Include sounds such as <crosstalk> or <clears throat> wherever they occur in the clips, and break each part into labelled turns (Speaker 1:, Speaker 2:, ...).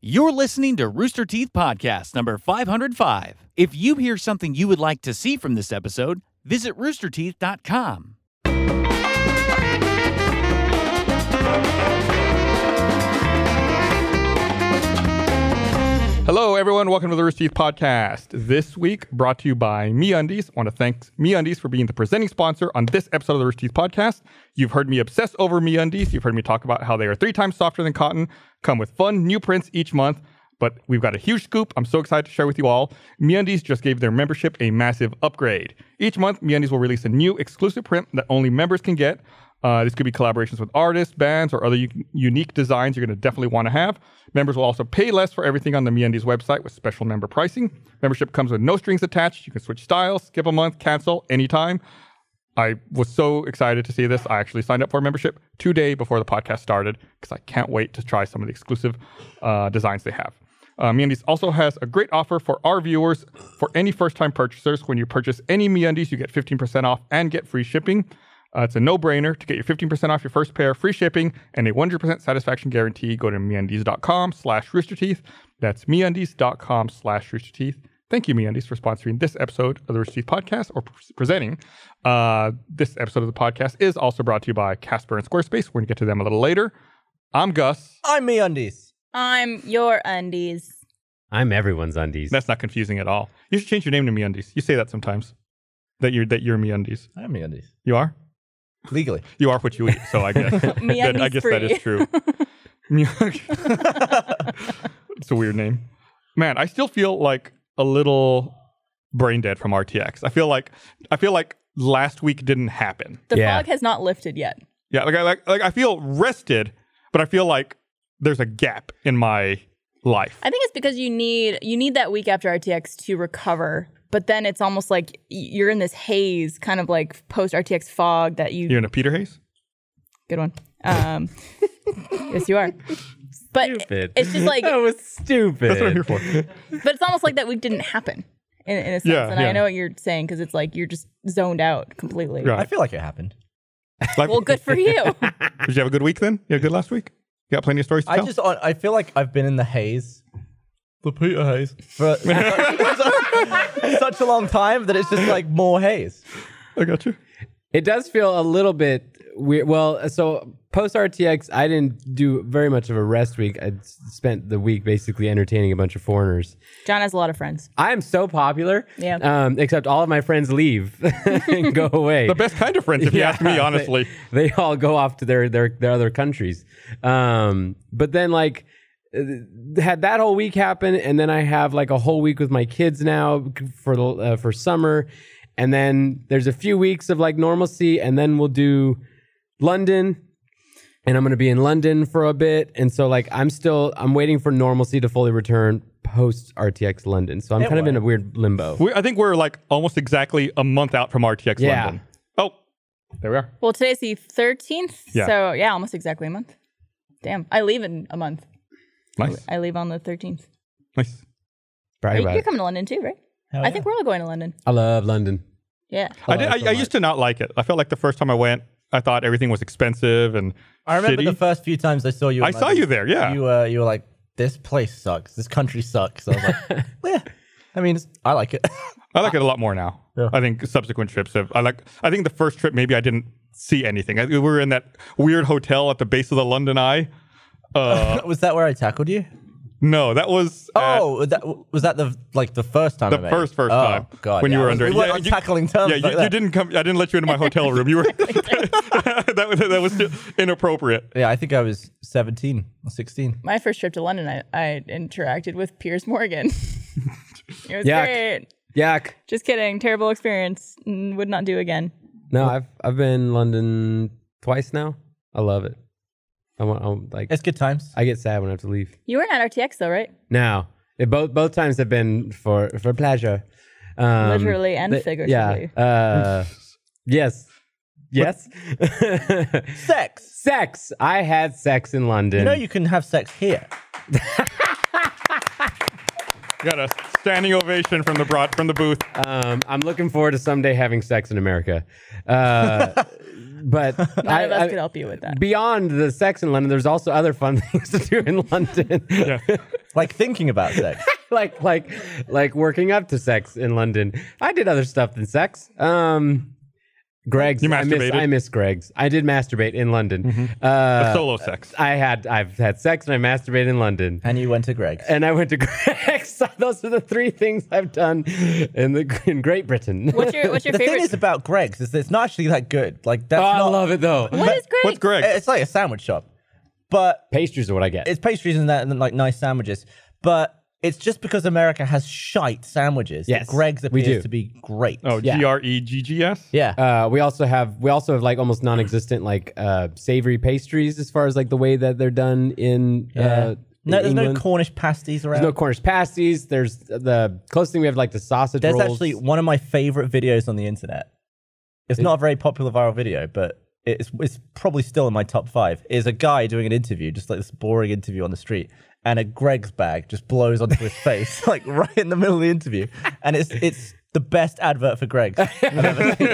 Speaker 1: You're listening to Rooster Teeth Podcast number 505. If you hear something you would like to see from this episode, visit roosterteeth.com.
Speaker 2: Hello, everyone. Welcome to the Rooster Teeth Podcast. This week, brought to you by MeUndies. I want to thank MeUndies for being the presenting sponsor on this episode of the Rooster Teeth Podcast. You've heard me obsess over MeUndies. You've heard me talk about how they are three times softer than cotton, come with fun new prints each month. But we've got a huge scoop. I'm so excited to share with you all. MeUndies just gave their membership a massive upgrade. Each month, MeUndies will release a new exclusive print that only members can get. Uh, this could be collaborations with artists, bands, or other u- unique designs you're going to definitely want to have. Members will also pay less for everything on the MeUndies website with special member pricing. Membership comes with no strings attached. You can switch styles, skip a month, cancel anytime. I was so excited to see this. I actually signed up for a membership two day before the podcast started because I can't wait to try some of the exclusive uh, designs they have. Uh, MeUndies also has a great offer for our viewers. For any first-time purchasers, when you purchase any MeUndies, you get 15% off and get free shipping. Uh, it's a no-brainer to get your 15% off your first pair, free shipping, and a 100% satisfaction guarantee. Go to MeUndies.com slash roosterteeth. That's MeUndies.com slash roosterteeth. Thank you, MeUndies, for sponsoring this episode of the Rooster Teeth Podcast or pre- presenting. Uh, this episode of the podcast is also brought to you by Casper and Squarespace. We're going to get to them a little later. I'm Gus.
Speaker 3: I'm MeUndies.
Speaker 4: I'm your undies.
Speaker 5: I'm everyone's undies.
Speaker 2: That's not confusing at all. You should change your name to MeUndies. You say that sometimes. That you're that you're MeUndies.
Speaker 3: I'm MeUndies.
Speaker 2: You are.
Speaker 3: Legally.
Speaker 2: You are what you eat. So I guess <laughs>
Speaker 4: <laughs>
Speaker 2: that, I
Speaker 4: MeUndies
Speaker 2: guess that is
Speaker 4: free. <laughs>
Speaker 2: true. it's a weird name. Man, I still feel like a little brain dead from RTX. I feel like I feel like last week didn't happen.
Speaker 4: The
Speaker 5: Yeah.
Speaker 4: fog has not lifted yet.
Speaker 2: Yeah, like I like, like I feel rested, but I feel like there's a gap in my life.
Speaker 4: I think it's because you need you need that week after RTX to recover. But then it's almost like y- you're in this haze, kind of like post RTX fog that you
Speaker 2: You're in a Peter Hayes?
Speaker 4: good one.
Speaker 5: <laughs>
Speaker 4: Um, yes, you are. But
Speaker 5: Stupid.
Speaker 4: it's just like,
Speaker 5: <laughs> that
Speaker 4: but
Speaker 5: was stupid.
Speaker 2: That's what I'm here for.
Speaker 4: it's almost like that week didn't happen in, in a sense.
Speaker 2: Yeah,
Speaker 4: and
Speaker 2: yeah.
Speaker 4: I know what you're saying because it's like you're just zoned out completely.
Speaker 2: Right.
Speaker 3: I feel like it happened.
Speaker 2: <laughs> Like,
Speaker 4: Well, good for you.
Speaker 5: <laughs>
Speaker 2: Did you have a good week then? You had a good last week? You got plenty of stories to
Speaker 3: I
Speaker 2: tell?
Speaker 3: just, I feel like I've been in the haze. The Peter haze. For <laughs> such, such a long time that it's just like more haze.
Speaker 2: I got you.
Speaker 5: It does feel a little bit weird. Well, so post RTX, I didn't do very much of a rest week. I s- spent the week basically entertaining a bunch of foreigners.
Speaker 4: John has a lot of friends.
Speaker 5: I am so popular.
Speaker 4: Yeah.
Speaker 5: Um, except all of my friends leave <laughs> and go away.
Speaker 2: The best kind of friends, if
Speaker 3: <laughs>
Speaker 2: you
Speaker 5: Yeah,
Speaker 2: ask me,
Speaker 5: <laughs> they-
Speaker 2: honestly.
Speaker 5: They, all go off to their their, their other countries. Um, but then like uh, had that whole week happen, and then I have like a whole week with my kids now for the uh, for summer, and then there's a few weeks of like normalcy, and then we'll do London. And I'm going to be in London for a bit, and so like I'm still I'm waiting for normalcy to fully return post RTX London. So I'm kind of in a weird limbo.
Speaker 2: We, I think we're like almost exactly a month out from RTX
Speaker 5: Yeah.
Speaker 2: London. Oh, there we are.
Speaker 4: Well, today's the 13th.
Speaker 2: Yeah.
Speaker 4: So, yeah, almost exactly a month. Damn. I leave in a month.
Speaker 2: Nice.
Speaker 4: I leave on the 13th.
Speaker 2: Nice.
Speaker 5: Brag
Speaker 4: Are you,
Speaker 5: about
Speaker 4: you're
Speaker 5: it.
Speaker 4: coming to London too, right? I think we're all going to London.
Speaker 5: I love London.
Speaker 4: Yeah.
Speaker 2: I, did, I, I used to not like it. I felt like the first time I went, I thought everything was expensive and
Speaker 3: I remember
Speaker 2: shitty.
Speaker 3: the first few times I saw you. in
Speaker 2: I saw
Speaker 3: London,
Speaker 2: you there, yeah.
Speaker 3: You were, you were like, this place sucks. This country sucks. I was
Speaker 5: <laughs>
Speaker 3: like, yeah. I mean, it's, I like it.
Speaker 2: I like it a lot more now.
Speaker 3: Yeah.
Speaker 2: I think subsequent trips have. I like. I think the first trip maybe I didn't see anything. I, we were in that weird hotel at the base of the London Eye. Uh,
Speaker 3: <laughs> was that where I tackled you?
Speaker 2: no, that was. at-
Speaker 3: oh, that, was that the like the first time?
Speaker 2: The
Speaker 3: I met
Speaker 2: first-
Speaker 3: you?
Speaker 2: first
Speaker 3: oh,
Speaker 2: time,
Speaker 3: God,
Speaker 2: when you
Speaker 3: yeah.
Speaker 2: were
Speaker 3: We
Speaker 2: under-
Speaker 3: weren't
Speaker 2: yeah,
Speaker 3: on
Speaker 2: you-
Speaker 3: tackling terms.
Speaker 2: yeah,
Speaker 3: like
Speaker 2: you,
Speaker 3: that.
Speaker 2: you didn't come. I didn't let you into my hotel room.
Speaker 3: <laughs>
Speaker 2: You were <laughs> that was that was still inappropriate.
Speaker 3: Yeah, I think I was 17 or 16.
Speaker 4: My first trip to London, I, I interacted with Piers Morgan. it was
Speaker 5: Yuck.
Speaker 4: great.
Speaker 5: Yak.
Speaker 4: Just kidding. Terrible experience. Mm, Would not do again.
Speaker 5: No, I've I've been in London twice now. I love it. I want I'm like
Speaker 3: It's good times.
Speaker 5: I get sad when I have to leave.
Speaker 4: You weren't at RTX though, right?
Speaker 5: Now, it, both both times have been for for pleasure. Um,
Speaker 4: Literally and
Speaker 5: the-
Speaker 4: figuratively.
Speaker 5: Yeah. Uh, yes. Yes. <laughs>
Speaker 3: Sex.
Speaker 5: sex. I had sex in London.
Speaker 3: You know you can have sex here.
Speaker 2: <laughs> Got a standing ovation from the broad from the booth.
Speaker 5: um, I'm looking forward to someday having sex in America.
Speaker 3: <laughs>
Speaker 5: Uh, but
Speaker 4: None
Speaker 5: I,
Speaker 4: of us
Speaker 5: I-
Speaker 4: could help you with that.
Speaker 5: <laughs> Beyond the sex in London, there's also other fun things to do in London.
Speaker 2: Yeah.
Speaker 3: Like thinking about
Speaker 5: <laughs>
Speaker 3: sex.
Speaker 5: like like like working up to sex in London. I did other stuff than sex. Um Greg's
Speaker 2: You
Speaker 5: I miss
Speaker 2: masturbated?
Speaker 5: I miss Greg's. I did masturbate in London.
Speaker 3: Mm-hmm.
Speaker 5: Uh,
Speaker 2: solo sex.
Speaker 5: I had I've had sex and I masturbated in London.
Speaker 3: and you went to Greg's.
Speaker 5: And I went to <laughs> Greg's. Those are the three things I've done in the <laughs> in Great Britain.
Speaker 4: What's your what's your
Speaker 3: the
Speaker 4: favorite?
Speaker 3: thing is about Greg's is that it's not actually that good. Like that's
Speaker 5: <laughs> Oh, I
Speaker 3: not.
Speaker 5: love it though.
Speaker 4: what is great?
Speaker 2: What's Greg?
Speaker 3: It's like a sandwich shop, but
Speaker 5: Pastries are what I get.
Speaker 3: it's pastries and that, and like nice sandwiches. But it's just because America has shite sandwiches. that
Speaker 5: Yes,
Speaker 3: Greg's
Speaker 5: we
Speaker 3: appears
Speaker 5: do.
Speaker 3: to be great.
Speaker 2: oh,
Speaker 5: yeah.
Speaker 2: G R E G G S.
Speaker 3: yeah.
Speaker 5: Uh, we also have we also have like almost non-existent like uh, savory pastries as far as like the way that they're done in uh,
Speaker 3: no,
Speaker 5: in
Speaker 3: there's
Speaker 5: England.
Speaker 3: no Cornish pasties around.
Speaker 5: There's no Cornish pasties. There's the closest thing we have like the sausage
Speaker 3: There's
Speaker 5: rolls.
Speaker 3: actually one of my favorite videos on the internet. It's not a very popular viral video, but it's it's probably still in my top five. Is a guy doing an interview, just like this boring interview on the street, and a Greg's bag just blows onto his face, <laughs> like right in the middle of the interview, and it's it's the best advert for Greg's.
Speaker 5: uh,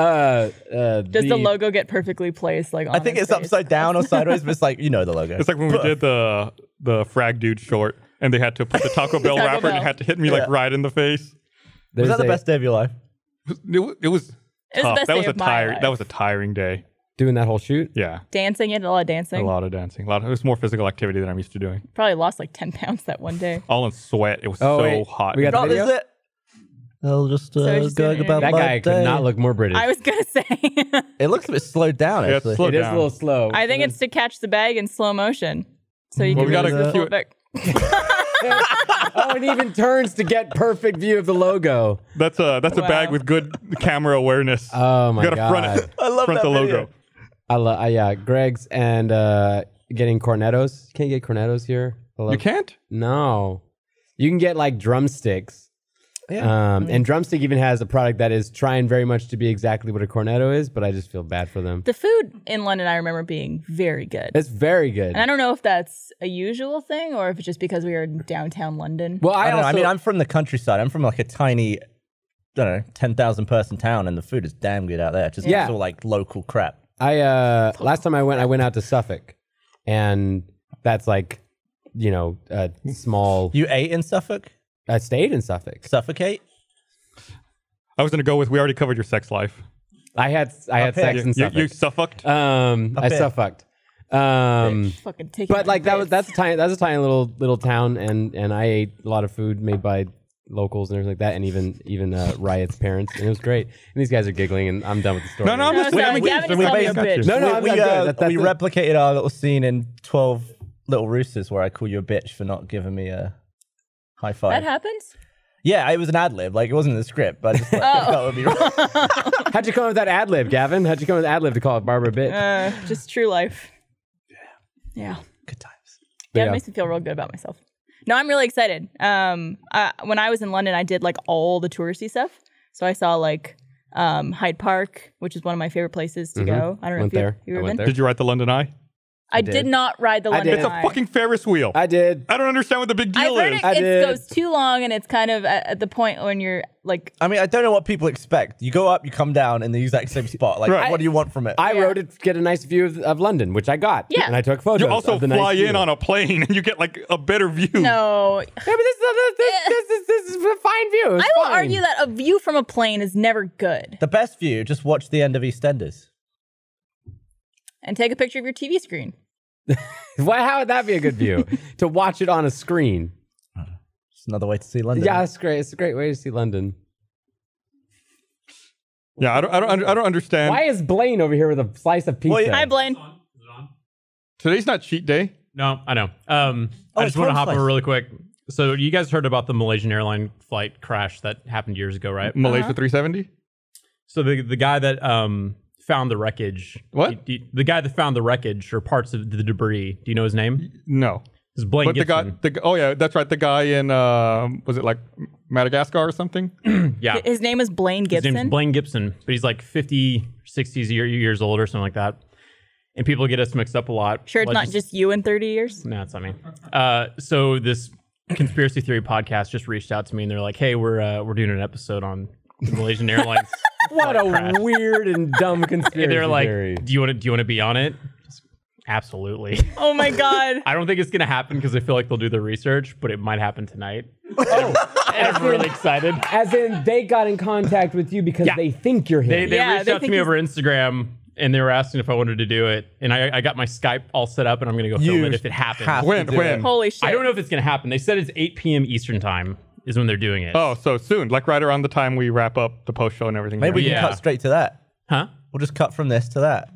Speaker 5: uh,
Speaker 4: Does the, logo get perfectly placed? Like on
Speaker 3: I think
Speaker 4: his
Speaker 3: it's
Speaker 4: face?
Speaker 3: upside down or sideways, but it's like you know the logo.
Speaker 2: It's like when we did the the frag dude short, and they had to put the Taco Bell
Speaker 4: Taco
Speaker 2: wrapper, and it
Speaker 4: Bell.
Speaker 2: had to hit me
Speaker 3: Yeah.
Speaker 2: like right in the face.
Speaker 5: there's
Speaker 3: was that the
Speaker 5: a-
Speaker 3: best day of your life?
Speaker 2: It was it was
Speaker 4: It was the
Speaker 2: tough.
Speaker 4: best
Speaker 2: Oh, that
Speaker 4: day
Speaker 2: was a
Speaker 4: of my
Speaker 2: tiring
Speaker 4: life.
Speaker 2: that was a tiring day.
Speaker 5: doing that whole shoot?
Speaker 2: Yeah,
Speaker 4: dancing. You did a lot of
Speaker 2: a
Speaker 4: dancing.
Speaker 2: lot of dancing. A lot. Of, it was more physical activity than I'm used to doing.
Speaker 4: Probably lost like ten pounds that one day.
Speaker 2: All in sweat. It was
Speaker 5: Oh,
Speaker 2: so
Speaker 5: wait.
Speaker 2: hot.
Speaker 5: We got
Speaker 3: Not
Speaker 5: video?
Speaker 3: this it. They'll just
Speaker 4: So I
Speaker 3: uh,
Speaker 4: just
Speaker 3: go
Speaker 4: did it.
Speaker 3: about
Speaker 5: That
Speaker 3: my
Speaker 5: guy could
Speaker 3: day.
Speaker 5: not look more British.
Speaker 4: I was gonna <laughs> say.
Speaker 3: It looks a bit slowed down.
Speaker 2: Yeah, it's
Speaker 3: Actually,
Speaker 2: slow
Speaker 5: it is a
Speaker 2: down.
Speaker 5: little slow.
Speaker 4: I think it's to catch the bag in slow motion, so you
Speaker 2: Well,
Speaker 4: can
Speaker 2: we gotta
Speaker 4: really
Speaker 2: cue
Speaker 4: pull
Speaker 2: it.
Speaker 4: back.
Speaker 5: oh, it even turns to get perfect view of the logo.
Speaker 2: That's a that's a bag
Speaker 4: Wow.
Speaker 2: with good camera awareness.
Speaker 5: Oh my
Speaker 2: you gotta
Speaker 5: god!
Speaker 2: front it.
Speaker 3: I love
Speaker 2: front
Speaker 3: that
Speaker 2: the
Speaker 3: video.
Speaker 2: logo.
Speaker 5: I love uh, yeah, Greg's and uh, getting cornetos. Can't get cornetos here. I love-
Speaker 2: You can't.
Speaker 5: No, you can get like drumsticks.
Speaker 3: Yeah.
Speaker 5: Um, and drumstick even has a product that is trying very much to be exactly what a cornetto is, but I just feel bad for them.
Speaker 4: The food in London, I remember being very good.
Speaker 5: It's very good.
Speaker 4: And I don't know if that's a usual thing or if it's just because we are in downtown London.
Speaker 5: Well, I,
Speaker 3: I, don't know. I
Speaker 5: also-
Speaker 3: mean, I'm from the countryside. I'm from like a tiny, I don't know, ten thousand person town, and the food is damn good out there. Just
Speaker 5: Yeah.
Speaker 3: it's all like local crap.
Speaker 5: I uh last time I went, I went out to Suffolk, and that's like, you know, a small.
Speaker 3: You ate in Suffolk?
Speaker 5: I stayed in Suffolk.
Speaker 3: Suffocate?
Speaker 2: I was gonna go with. We already covered your sex life.
Speaker 5: I had I had
Speaker 3: here.
Speaker 5: sex in
Speaker 2: You,
Speaker 5: Suffolk.
Speaker 2: you suffoced.
Speaker 5: um, I
Speaker 3: here.
Speaker 5: Suffolked. Um,
Speaker 4: fucking take
Speaker 5: but like that was that's a tiny that's a tiny little little town, and and I ate a lot of food made by locals and everything like that, and even even uh, Riot's parents, and it was great. And these guys are giggling, and I'm done with the story.
Speaker 2: No, no, I'm
Speaker 4: No,
Speaker 2: just. I'm
Speaker 4: sorry,
Speaker 2: engaged.
Speaker 4: Gavin
Speaker 2: I'm
Speaker 4: is telling me
Speaker 2: engaged.
Speaker 4: a
Speaker 2: Got you.
Speaker 4: bitch.
Speaker 5: No, no, I'm
Speaker 3: we
Speaker 5: not
Speaker 3: we,
Speaker 5: good. That- that's
Speaker 3: we
Speaker 5: it.
Speaker 3: replicated our little scene in Twelve Little Roosters, where I call you a bitch for not giving me a high five.
Speaker 4: That happens?
Speaker 3: yeah, it was an ad lib. Like it wasn't in the script, but I just like, <laughs> that would be wrong.
Speaker 5: How'd you come up with that ad lib, Gavin? How'd you come up with ad lib to call it Barbara bitch?
Speaker 4: Uh, <laughs> just true life. Yeah.
Speaker 3: Good times.
Speaker 4: Yeah,
Speaker 5: Yeah.
Speaker 4: it makes me feel real good about myself. No, I'm really excited. Um, uh, when I was in London, I did like all the touristy stuff. So I saw like um, Hyde Park, which is one of my favorite places to go. I don't know
Speaker 5: Mm-hmm. Went
Speaker 4: if you-
Speaker 5: there.
Speaker 4: you
Speaker 5: I
Speaker 4: ever
Speaker 5: went
Speaker 4: been.
Speaker 5: there.
Speaker 2: Did you write the London Eye?
Speaker 4: I did.
Speaker 5: did.
Speaker 4: not ride the
Speaker 5: I
Speaker 4: London
Speaker 5: did.
Speaker 2: It's
Speaker 4: Eye.
Speaker 2: a fucking Ferris wheel. I,
Speaker 5: I did.
Speaker 2: don't understand what the big
Speaker 4: I've
Speaker 2: deal
Speaker 4: heard
Speaker 2: is.
Speaker 4: it,
Speaker 5: I
Speaker 4: it
Speaker 5: did.
Speaker 4: goes too long, and it's kind of at, at the point when you're like,
Speaker 3: I mean, I don't know what people expect. You go up, you come down in the exact same spot. Like,
Speaker 2: Right.
Speaker 3: what do you want from it?
Speaker 5: I
Speaker 4: Yeah.
Speaker 5: rode it to get a nice view of, of London, which I got.
Speaker 4: Yeah.
Speaker 5: And I took photos.
Speaker 2: You also
Speaker 5: of the
Speaker 2: fly
Speaker 5: nice view.
Speaker 2: in on a plane and you get like a better view.
Speaker 5: Hmm.
Speaker 4: no.
Speaker 5: Yeah, but this, is- this, this, this, this is a fine view. It's
Speaker 4: I will
Speaker 5: fine.
Speaker 4: argue that a view from a plane is never good.
Speaker 3: the best view, just watch the end of EastEnders.
Speaker 4: And take a picture of your TV screen.
Speaker 5: Why, how would that be a
Speaker 4: <laughs>
Speaker 5: good view? to watch it on a screen.
Speaker 3: It's another way to see London.
Speaker 5: Yeah, it's great. It's a great way to see London.
Speaker 2: Yeah, I don't, I don't, I don't understand.
Speaker 5: Why is Blaine over here with a slice of pizza?
Speaker 3: Well, I
Speaker 4: Hi, Blaine.
Speaker 2: Today's not cheat day.
Speaker 6: No, I know. Um,
Speaker 3: Oh,
Speaker 6: I
Speaker 3: it's
Speaker 6: just want to
Speaker 3: Corn
Speaker 6: hop
Speaker 3: Slice.
Speaker 6: over really quick. So you guys heard about the Malaysian airline flight crash that happened years ago, right?
Speaker 2: Malaysia
Speaker 4: Uh-huh.
Speaker 2: 370.
Speaker 6: So the the guy that um found the wreckage,
Speaker 2: What?
Speaker 6: he- he- the guy that found the wreckage or parts of the debris? Do you know his name?
Speaker 2: No,
Speaker 6: It's Blaine
Speaker 2: but the guy,
Speaker 6: Gibson.
Speaker 2: the g- oh yeah, that's right. The guy in uh, was it like Madagascar or something?
Speaker 6: yeah,
Speaker 4: His name is Blaine
Speaker 6: His name's
Speaker 4: Gibson.
Speaker 6: Blaine Gibson, but he's like 50, 60 year- years old or something like that. And people get us mixed up a lot.
Speaker 4: Sure, it's
Speaker 6: Legis-
Speaker 4: not just you in 30 years.
Speaker 6: No, it's not me. Uh, so this conspiracy theory podcast just reached out to me, and they're like, "Hey, we're uh, we're doing an episode on the Malaysian Airlines."
Speaker 5: what a weird and dumb
Speaker 2: <laughs>
Speaker 5: conspiracy
Speaker 6: And they're like,
Speaker 5: theory.
Speaker 6: "Do you want to do you want to be on it?" Absolutely. <laughs>
Speaker 4: Oh my god.
Speaker 6: I don't think it's gonna happen because I feel like they'll do the research, but it might happen tonight. Oh, I'm really excited.
Speaker 5: As in, they got in contact with you because
Speaker 6: Yeah.
Speaker 5: they think you're
Speaker 6: They,
Speaker 5: him.
Speaker 6: they
Speaker 4: Yeah,
Speaker 6: reached
Speaker 4: they
Speaker 6: out to
Speaker 4: think
Speaker 6: me
Speaker 4: he's-
Speaker 6: over Instagram and they were asking if I wanted to do it, and I, I got my Skype all set up, and I'm gonna go film
Speaker 3: You
Speaker 6: it if it happens.
Speaker 3: have to
Speaker 2: When-
Speaker 3: do
Speaker 2: when?
Speaker 3: it.
Speaker 4: Holy shit.
Speaker 6: I don't know if it's gonna happen. They said it's 8 p.m. Eastern time is when they're doing it.
Speaker 2: Oh, so soon, like right around the time we wrap up the post show and everything.
Speaker 3: Maybe we
Speaker 6: Yeah.
Speaker 3: can cut straight to that.
Speaker 6: huh?
Speaker 3: We'll just cut from this to that.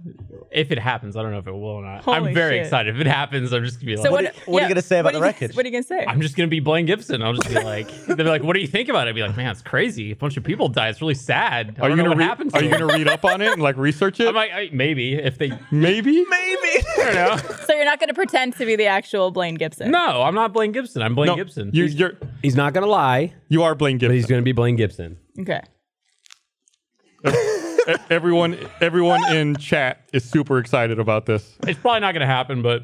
Speaker 6: If it happens, I don't know if it will or not. I'm
Speaker 4: Holy
Speaker 6: very
Speaker 4: shit.
Speaker 6: excited. If it happens, I'm just gonna be like,
Speaker 4: So what,
Speaker 3: are- what are you gonna say about
Speaker 4: what
Speaker 3: the
Speaker 4: are you-
Speaker 3: wreckage?
Speaker 4: What are you gonna say?
Speaker 6: I'm just gonna be Blaine Gibson. I'll just be like, <laughs> they'll be like, what do you think about it? I'll be like, man, it's crazy. A bunch of people die. It's really sad. I
Speaker 2: Are you
Speaker 6: don't know
Speaker 2: gonna
Speaker 6: what
Speaker 2: read?
Speaker 6: happened to
Speaker 2: Are you
Speaker 6: them."
Speaker 2: gonna read up on it and like research it?
Speaker 6: I'm like, I, maybe if they. <laughs>
Speaker 2: Maybe.
Speaker 3: Maybe.
Speaker 4: so you're not gonna pretend to be the actual Blaine Gibson.
Speaker 6: No, I'm not Blaine Gibson. I'm Blaine
Speaker 2: No,
Speaker 6: Gibson.
Speaker 2: You you're
Speaker 5: He's not gonna lie,
Speaker 2: you are Blaine
Speaker 5: but he's
Speaker 2: Gibson.
Speaker 5: gonna be Blaine Gibson.
Speaker 4: Okay.
Speaker 2: E- everyone everyone in chat is super excited about this.
Speaker 6: it's probably not gonna happen, but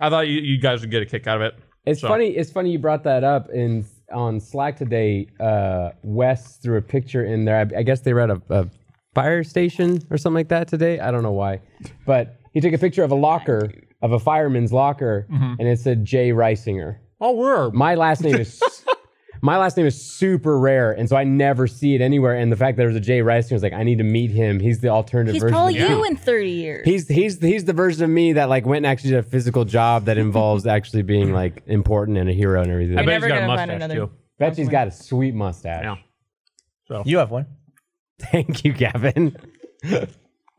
Speaker 6: I thought you, you guys would get a kick out of it.
Speaker 5: It's
Speaker 6: So-
Speaker 5: funny. It's funny you brought that up in on Slack today. Uh, Wes threw a picture in there. I, I guess they were at a, a fire station or something like that today. I don't know why, but he took a picture of a locker of a fireman's locker, and it said Jay Reisinger.
Speaker 6: Mm-hmm. Oh, we're
Speaker 5: My last name
Speaker 6: <laughs>
Speaker 5: is my last name is super rare, and so I never see it anywhere. And the fact that there's a Jay Reisinger was like, I need to meet him. He's the alternative
Speaker 4: He's
Speaker 5: version.
Speaker 4: probably
Speaker 5: of me.
Speaker 4: you in 30 years.
Speaker 5: <laughs> He's he's he's the version of me that like went and actually did a physical job that involves actually being like important and a hero and everything.
Speaker 6: I bet
Speaker 4: never
Speaker 6: he's got a
Speaker 4: gonna find
Speaker 6: mustache
Speaker 4: another-
Speaker 6: too.
Speaker 5: Bet she's got a sweet mustache.
Speaker 6: Yeah.
Speaker 3: You have one.
Speaker 5: Thank you, Gavin.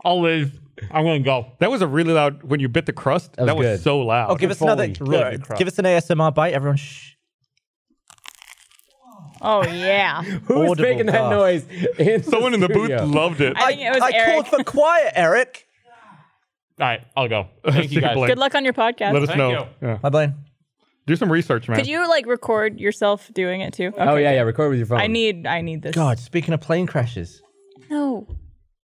Speaker 6: I'll leave. I'm gonna go.
Speaker 2: That was a really loud when you bit the crust. That was,
Speaker 5: good.
Speaker 2: so loud.
Speaker 3: Oh, give us another.
Speaker 2: Foley. Really good
Speaker 3: uh,
Speaker 2: crop.
Speaker 3: give us an ASMR bite. Everyone, shh.
Speaker 4: oh yeah.
Speaker 5: <laughs> Who's
Speaker 3: Audible
Speaker 5: making that
Speaker 3: laugh.
Speaker 5: noise? In
Speaker 2: Someone in the booth
Speaker 5: studio?
Speaker 2: loved it.
Speaker 4: I think it was
Speaker 3: I
Speaker 4: Eric.
Speaker 3: called for quiet, Eric.
Speaker 6: All right,
Speaker 2: <laughs>
Speaker 6: I'll go. Thank you
Speaker 2: Sick of
Speaker 6: guys.
Speaker 2: Blaine.
Speaker 4: Good luck on your podcast.
Speaker 2: Let us
Speaker 6: Thank
Speaker 2: know.
Speaker 6: you.
Speaker 2: Yeah.
Speaker 3: My Blaine.
Speaker 2: Do some research, man.
Speaker 4: Could you like record yourself doing it too?
Speaker 5: Oh
Speaker 4: Okay.
Speaker 5: yeah, yeah. Record with your phone.
Speaker 4: I need I need this.
Speaker 3: God, speaking of plane crashes,
Speaker 4: No.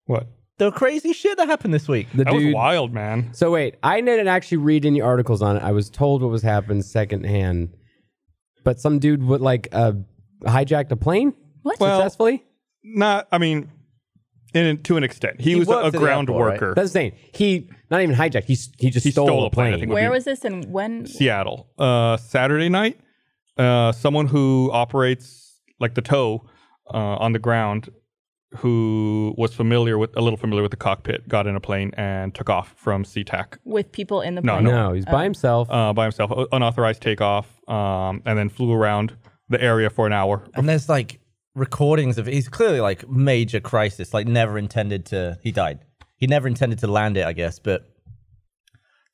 Speaker 2: what?
Speaker 3: the crazy shit that happened this week.
Speaker 5: the
Speaker 2: That was
Speaker 5: dude.
Speaker 2: wild, man.
Speaker 5: So wait, I didn't actually read any articles on it. I was told what was happening secondhand, but some dude would like uh, hijacked a plane
Speaker 4: What?
Speaker 2: Well-
Speaker 5: successfully.
Speaker 2: Not. I mean, in to an extent, he,
Speaker 3: He
Speaker 2: was
Speaker 3: worked
Speaker 2: a
Speaker 3: at the
Speaker 2: ground
Speaker 3: airport, right?
Speaker 2: worker.
Speaker 5: That's insane. He not even hijacked. He s- he just
Speaker 2: He
Speaker 5: stole,
Speaker 2: stole
Speaker 5: a
Speaker 2: a plane, I
Speaker 5: plane.
Speaker 2: think
Speaker 4: Where
Speaker 2: be-
Speaker 4: was this and when?
Speaker 2: Seattle. Uh, Saturday night, uh, someone who operates like the tow uh, on the ground, who was familiar with a little familiar with the cockpit, got in a plane and took off from SeaTac
Speaker 4: With people in the
Speaker 2: No,
Speaker 4: plane.
Speaker 5: No, he's by himself.
Speaker 2: uh, by himself, uh, unauthorized takeoff, um, and then flew around the area for an hour.
Speaker 3: And there's like recordings of he's clearly like major crisis, like never intended to. He died. He never intended to land it, I guess. But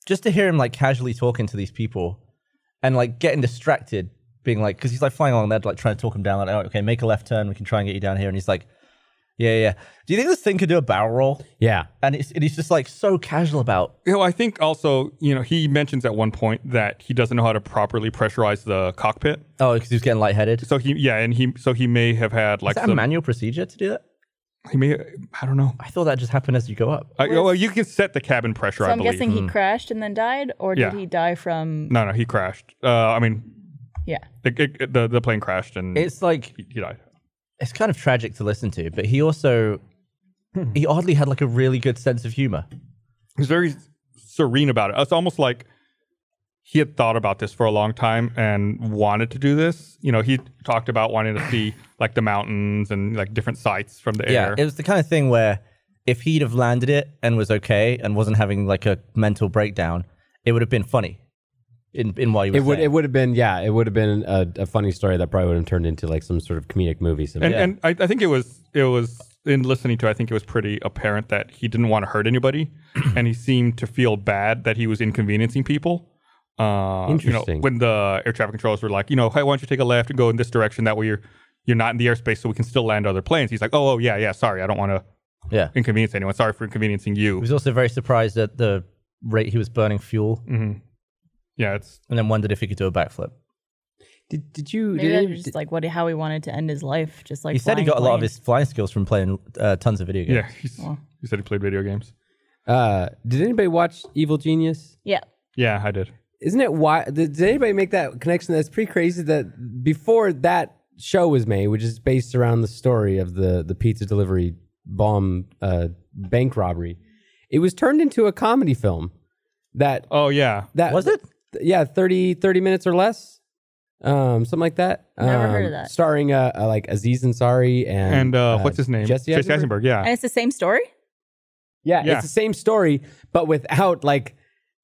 Speaker 3: just to hear him like casually talking to these people and like getting distracted, being like, because he's like flying along, they're like trying to talk him down. Like, oh, okay, make a left turn. We can try and get you down here. And he's like, yeah, yeah. Do you think this thing could do a barrel roll?
Speaker 5: yeah.
Speaker 3: And it's and he's just like so casual about
Speaker 2: You know, I think also, you know, he mentions at one point that he doesn't know how to properly pressurize the cockpit.
Speaker 3: oh, because he was getting lightheaded. Is
Speaker 2: So he, yeah, and he, so he may have had like
Speaker 3: that a
Speaker 2: some,
Speaker 3: manual procedure to do that?
Speaker 2: he may, I don't know.
Speaker 3: I thought that just happened as you go up.
Speaker 2: I, well, you can set the cabin pressure.
Speaker 4: So
Speaker 2: I
Speaker 4: I'm
Speaker 2: believe.
Speaker 4: guessing he crashed and then died, or did
Speaker 2: Yeah.
Speaker 4: he die from?
Speaker 2: No, no, he crashed. Uh, I mean,
Speaker 4: Yeah.
Speaker 2: it, it- it- the the plane crashed and
Speaker 3: It's like
Speaker 2: he, he died.
Speaker 3: it's kind of tragic to listen to, but he also he oddly had like a really good sense of humor.
Speaker 2: He's very serene about it. It's almost like he had thought about this for a long time and wanted to do this. You know, he talked about wanting to see like the mountains and like different sights from the air.
Speaker 3: it was the kind of thing where if he'd have landed it and was okay and wasn't having like a mental breakdown, it would have been funny. In in why he was
Speaker 5: It would
Speaker 3: there.
Speaker 5: it would have been yeah it would have been a, a funny story that probably would have turned into like some sort of comedic movie. So
Speaker 2: and and I, I think it was it was in listening to. I think it was pretty apparent that he didn't want to hurt
Speaker 5: <clears throat>
Speaker 2: anybody, and he seemed to feel bad that he was inconveniencing people. Uh, You
Speaker 5: Interesting.
Speaker 2: know, when the air traffic controllers were like, you know, hey, why don't you take a left and go in this direction? That way you're you're not in the airspace, so we can still land other planes. He's like, oh, oh yeah, yeah, sorry, I don't want to
Speaker 3: yeah.
Speaker 2: inconvenience anyone. Sorry for inconveniencing
Speaker 3: He
Speaker 2: you.
Speaker 3: was also very surprised at the rate he was burning fuel
Speaker 2: Yeah, it's
Speaker 3: and then wondered if he could do a backflip.
Speaker 5: did, did you
Speaker 4: Maybe
Speaker 5: did
Speaker 4: that's
Speaker 5: any-
Speaker 4: just like what how he wanted to end his life, just like
Speaker 3: He said he got
Speaker 4: flying
Speaker 3: a lot of
Speaker 4: planes.
Speaker 3: his flying skills from playing uh, tons of video games.
Speaker 2: yeah. He's, he said he played video games.
Speaker 5: uh, did anybody watch Evil Genius?
Speaker 4: Yeah,
Speaker 2: Yeah, I did.
Speaker 5: Isn't it why did, did anybody make that connection? That's pretty crazy. That before that show was made, which is based around the story of the the pizza delivery bomb uh, bank robbery, it was turned into a comedy film. that
Speaker 2: Oh yeah.
Speaker 5: that
Speaker 3: Was it?
Speaker 5: th- yeah 30 30 minutes or less um something like that
Speaker 4: Never
Speaker 5: um,
Speaker 4: heard of that.
Speaker 5: starring uh, uh like aziz ansari and
Speaker 2: And uh, what's his name?
Speaker 5: Jesse Eisenberg?
Speaker 2: Yeah.
Speaker 4: And it's the same story.
Speaker 5: yeah,
Speaker 2: Yeah.
Speaker 5: it's the same story but without like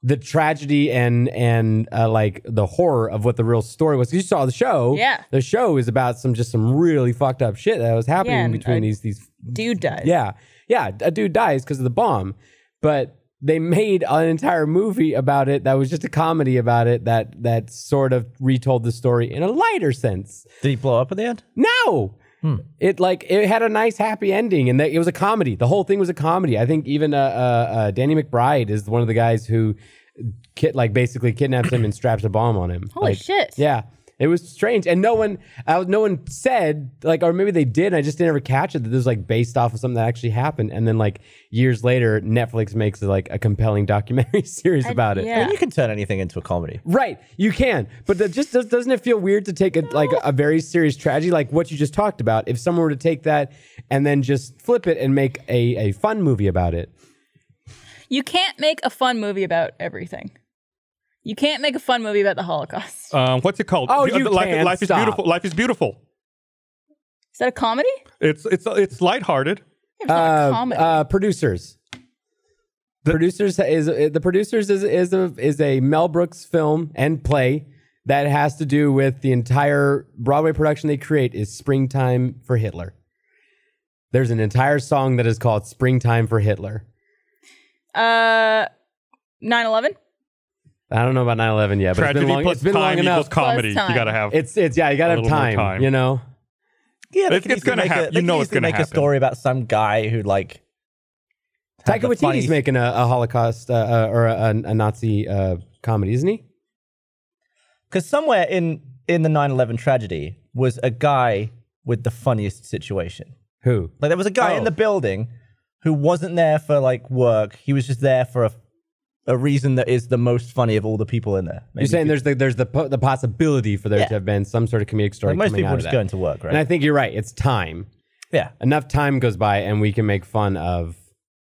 Speaker 5: the tragedy and and uh, like the horror of what the real story was 'Cause you saw the
Speaker 3: Oh.
Speaker 5: show
Speaker 4: Yeah.
Speaker 5: the show is about some just some really fucked up shit that was happening
Speaker 4: Yeah, and uh,
Speaker 5: between
Speaker 4: a
Speaker 5: these these
Speaker 4: Dude dies.
Speaker 5: yeah yeah a dude dies because of the bomb but they made an entire movie about it that was just a comedy about it that that sort of retold the story in a lighter sense
Speaker 3: Did he blow up at the end?
Speaker 5: no
Speaker 4: Hmm.
Speaker 5: it like it had a nice happy ending and that it was a comedy the whole thing was a comedy i think even uh, uh, uh danny mcbride is one of the guys who kid like basically kidnaps
Speaker 4: <clears throat>
Speaker 5: him and straps a bomb on him
Speaker 4: Holy
Speaker 5: Like,
Speaker 4: shit.
Speaker 5: yeah, it was strange, and no one, I was, no one said like, or maybe they did, and I just didn't ever catch it that this was like based off of something that actually happened, and then like years later, Netflix makes like a compelling documentary <laughs> series
Speaker 4: I-
Speaker 5: about it.
Speaker 4: yeah.
Speaker 3: I mean, you can turn anything into a comedy.
Speaker 5: Right, you can, but that just does, doesn't it feel weird to take a, like a very serious tragedy like what you just talked about? If someone were to take that and then just flip it and make a, a fun movie about it,
Speaker 4: You can't make a fun movie about everything. You can't make a fun movie about the Holocaust.
Speaker 2: Um, what's it called?
Speaker 5: Oh,
Speaker 2: The-
Speaker 5: you
Speaker 2: the life,
Speaker 5: can.
Speaker 2: life is
Speaker 5: Stop.
Speaker 2: beautiful. Life is beautiful.
Speaker 4: Is that a comedy?
Speaker 2: It's it's it's lighthearted.
Speaker 4: It's not a
Speaker 5: Uh,
Speaker 4: comedy.
Speaker 5: uh, producers. producers is the producers is is a is a Mel Brooks film and play that has to do with the entire Broadway production they create is Springtime for Hitler. There's an entire song that is called Springtime for Hitler.
Speaker 4: Uh, 9/11.
Speaker 5: I don't know about 9/11 yet, but it's
Speaker 2: Tragedy
Speaker 5: been long,
Speaker 2: plus
Speaker 5: it's been long
Speaker 2: time equals
Speaker 5: enough.
Speaker 2: comedy. You
Speaker 4: time.
Speaker 2: gotta have.
Speaker 5: It's it's yeah, you got to
Speaker 2: A
Speaker 5: have
Speaker 2: little more
Speaker 5: time,
Speaker 2: time.
Speaker 5: you know.
Speaker 3: Yeah,
Speaker 2: It's- it's gonna happen.
Speaker 3: happen.
Speaker 2: You know it's gonna
Speaker 3: make
Speaker 2: happen.
Speaker 3: a story about some guy who like. had
Speaker 5: Taika
Speaker 3: the
Speaker 5: Waititi's
Speaker 3: funny-
Speaker 5: making a, a Holocaust uh, uh, or a, a, a Nazi uh, comedy, isn't he?
Speaker 3: Because somewhere in in the 9/11 tragedy was a guy with the funniest situation.
Speaker 5: Who?
Speaker 3: Like there was a guy
Speaker 5: Oh.
Speaker 3: in the building who wasn't there for like work. He was just there for a a reason that is the most funny of all the people in there.
Speaker 5: You're saying there's the there's the po- the possibility for there
Speaker 3: Yeah.
Speaker 5: to have been some sort of comedic story.
Speaker 3: like most
Speaker 5: coming
Speaker 3: people
Speaker 5: out
Speaker 3: are
Speaker 5: of
Speaker 3: just
Speaker 5: that.
Speaker 3: going to work, right?
Speaker 5: And I think you're right. It's time.
Speaker 3: yeah.
Speaker 5: Enough time goes by, and we can make fun of.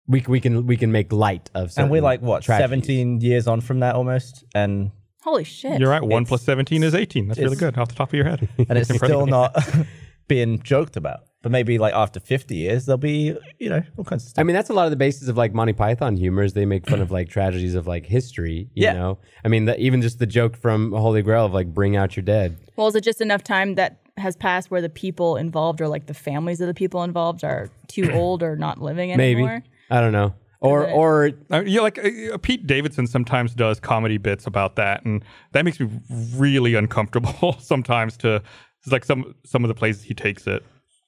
Speaker 5: We can we can we can make light of.
Speaker 3: And we're
Speaker 5: certain
Speaker 3: like what
Speaker 5: tragedies.
Speaker 3: 17 years on from that almost, and
Speaker 4: Holy shit.
Speaker 2: you're right. One plus seventeen is eighteen. That's really good off the top of your head.
Speaker 5: <laughs>
Speaker 3: and it's
Speaker 2: impressive.
Speaker 3: still not <laughs> being joked about. But maybe like after 50 years, there'll be you know all kinds of
Speaker 5: I
Speaker 3: stuff.
Speaker 5: mean, that's a lot of the basis of like Monty Python humor is they make fun of like <clears throat> tragedies of like history. You
Speaker 3: Yeah.
Speaker 5: know, I mean, the, even just the joke from Holy Grail of like bring out your dead.
Speaker 4: Well, is it just enough time that has passed where the people involved or like the families of the people involved are
Speaker 3: <clears throat>
Speaker 4: too old or not living
Speaker 5: Maybe
Speaker 4: anymore?
Speaker 5: I don't know. Or
Speaker 4: Right.
Speaker 5: or
Speaker 2: Uh, yeah, like uh, Pete Davidson sometimes does comedy bits about that, and that makes me really uncomfortable <laughs> sometimes. To it's like some some of the places he takes it.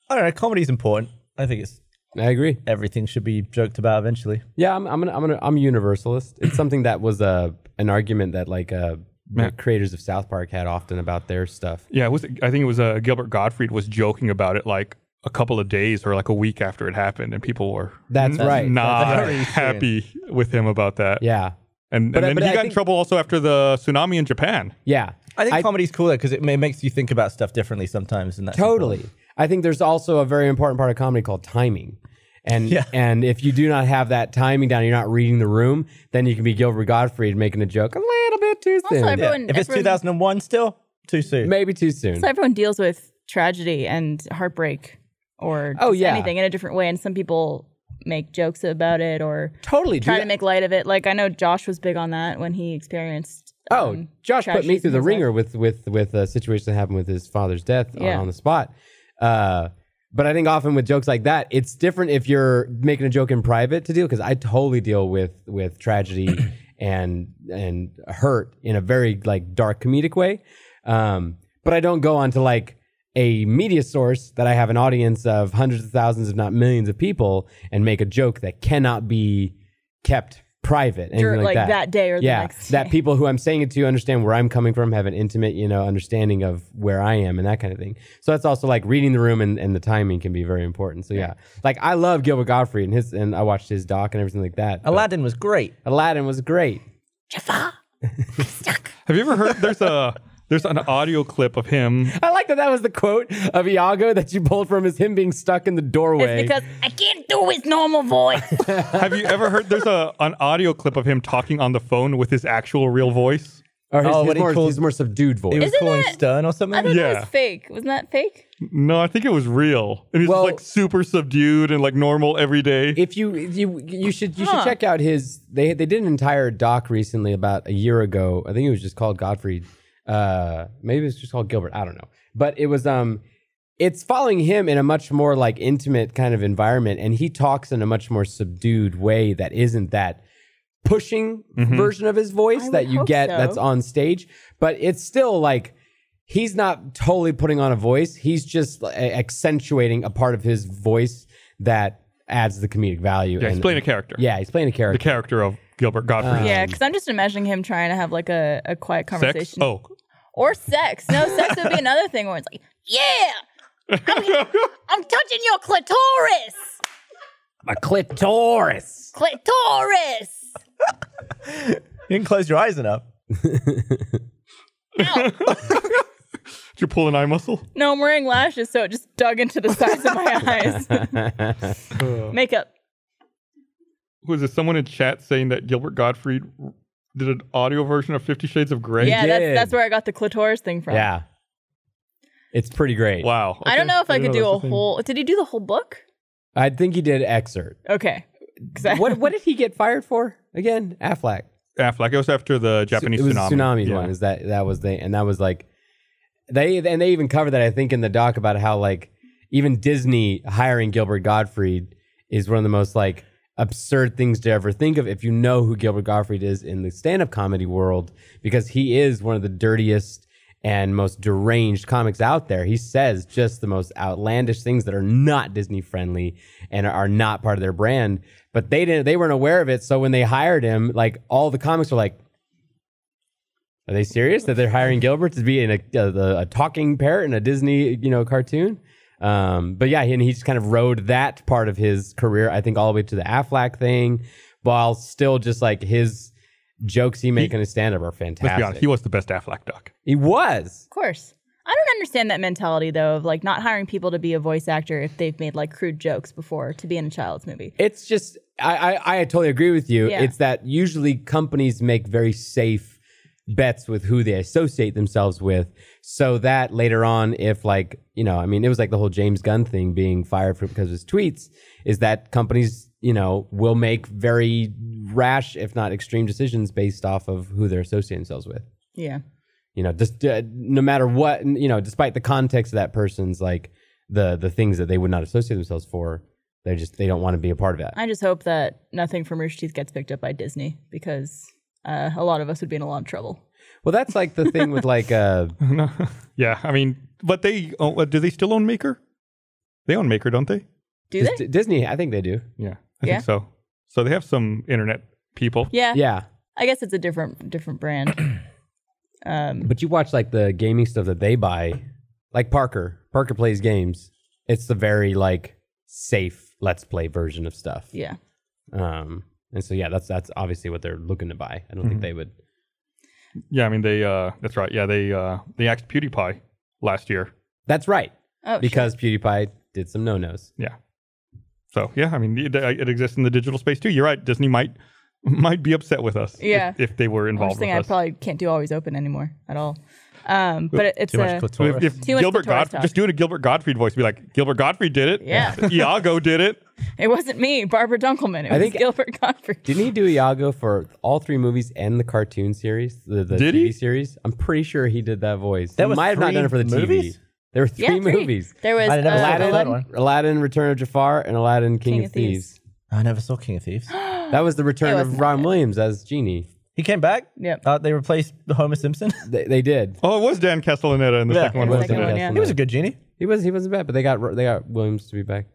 Speaker 3: I don't know. Comedy's important. I think it's
Speaker 5: I agree.
Speaker 3: everything should be joked about eventually.
Speaker 5: Yeah, I'm I'm gonna, I'm, gonna, I'm a universalist. It's something that was a an argument that like uh, the creators of South Park had often about their stuff.
Speaker 2: Yeah, it was, I think it was uh, Gilbert Gottfried was joking about it like a couple of days or like a week after it happened, and people were
Speaker 5: That's right.
Speaker 2: not
Speaker 3: That's very
Speaker 2: <laughs> happy with him about that.
Speaker 5: Yeah,
Speaker 2: and,
Speaker 5: But I-
Speaker 2: and
Speaker 5: but
Speaker 2: then he
Speaker 5: I
Speaker 2: got in
Speaker 5: think-
Speaker 2: trouble also after the tsunami in Japan.
Speaker 5: yeah.
Speaker 3: I think comedy's cooler because it, ma- makes you think about stuff differently sometimes. And that's
Speaker 5: Totally. I think there's also a very important part of comedy called timing. And
Speaker 3: Yeah.
Speaker 5: and if you do not have that timing down, you're not reading the room, then you can be Gilbert Gottfried making a joke a little bit too
Speaker 4: Also,
Speaker 5: soon.
Speaker 4: everyone-
Speaker 3: important. Yeah. If it's
Speaker 4: everyone-
Speaker 3: 2001 still, too soon.
Speaker 5: Maybe too soon.
Speaker 4: So everyone deals with tragedy and heartbreak or
Speaker 5: Oh,
Speaker 4: just
Speaker 5: yeah.
Speaker 4: anything in a different way. And some people make jokes about it or
Speaker 5: Totally.
Speaker 4: try
Speaker 5: dude.
Speaker 4: to make light of it. Like I know Josh was big on that when he experienced.
Speaker 5: Oh,
Speaker 4: um,
Speaker 5: Josh put me
Speaker 4: tragedies
Speaker 5: through
Speaker 4: in
Speaker 5: the
Speaker 4: his life.
Speaker 5: ringer with with with a situation that happened with his father's death on-
Speaker 4: Yeah.
Speaker 5: on, the spot. Uh, but I think often with jokes like that, it's different if you're making a joke in private to deal because I totally deal with with
Speaker 4: <clears throat>
Speaker 5: tragedy and and hurt in a very like dark comedic way. Um, but I don't go on to like a media source that I have an audience of hundreds of thousands, if not millions of people, and make a joke that cannot be kept private.
Speaker 4: Dur-
Speaker 5: anything
Speaker 4: like
Speaker 5: that
Speaker 4: that day or the
Speaker 5: yeah,
Speaker 4: next
Speaker 5: that
Speaker 4: day.
Speaker 5: people who I'm saying it to understand where I'm coming from, have an intimate, you know, understanding of where I am and that kind of thing. So that's also like reading the room and, and the timing can be very important. So yeah, like I love Gilbert Gottfried and his and I watched his doc and everything like that. but
Speaker 3: Aladdin was great.
Speaker 5: Aladdin was great.
Speaker 4: Jafar. Stuck.
Speaker 2: Have you ever heard? There's a <laughs> There's an audio clip of him.
Speaker 5: I like that that was the quote of Iago that you pulled from is him being stuck in the doorway.
Speaker 4: It's because I can't do his normal <laughs> voice.
Speaker 2: Have you ever heard? There's a an audio clip of him talking on the phone with his actual real voice.
Speaker 5: or his,
Speaker 3: Oh,
Speaker 5: his
Speaker 3: what he
Speaker 5: more,
Speaker 3: calls-
Speaker 5: his more subdued voice.
Speaker 3: He was
Speaker 4: Isn't
Speaker 3: calling
Speaker 4: that-
Speaker 3: Stern or
Speaker 4: I
Speaker 3: something.
Speaker 4: thought that
Speaker 2: Yeah.
Speaker 4: was fake. Wasn't that fake?
Speaker 2: No, I think it was real. And he's just,
Speaker 5: Well-
Speaker 2: like super subdued and like normal every day.
Speaker 5: if you if you you should you
Speaker 4: Huh.
Speaker 5: should check out his they they did an entire doc recently about a year ago. I think it was just called Godfrey. Uh, maybe it's just called Gilbert. I don't know. But it was um, it's following him in a much more like intimate kind of environment, and he talks in a much more subdued way that isn't that pushing version of his voice
Speaker 4: I
Speaker 5: that
Speaker 4: would
Speaker 5: you
Speaker 4: hope
Speaker 5: get
Speaker 4: so.
Speaker 5: that's on stage. But it's still like he's not totally putting on a voice. He's just like, accentuating a part of his voice that adds the comedic value.
Speaker 2: yeah, he's
Speaker 5: and-
Speaker 2: playing a character.
Speaker 5: Yeah, he's playing a
Speaker 2: the
Speaker 5: character.
Speaker 2: character of Gilbert Godfrey.
Speaker 4: Yeah, because I'm just imagining him trying to have like a, a quiet conversation.
Speaker 2: Sex. Oh,
Speaker 4: Or sex. No, sex would be another thing where it's like, yeah, I'm, I'm touching your clitoris.
Speaker 5: A clitoris.
Speaker 4: Clitoris.
Speaker 3: You didn't close your eyes enough.
Speaker 2: did you pull an eye muscle?
Speaker 4: No, I'm wearing lashes, so it just dug into the sides of my eyes. Makeup.
Speaker 2: Was there someone in chat saying that Gilbert Godfrey did an audio version of Fifty Shades of Grey?
Speaker 4: Yeah,
Speaker 5: did.
Speaker 4: that's, that's where I got the clitoris thing from.
Speaker 5: Yeah. It's pretty great.
Speaker 2: Wow.
Speaker 4: I don't
Speaker 2: okay.
Speaker 4: know if I, could
Speaker 2: didn't
Speaker 4: do
Speaker 2: that's
Speaker 4: a
Speaker 2: a thing.
Speaker 4: whole. Did he do the whole book?
Speaker 5: I think he
Speaker 4: <laughs>
Speaker 5: did excerpt.
Speaker 4: Okay. 'Cause I- <laughs>
Speaker 5: What what did he get fired for again? Affleck.
Speaker 2: Affleck. It was after the Japanese
Speaker 5: it was
Speaker 2: tsunami.
Speaker 5: tsunami's
Speaker 2: Yeah.
Speaker 5: one. Is that that was the and that was like they and they even covered that I think in the doc about how like even Disney hiring Gilbert Gottfried is one of the most like absurd things to ever think of if you know who Gilbert Gottfried is in the stand-up comedy world because he is one of the dirtiest and most deranged comics out there. He says just the most outlandish things that are not Disney friendly and are not part of their brand, but they didn't they weren't aware of it. So when they hired him, like all the comics were like are they serious that they're hiring Gilbert to be in a, a, a talking parrot in a Disney, you know, cartoon? Um, but yeah, and he just kind of rode that part of his career, I think, all the way to the Affleck thing, while still just like his jokes he make in his stand up are fantastic.
Speaker 2: Let's be honest. He was the best Affleck doc.
Speaker 5: He was.
Speaker 4: Of course. I don't understand that mentality though of like not hiring people to be a voice actor if they've made like crude jokes before to be in a child's movie.
Speaker 5: It's just I I, I totally agree with you.
Speaker 4: Yeah.
Speaker 5: It's that usually companies make very safe bets with who they associate themselves with, so that later on, if like you know, I mean, it was like the whole James Gunn thing being fired for because of his tweets. Is that companies you know will make very rash, if not extreme, decisions based off of who they're associating themselves with
Speaker 4: Yeah.
Speaker 5: you know just uh, no matter what n- you know despite the context of that person's like the the things that they would not associate themselves for they just they don't want to be a part of that
Speaker 4: I just hope that nothing from Rooster Teeth gets picked up by Disney because uh, a lot of us would be in a lot of trouble.
Speaker 5: well that's like the thing with
Speaker 4: <laughs>
Speaker 5: like uh
Speaker 2: Yeah. I mean, but they oh, do they still own Maker? They own Maker, don't they?
Speaker 4: Do they?
Speaker 5: Dis- disney i think they do
Speaker 2: Yeah. I
Speaker 4: Yeah.
Speaker 2: think so. So they have some internet people.
Speaker 4: yeah.
Speaker 5: yeah
Speaker 4: I guess it's a different different brand. um,
Speaker 5: but you watch like the gaming stuff that they buy like parker parker plays games it's the very like safe let's play version of stuff
Speaker 4: yeah.
Speaker 5: um and so yeah that's that's obviously what they're looking to buy i don't
Speaker 4: Mm-hmm.
Speaker 5: think they would
Speaker 2: Yeah, I mean they. Uh, that's right. Yeah, they uh, they axed PewDiePie last year.
Speaker 5: that's right
Speaker 4: Oh, shit.
Speaker 5: because pewdiepie did some no-nos
Speaker 2: Yeah. So yeah, I mean it, uh, it exists in the digital space too. You're right. Disney might <laughs> might be upset with us. if-
Speaker 4: Yeah.
Speaker 2: If, they were
Speaker 4: Worst
Speaker 2: involved with
Speaker 4: thing I
Speaker 2: us.
Speaker 4: probably can't do always open anymore at all. Um, but it, it's
Speaker 3: Too much
Speaker 4: a,
Speaker 2: So if,
Speaker 3: clitoris.
Speaker 2: if
Speaker 4: Too much
Speaker 2: Gilbert
Speaker 4: clitoris
Speaker 2: Godfrey,
Speaker 4: talk.
Speaker 2: just do it a Gilbert Gottfried voice. Be like Gilbert Gottfried did it.
Speaker 4: Yeah.
Speaker 2: <laughs> Iago did it.
Speaker 4: it wasn't me, Barbara Dunkelman. It was
Speaker 5: I think-
Speaker 4: Gilbert Godfrey.
Speaker 5: Didn't he do Iago for all three movies and the cartoon series? The, the
Speaker 2: Did
Speaker 5: TV
Speaker 2: he?
Speaker 5: series? I'm pretty sure he did that voice.
Speaker 3: That
Speaker 5: he
Speaker 3: was
Speaker 5: might have not
Speaker 3: three
Speaker 5: done it for the
Speaker 3: movies?
Speaker 5: TV. There were three
Speaker 4: yeah, three.
Speaker 5: movies.
Speaker 4: There was
Speaker 3: I never saw
Speaker 4: uh,
Speaker 3: that
Speaker 4: Aladdin,
Speaker 3: one.
Speaker 5: Aladdin, Return of Jafar, and Aladdin, King,
Speaker 4: King
Speaker 5: of
Speaker 4: of Thieves.
Speaker 5: Thieves.
Speaker 3: I never saw King of Thieves.
Speaker 5: That was the return
Speaker 4: It
Speaker 5: of
Speaker 4: wasn't
Speaker 5: Ron Williams as Genie.
Speaker 3: He came back.
Speaker 4: Yep.
Speaker 3: Uh, they replaced Homer Simpson.
Speaker 5: They, they did.
Speaker 2: Oh, it was Dan Castellaneta in the
Speaker 3: Yeah,
Speaker 2: second one.
Speaker 4: it was
Speaker 2: wasn't
Speaker 4: second
Speaker 2: it?
Speaker 4: one, yeah.
Speaker 3: he was a good genie.
Speaker 5: He was. He wasn't bad, but they got Ro- they got Williams to be back.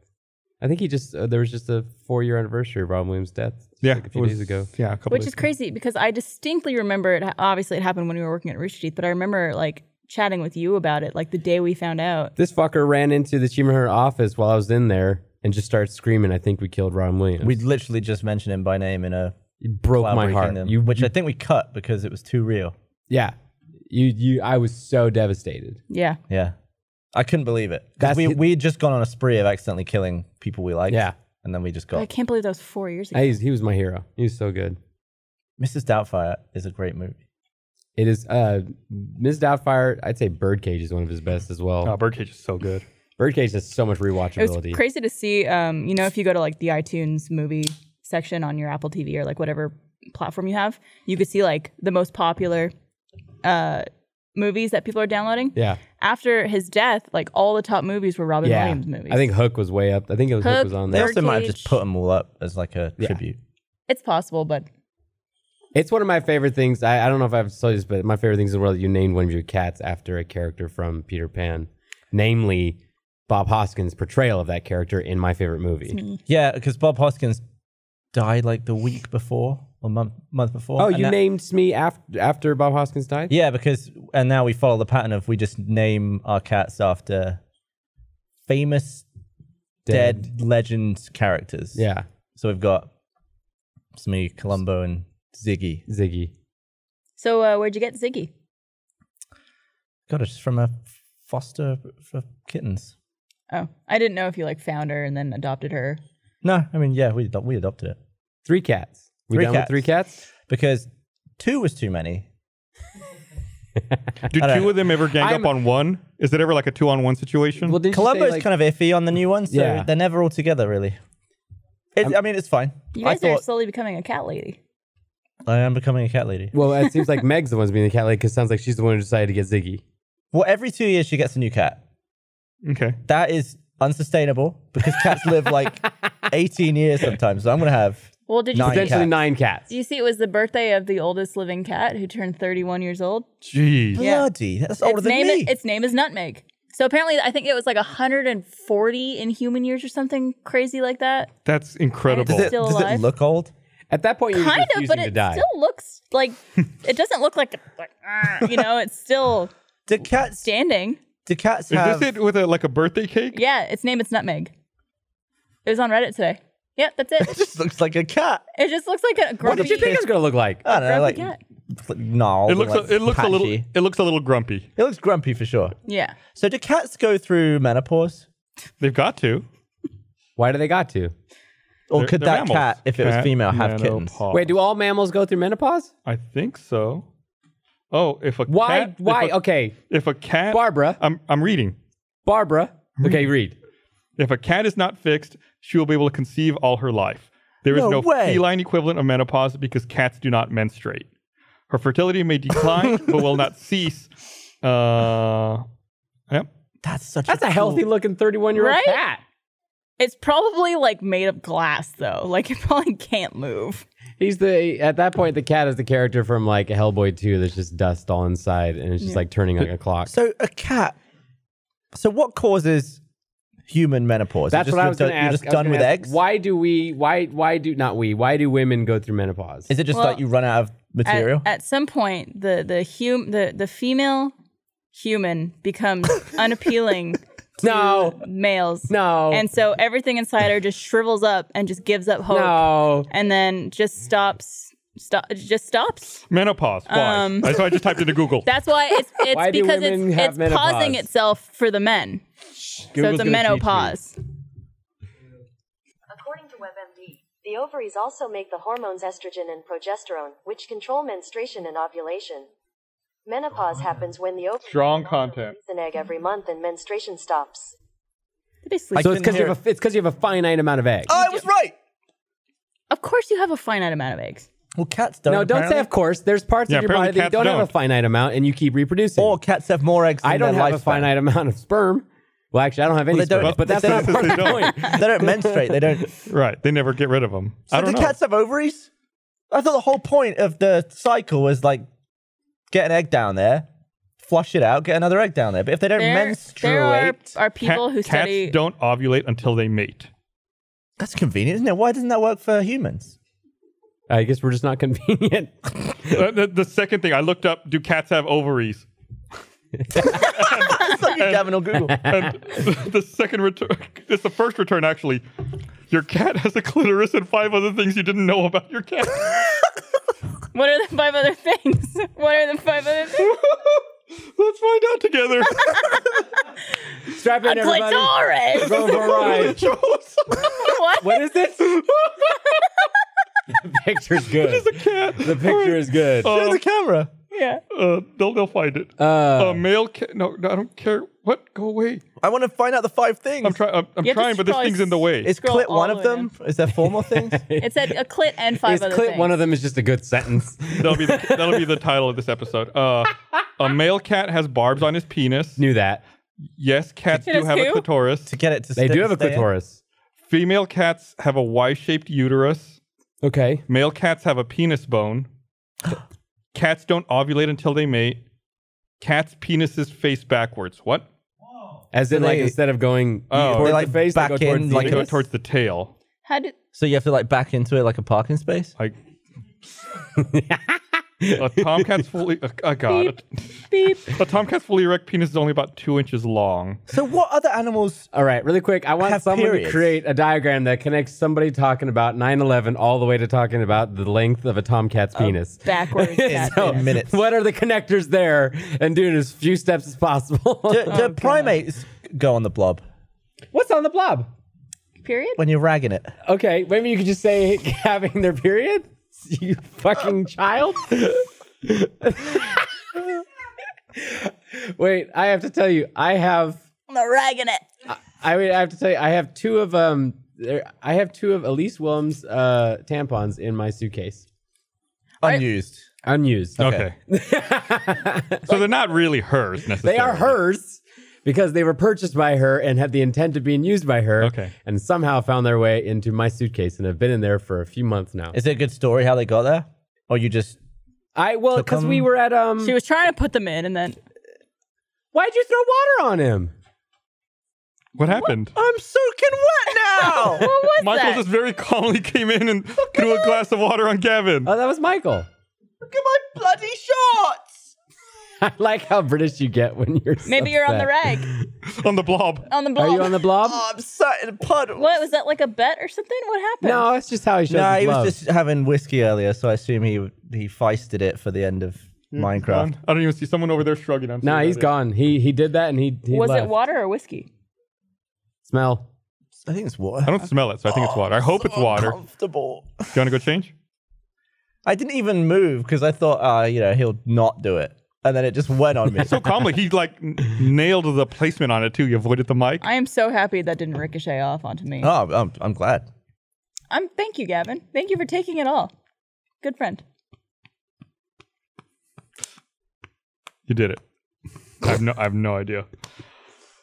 Speaker 5: I think he just uh, there was just a four year anniversary of Ron Williams' death. just
Speaker 2: Yeah,
Speaker 5: like a few
Speaker 2: it was-
Speaker 5: days ago.
Speaker 2: Yeah, a couple.
Speaker 4: Which
Speaker 2: days
Speaker 4: is crazy because I distinctly remember it. Obviously, it happened when we were working at Rooster Teeth, but I remember like chatting with you about it, like the day we found out.
Speaker 5: This fucker ran into the Chimaher office while I was in there and just started screaming. I think we killed Ron Williams.
Speaker 3: We literally just mentioned him by name in a
Speaker 5: You broke
Speaker 3: Flower
Speaker 5: my heart.
Speaker 3: Kingdom,
Speaker 5: You,
Speaker 3: which I think we cut because it was too real.
Speaker 5: yeah, You you I was so devastated.
Speaker 4: Yeah.
Speaker 3: Yeah. I couldn't believe it. 'Cause
Speaker 5: That's
Speaker 3: we
Speaker 5: hi-
Speaker 3: we had just gone on a spree of accidentally killing people we liked.
Speaker 5: Yeah.
Speaker 3: And then we just
Speaker 4: I
Speaker 3: got
Speaker 4: can't believe that was four years ago.
Speaker 5: I, he was my hero. He was so good.
Speaker 3: Mrs. Doubtfire is a great movie.
Speaker 5: It is uh Ms. Doubtfire, I'd say Birdcage is one of his best as well.
Speaker 2: Oh, Birdcage is so
Speaker 3: <laughs>
Speaker 2: good.
Speaker 5: Birdcage has so much
Speaker 4: it
Speaker 5: rewatchability.
Speaker 4: was crazy to see. Um, you know, if you go to like the iTunes movie section on your Apple TV or like whatever platform you have, you could see like the most popular uh, movies that people are downloading.
Speaker 5: Yeah.
Speaker 4: After his death, like all the top movies were Robin
Speaker 5: yeah.
Speaker 4: Williams movies.
Speaker 5: I think Hook was way up. I think it was Hook,
Speaker 4: Hook,
Speaker 5: was on
Speaker 3: They
Speaker 5: there.
Speaker 3: also might have just
Speaker 4: Birdcage.
Speaker 3: put them all up as like a
Speaker 5: Yeah.
Speaker 3: tribute.
Speaker 4: it's possible, but
Speaker 5: It's one of my favorite things. I, I don't know if I've told you this, but my favorite things in the world you named one of your cats after a character from Peter Pan, namely Bob Hoskins' portrayal of that character in my favorite movie.
Speaker 3: Yeah, because Bob Hoskins died like the week before or month month before.
Speaker 5: Oh,
Speaker 3: and
Speaker 5: you
Speaker 3: that-
Speaker 5: named me after after Bob Hoskins died?
Speaker 3: Yeah, because and now we follow the pattern of we just name our cats after famous dead, legend characters.
Speaker 5: Yeah.
Speaker 3: So we've got Smee, Columbo, and Ziggy.
Speaker 5: Ziggy.
Speaker 4: so. Uh, where'd you get Ziggy?
Speaker 3: Got it from a foster for kittens.
Speaker 4: Oh, I didn't know if you like found her and then adopted her.
Speaker 3: No, I mean yeah, we adop- we adopted it
Speaker 5: Three cats. We
Speaker 3: Three
Speaker 5: done with
Speaker 3: cats.
Speaker 5: three cats?
Speaker 3: because two was too many.
Speaker 2: Do
Speaker 3: I don't
Speaker 2: two
Speaker 3: know.
Speaker 2: of them ever gang
Speaker 5: I'm-
Speaker 2: up on one? Is it ever like a two on one situation?
Speaker 5: Well, didn't
Speaker 3: Columbo's
Speaker 5: you say, like,
Speaker 3: kind of iffy on the new one, so
Speaker 5: Yeah. Um,
Speaker 3: they're never all together really. It, I mean, it's fine.
Speaker 4: You
Speaker 3: I
Speaker 4: guys are
Speaker 3: thought
Speaker 4: slowly becoming a cat lady.
Speaker 3: I am becoming a cat lady.
Speaker 5: Well, it seems like Meg's the one's being the cat lady because sounds like she's the one who decided to get Ziggy.
Speaker 3: Well, every two years she gets a new cat.
Speaker 2: okay.
Speaker 3: That is unsustainable because cats live
Speaker 4: <laughs>
Speaker 3: like 18 years sometimes. So I'm gonna have
Speaker 4: Well, did you
Speaker 3: Nine
Speaker 4: see,
Speaker 5: Potentially
Speaker 3: cats.
Speaker 5: nine cats.
Speaker 4: do you see it was the birthday of the oldest living cat who turned 31 years old?
Speaker 2: Jeez.
Speaker 4: Yeah.
Speaker 3: bloody. That's older
Speaker 4: its
Speaker 3: than
Speaker 4: name
Speaker 3: me.
Speaker 4: Is, its name is Nutmeg. So apparently, I think it was like 140 in human years or something crazy like that.
Speaker 2: That's incredible.
Speaker 3: does it,
Speaker 4: still
Speaker 3: does it
Speaker 4: alive.
Speaker 3: look old?
Speaker 5: At that point, you're just
Speaker 4: kind of,
Speaker 5: refusing
Speaker 4: but
Speaker 5: to
Speaker 4: it
Speaker 5: die.
Speaker 4: still looks
Speaker 5: <laughs>
Speaker 4: like it doesn't look like, like uh, you know, it's still
Speaker 3: Do cats?
Speaker 4: standing.
Speaker 3: Do cats
Speaker 2: Is
Speaker 3: have?
Speaker 2: this it with a like a birthday cake?
Speaker 4: Yeah, its name is Nutmeg. It was on Reddit today. Yep, that's it.
Speaker 5: <laughs>
Speaker 3: Just looks like a cat.
Speaker 4: it just looks like a grumpy.
Speaker 5: what did you think it was going to look like?
Speaker 3: I don't know,
Speaker 4: Grumpy
Speaker 3: like
Speaker 4: cat.
Speaker 3: like
Speaker 2: It
Speaker 3: gnarled. and,
Speaker 2: looks
Speaker 3: like,
Speaker 2: a, it looks a little
Speaker 3: patchy.
Speaker 2: it looks a little grumpy.
Speaker 3: It looks grumpy for sure.
Speaker 4: Yeah,
Speaker 3: So do cats go through menopause,
Speaker 2: They've got to.
Speaker 5: Why do they got to?
Speaker 3: or
Speaker 2: They're-
Speaker 3: could
Speaker 2: they're
Speaker 3: that
Speaker 2: mammals.
Speaker 3: cat, if it was
Speaker 2: Cat
Speaker 3: female, have kittens?
Speaker 2: menopause.
Speaker 5: Wait, do all mammals go through menopause?
Speaker 2: I think so. Oh, if a
Speaker 5: Why?
Speaker 2: cat,
Speaker 5: why?
Speaker 2: If a,
Speaker 5: okay,
Speaker 2: if a cat
Speaker 5: Barbara.
Speaker 2: I'm I'm reading.
Speaker 5: Barbara. Okay, read.
Speaker 2: If a cat is not fixed, she will be able to conceive all her life. There is
Speaker 3: No
Speaker 2: no,
Speaker 3: way.
Speaker 2: feline equivalent of menopause because cats do not menstruate. Her fertility may
Speaker 3: <laughs>
Speaker 2: decline, but will not cease. Uh, yep.
Speaker 3: That's such.
Speaker 5: That's a healthy looking 31 year old
Speaker 4: Right?
Speaker 5: cat.
Speaker 4: it's probably like made of glass though. Like it <laughs> probably can't move.
Speaker 5: He's the at that point the cat is the character from like Hellboy 2 that's just dust all inside and it's just like turning like a clock.
Speaker 3: So a cat. So what causes human menopause? You're
Speaker 5: that's
Speaker 3: just-
Speaker 5: what I was
Speaker 3: you're
Speaker 5: going to
Speaker 3: done- You're
Speaker 5: ask.
Speaker 3: just
Speaker 5: I was
Speaker 3: done
Speaker 5: gonna
Speaker 3: with
Speaker 5: ask,
Speaker 3: eggs.
Speaker 5: Why do we? Why? Why do not we? Why do women go through menopause?
Speaker 3: Is it just
Speaker 4: Well, uh,
Speaker 3: like you run out of material?
Speaker 4: At, at some point, the the hum the the female human
Speaker 5: <laughs>
Speaker 4: becomes unappealing to
Speaker 5: No.
Speaker 4: males.
Speaker 5: no,
Speaker 4: And so everything inside her just shrivels up and just gives up hope,
Speaker 5: no.
Speaker 4: and then just stops. Stop. Just stops.
Speaker 2: Menopause. Why?
Speaker 4: Um,
Speaker 2: That's why I just typed
Speaker 4: <laughs>
Speaker 2: into Google.
Speaker 4: That's why
Speaker 5: <laughs>
Speaker 4: it's it's
Speaker 5: Why do
Speaker 4: because it's
Speaker 5: women have
Speaker 4: it's pausing
Speaker 5: menopause?
Speaker 4: itself for the men. so it's
Speaker 5: Google's
Speaker 4: a
Speaker 5: gonna teach me.
Speaker 4: menopause.
Speaker 7: According to WebMD, the ovaries also make the hormones estrogen and progesterone, which control menstruation and ovulation. Menopause happens when the ovaries
Speaker 2: Oh, Strong
Speaker 7: no longer
Speaker 2: content.
Speaker 7: release an egg every month and menstruation stops.
Speaker 4: Did they sleep?
Speaker 5: So it's because you
Speaker 3: hear
Speaker 5: have a it's because you have a finite amount of eggs.
Speaker 3: Oh, I was right.
Speaker 4: of course, you have a finite amount of eggs.
Speaker 3: Well, cats don't.
Speaker 5: no, don't
Speaker 3: apparently.
Speaker 5: say of course. There's parts
Speaker 2: Yeah,
Speaker 5: of your body
Speaker 2: apparently
Speaker 5: that you don't,
Speaker 2: cats
Speaker 5: have a
Speaker 2: don't.
Speaker 5: finite amount and you keep reproducing.
Speaker 3: Or cats have more eggs. Than
Speaker 5: I don't
Speaker 3: their
Speaker 5: have a
Speaker 3: lifespan.
Speaker 5: finite amount of sperm. Well, actually, I don't have any
Speaker 3: they don't-
Speaker 5: sperm, but
Speaker 3: they
Speaker 5: that's not
Speaker 3: don't-
Speaker 5: part of
Speaker 2: they
Speaker 5: the
Speaker 2: don't.
Speaker 5: point.
Speaker 3: They don't menstruate. They
Speaker 5: <laughs>
Speaker 3: don't.
Speaker 2: right. They never get rid of them. I
Speaker 3: So do
Speaker 2: don't know.
Speaker 3: cats have ovaries? I thought the whole point of the cycle was like get an egg down there, flush it out, get another egg down there. But if they don't
Speaker 4: There,
Speaker 3: menstruate,
Speaker 4: there are, are
Speaker 2: Cat-
Speaker 4: people who
Speaker 2: cats
Speaker 4: study.
Speaker 2: don't ovulate until they
Speaker 4: <laughs>
Speaker 2: mate.
Speaker 3: that's convenient, isn't it? Why doesn't that work for humans?
Speaker 5: I guess we're just not convenient. <laughs>
Speaker 2: Uh, the, the second thing I looked up: Do cats have ovaries?
Speaker 3: It's
Speaker 4: <laughs>
Speaker 3: like you're Gavin on
Speaker 5: <laughs>
Speaker 3: Google.
Speaker 2: And <laughs> the second return, <laughs> it's the first return actually. Your cat has a clitoris and five other things you didn't know about your cat.
Speaker 4: What are the five other things? <laughs> What are the five other things?
Speaker 2: <laughs> Let's find out
Speaker 5: <laughs>
Speaker 2: together.
Speaker 5: Strap in,
Speaker 4: A
Speaker 5: everybody.
Speaker 4: clitoris.
Speaker 5: Going for a
Speaker 2: <laughs>
Speaker 5: ride.
Speaker 2: Charles,
Speaker 4: what?
Speaker 5: <laughs> What is this? the picture's good. The picture is good.
Speaker 3: Show the camera.
Speaker 4: Yeah.
Speaker 2: uh, they'll, they'll find it.
Speaker 5: Uh,
Speaker 2: a male ca- no, no, I don't care. What? Go away.
Speaker 3: I want to find out the five things.
Speaker 2: I'm trying. I'm, I'm
Speaker 4: You have to
Speaker 2: trying, but this
Speaker 4: probably
Speaker 2: thing's in the way.
Speaker 3: Is
Speaker 4: Scroll
Speaker 3: clit one
Speaker 4: all
Speaker 3: of
Speaker 4: the way
Speaker 3: them? Is there <laughs> four more things?
Speaker 4: It said a clit and five
Speaker 5: is
Speaker 4: other
Speaker 5: clip
Speaker 4: things.
Speaker 5: one of them is just a good sentence. <laughs>
Speaker 2: that'll be the, that'll be the title of this episode. Uh, a male cat has barbs on his penis.
Speaker 5: Knew that.
Speaker 2: Yes, cats
Speaker 4: It
Speaker 2: do
Speaker 4: has
Speaker 2: have a
Speaker 4: two?
Speaker 2: clitoris.
Speaker 3: to get it to
Speaker 5: They
Speaker 3: stay-
Speaker 5: do have a
Speaker 3: stay in?
Speaker 5: clitoris.
Speaker 2: Female cats have a Y-shaped uterus.
Speaker 5: Okay.
Speaker 2: Male cats have a penis
Speaker 5: <gasps>
Speaker 2: bone. cats don't ovulate until they mate. Cats' penises face backwards. What?
Speaker 5: As in,
Speaker 3: So
Speaker 5: like,
Speaker 3: they-
Speaker 5: instead of going
Speaker 2: Oh.
Speaker 5: towards
Speaker 2: They,
Speaker 5: the
Speaker 3: like,
Speaker 5: face, they
Speaker 3: back
Speaker 5: go towards
Speaker 3: in,
Speaker 5: the
Speaker 2: They
Speaker 3: like
Speaker 2: go
Speaker 3: this?
Speaker 2: towards the tail.
Speaker 4: How did?
Speaker 3: So you have to like back into it like a parking space.
Speaker 2: Like <laughs> a tomcat's fully. Uh, uh, God,
Speaker 4: Beep.
Speaker 2: a tomcat's fully erect penis is only about two inches long.
Speaker 3: So what other
Speaker 2: <laughs>
Speaker 3: animals?
Speaker 5: All right, really quick. I want
Speaker 3: Have
Speaker 5: someone to
Speaker 3: periods.
Speaker 5: create a diagram that connects somebody talking about 9 11 all the way to talking about the length of a tomcat's penis.
Speaker 4: Backwards. cat
Speaker 3: So-
Speaker 4: penis.
Speaker 3: minutes.
Speaker 5: <laughs> What are the connectors there? And doing as few steps as possible.
Speaker 3: Do, do primates go on the blob
Speaker 5: <laughs> What's on the blob?
Speaker 4: Period.
Speaker 3: when you're ragging it?
Speaker 5: Okay, maybe you could just say <laughs> having their period. <laughs> You fucking child. <laughs> Wait, I have to tell you, I have
Speaker 4: I'm not ragging it.
Speaker 5: I mean, I have to tell you, I have two of um, there- I have two of Elise Wilms uh, tampons in my suitcase,
Speaker 3: Unused.
Speaker 5: unused.
Speaker 2: Okay. so they're not really hers necessarily.
Speaker 5: <laughs> they are hers because they were purchased by her and had the intent of being used by her.
Speaker 2: Okay.
Speaker 5: and somehow found their way into my suitcase and have been in there for a few months now.
Speaker 3: Is it a good story how they got there, or you just?
Speaker 5: I well,
Speaker 3: Took
Speaker 5: because we
Speaker 3: them-
Speaker 5: were at um,
Speaker 4: She was trying to put them in, and then
Speaker 5: <laughs> why'd you throw water on him?
Speaker 2: What happened?
Speaker 3: I'm soaking wet
Speaker 5: Oh.
Speaker 3: now.
Speaker 4: what was
Speaker 2: Michael
Speaker 4: that?
Speaker 2: just very calmly came in and threw a glass of water on Gavin.
Speaker 5: Oh, that was Michael.
Speaker 3: <laughs>
Speaker 5: <laughs>
Speaker 3: Look at my bloody shorts.
Speaker 5: I like how British you get when you're.
Speaker 4: Maybe you're on the
Speaker 5: rack.
Speaker 4: rag,
Speaker 2: on the blob.
Speaker 4: on the blob.
Speaker 5: Are you on the blob?
Speaker 4: <laughs>
Speaker 3: I'm sat in a puddle.
Speaker 4: what was that like a bet or something? What happened?
Speaker 5: No, it's just how he shows
Speaker 3: No,
Speaker 5: his
Speaker 3: he
Speaker 5: love.
Speaker 3: was just having whiskey earlier, so I assume he he feisted it for the end of
Speaker 2: Mm,
Speaker 3: Minecraft.
Speaker 2: I don't even see someone over there shrugging. I'm
Speaker 5: No,
Speaker 2: sorry,
Speaker 5: he's
Speaker 2: that is-
Speaker 5: gone. He he did that and he, he
Speaker 4: Was it
Speaker 5: left.
Speaker 4: water or whiskey?
Speaker 5: Smell.
Speaker 3: I think it's
Speaker 2: I
Speaker 3: water.
Speaker 2: don't smell it, so I think it's water. I hope it's water. Do
Speaker 3: Comfortable.
Speaker 2: you want to go change?
Speaker 3: I didn't even move because I thought, uh, you know, he'll not do it, and then it just went on me.
Speaker 2: So calmly, he like n- nailed the placement on it too. You avoided the mic.
Speaker 4: I am so happy that didn't ricochet off onto me.
Speaker 3: <laughs> oh, I'm, I'm glad.
Speaker 4: I'm thank you, Gavin. Thank you for taking it all. Good friend.
Speaker 2: You did it. I have no, I have no idea.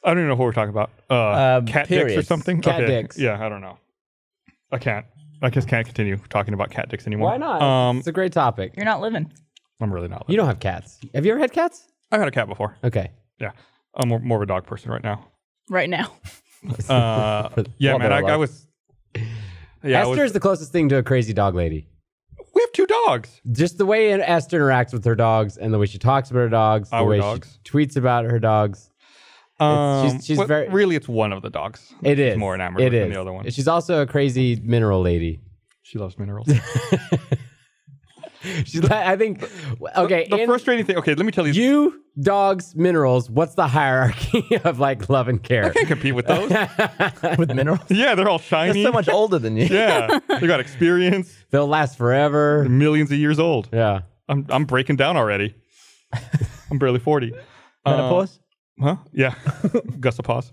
Speaker 2: I don't even know what we're talking about. Uh,
Speaker 3: Um,
Speaker 2: cat dicks
Speaker 3: periods.
Speaker 2: or something.
Speaker 5: Cat dicks.
Speaker 2: Yeah, I don't know. I can't. I just can't continue talking about cat dicks anymore.
Speaker 5: Why not?
Speaker 2: Um,
Speaker 5: it's a great topic.
Speaker 4: You're not living.
Speaker 2: I'm really not.
Speaker 5: You don't have cats. Have you ever had cats?
Speaker 2: I've had a cat before.
Speaker 5: Okay.
Speaker 2: Yeah, I'm more, more of a dog person right
Speaker 5: <laughs>
Speaker 2: now.
Speaker 3: <laughs>
Speaker 4: right now.
Speaker 2: Uh, yeah,
Speaker 5: Well,
Speaker 2: man, I,
Speaker 5: they're
Speaker 2: I was. Yeah, I
Speaker 5: Esther
Speaker 2: was-
Speaker 5: is the closest thing to a crazy dog lady.
Speaker 2: we have two dogs.
Speaker 5: Just the way Esther interacts with her dogs and the way she talks about her dogs, the
Speaker 2: Our
Speaker 5: way
Speaker 2: dogs.
Speaker 5: she tweets about her dogs.
Speaker 2: Um,
Speaker 5: she's- she's
Speaker 2: well,
Speaker 5: very-
Speaker 2: really, it's one of the dogs.
Speaker 5: It
Speaker 2: She's
Speaker 5: is
Speaker 2: more enamored
Speaker 5: It
Speaker 2: with than
Speaker 5: is.
Speaker 2: the other one.
Speaker 5: She's also a crazy mineral lady. <laughs>
Speaker 2: She loves minerals.
Speaker 5: She's. like- I think. <laughs> Okay.
Speaker 2: the
Speaker 5: in-
Speaker 2: frustrating thing. Okay, let me tell <laughs> you.
Speaker 5: you dogs minerals. What's the hierarchy <laughs> of like love and care?
Speaker 2: can't compete with
Speaker 5: <laughs>
Speaker 2: those.
Speaker 3: With minerals,
Speaker 2: yeah, they're all
Speaker 3: I'm
Speaker 2: shiny.
Speaker 3: so much older than you.
Speaker 5: <laughs>
Speaker 2: yeah, they got experience.
Speaker 5: They'll last forever.
Speaker 2: They're millions of years old.
Speaker 5: Yeah.
Speaker 2: I'm I'm breaking down
Speaker 5: <laughs>
Speaker 2: already. I'm barely forty.
Speaker 3: <laughs> Menopause.
Speaker 2: Huh?
Speaker 5: <laughs>
Speaker 2: Yeah. Gus a pause.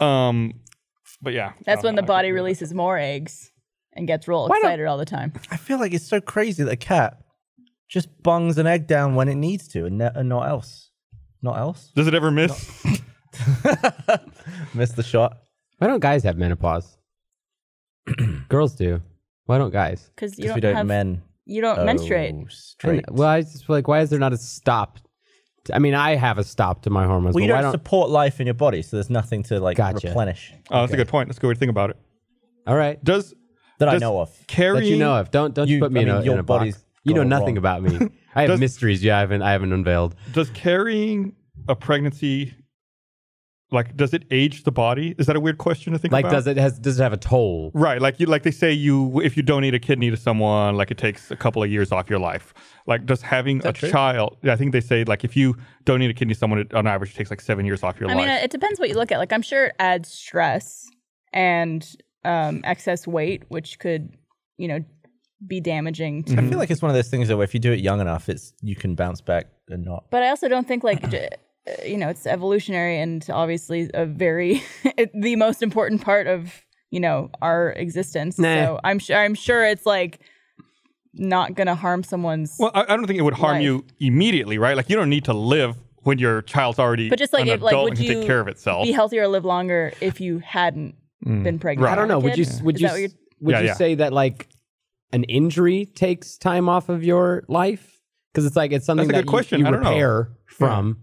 Speaker 2: Um, but yeah. Uh, I
Speaker 4: That's
Speaker 2: don't
Speaker 4: when
Speaker 2: know.
Speaker 3: Oh,
Speaker 4: the body releases more eggs and gets real excited all the time.
Speaker 3: I feel like it's so crazy that a cat just bungs an egg down when it needs to, and, ne- and not else. Not else.
Speaker 2: Does it ever miss?
Speaker 3: Missed the shot.
Speaker 5: Why don't guys have menopause? <clears throat> Girls do. Why don't guys?
Speaker 4: Because you
Speaker 3: Because
Speaker 4: don't,
Speaker 3: we don't
Speaker 4: have
Speaker 3: men.
Speaker 4: you don't menstruate.
Speaker 3: Oh,
Speaker 5: And-
Speaker 3: Straight.
Speaker 5: well, I just feel like why is there not a stop? I mean, I have a stop to my hormones.
Speaker 3: well, you
Speaker 5: but why
Speaker 3: don't support life in your body, so there's nothing to like
Speaker 5: Gotcha.
Speaker 3: replenish
Speaker 2: Oh, that's a good point. That's a good way to think about it.
Speaker 5: All right,
Speaker 2: Does
Speaker 3: that I
Speaker 2: Does
Speaker 3: know of.
Speaker 5: that
Speaker 2: carrying
Speaker 5: you know of. Don't don't you,
Speaker 3: You-
Speaker 5: put me
Speaker 3: I
Speaker 5: in
Speaker 3: mean,
Speaker 5: a,
Speaker 3: your
Speaker 5: in a box.
Speaker 3: body's
Speaker 5: You know
Speaker 3: gone
Speaker 5: nothing
Speaker 3: wrong.
Speaker 5: about me.
Speaker 3: <laughs>
Speaker 5: I have
Speaker 2: Does-
Speaker 5: mysteries. You haven't I haven't unveiled.
Speaker 2: does carrying a pregnancy Like, does it age the body? Is that a weird question to think
Speaker 5: Like,
Speaker 2: about?
Speaker 5: does it has does it have a toll?
Speaker 2: Right, like you, like they say, you if you donate a kidney to someone, like it takes a couple of years off your life. Like just having a child, I think they say like if you donate a kidney to someone, it, on average, it takes like seven years off your
Speaker 4: I
Speaker 2: life.
Speaker 4: mean, it depends what you look at. Like, I'm sure it adds stress and um, excess weight, which could, you know, be damaging. To,
Speaker 3: I feel like it's one of those things though, where if you do it young enough, it's you can bounce back and not.
Speaker 4: But I also don't think like. d- uh, you know, it's evolutionary and obviously a very <laughs> it, the most important part of you know our existence.
Speaker 5: Nah.
Speaker 4: So I'm sure I'm sure it's like not gonna harm someone's.
Speaker 2: well, I, I don't think it would harm
Speaker 4: Life.
Speaker 2: you immediately, right? Like you don't need to live when your child's already
Speaker 4: but just like
Speaker 2: an
Speaker 4: if,
Speaker 2: adult
Speaker 4: like would
Speaker 2: and can
Speaker 4: you
Speaker 2: take care of itself.
Speaker 4: be healthier or live longer if you hadn't been pregnant?
Speaker 2: Right.
Speaker 5: Mm. I don't know. Would you
Speaker 4: Kid?
Speaker 5: would
Speaker 4: Is
Speaker 5: you
Speaker 4: that what you're-
Speaker 5: would
Speaker 2: Yeah,
Speaker 5: you
Speaker 2: yeah.
Speaker 5: say that like an injury takes time off of your life? Because it's like it's something
Speaker 2: That's a good
Speaker 5: that you-
Speaker 2: question.
Speaker 5: you,
Speaker 2: I don't know.
Speaker 5: repair from.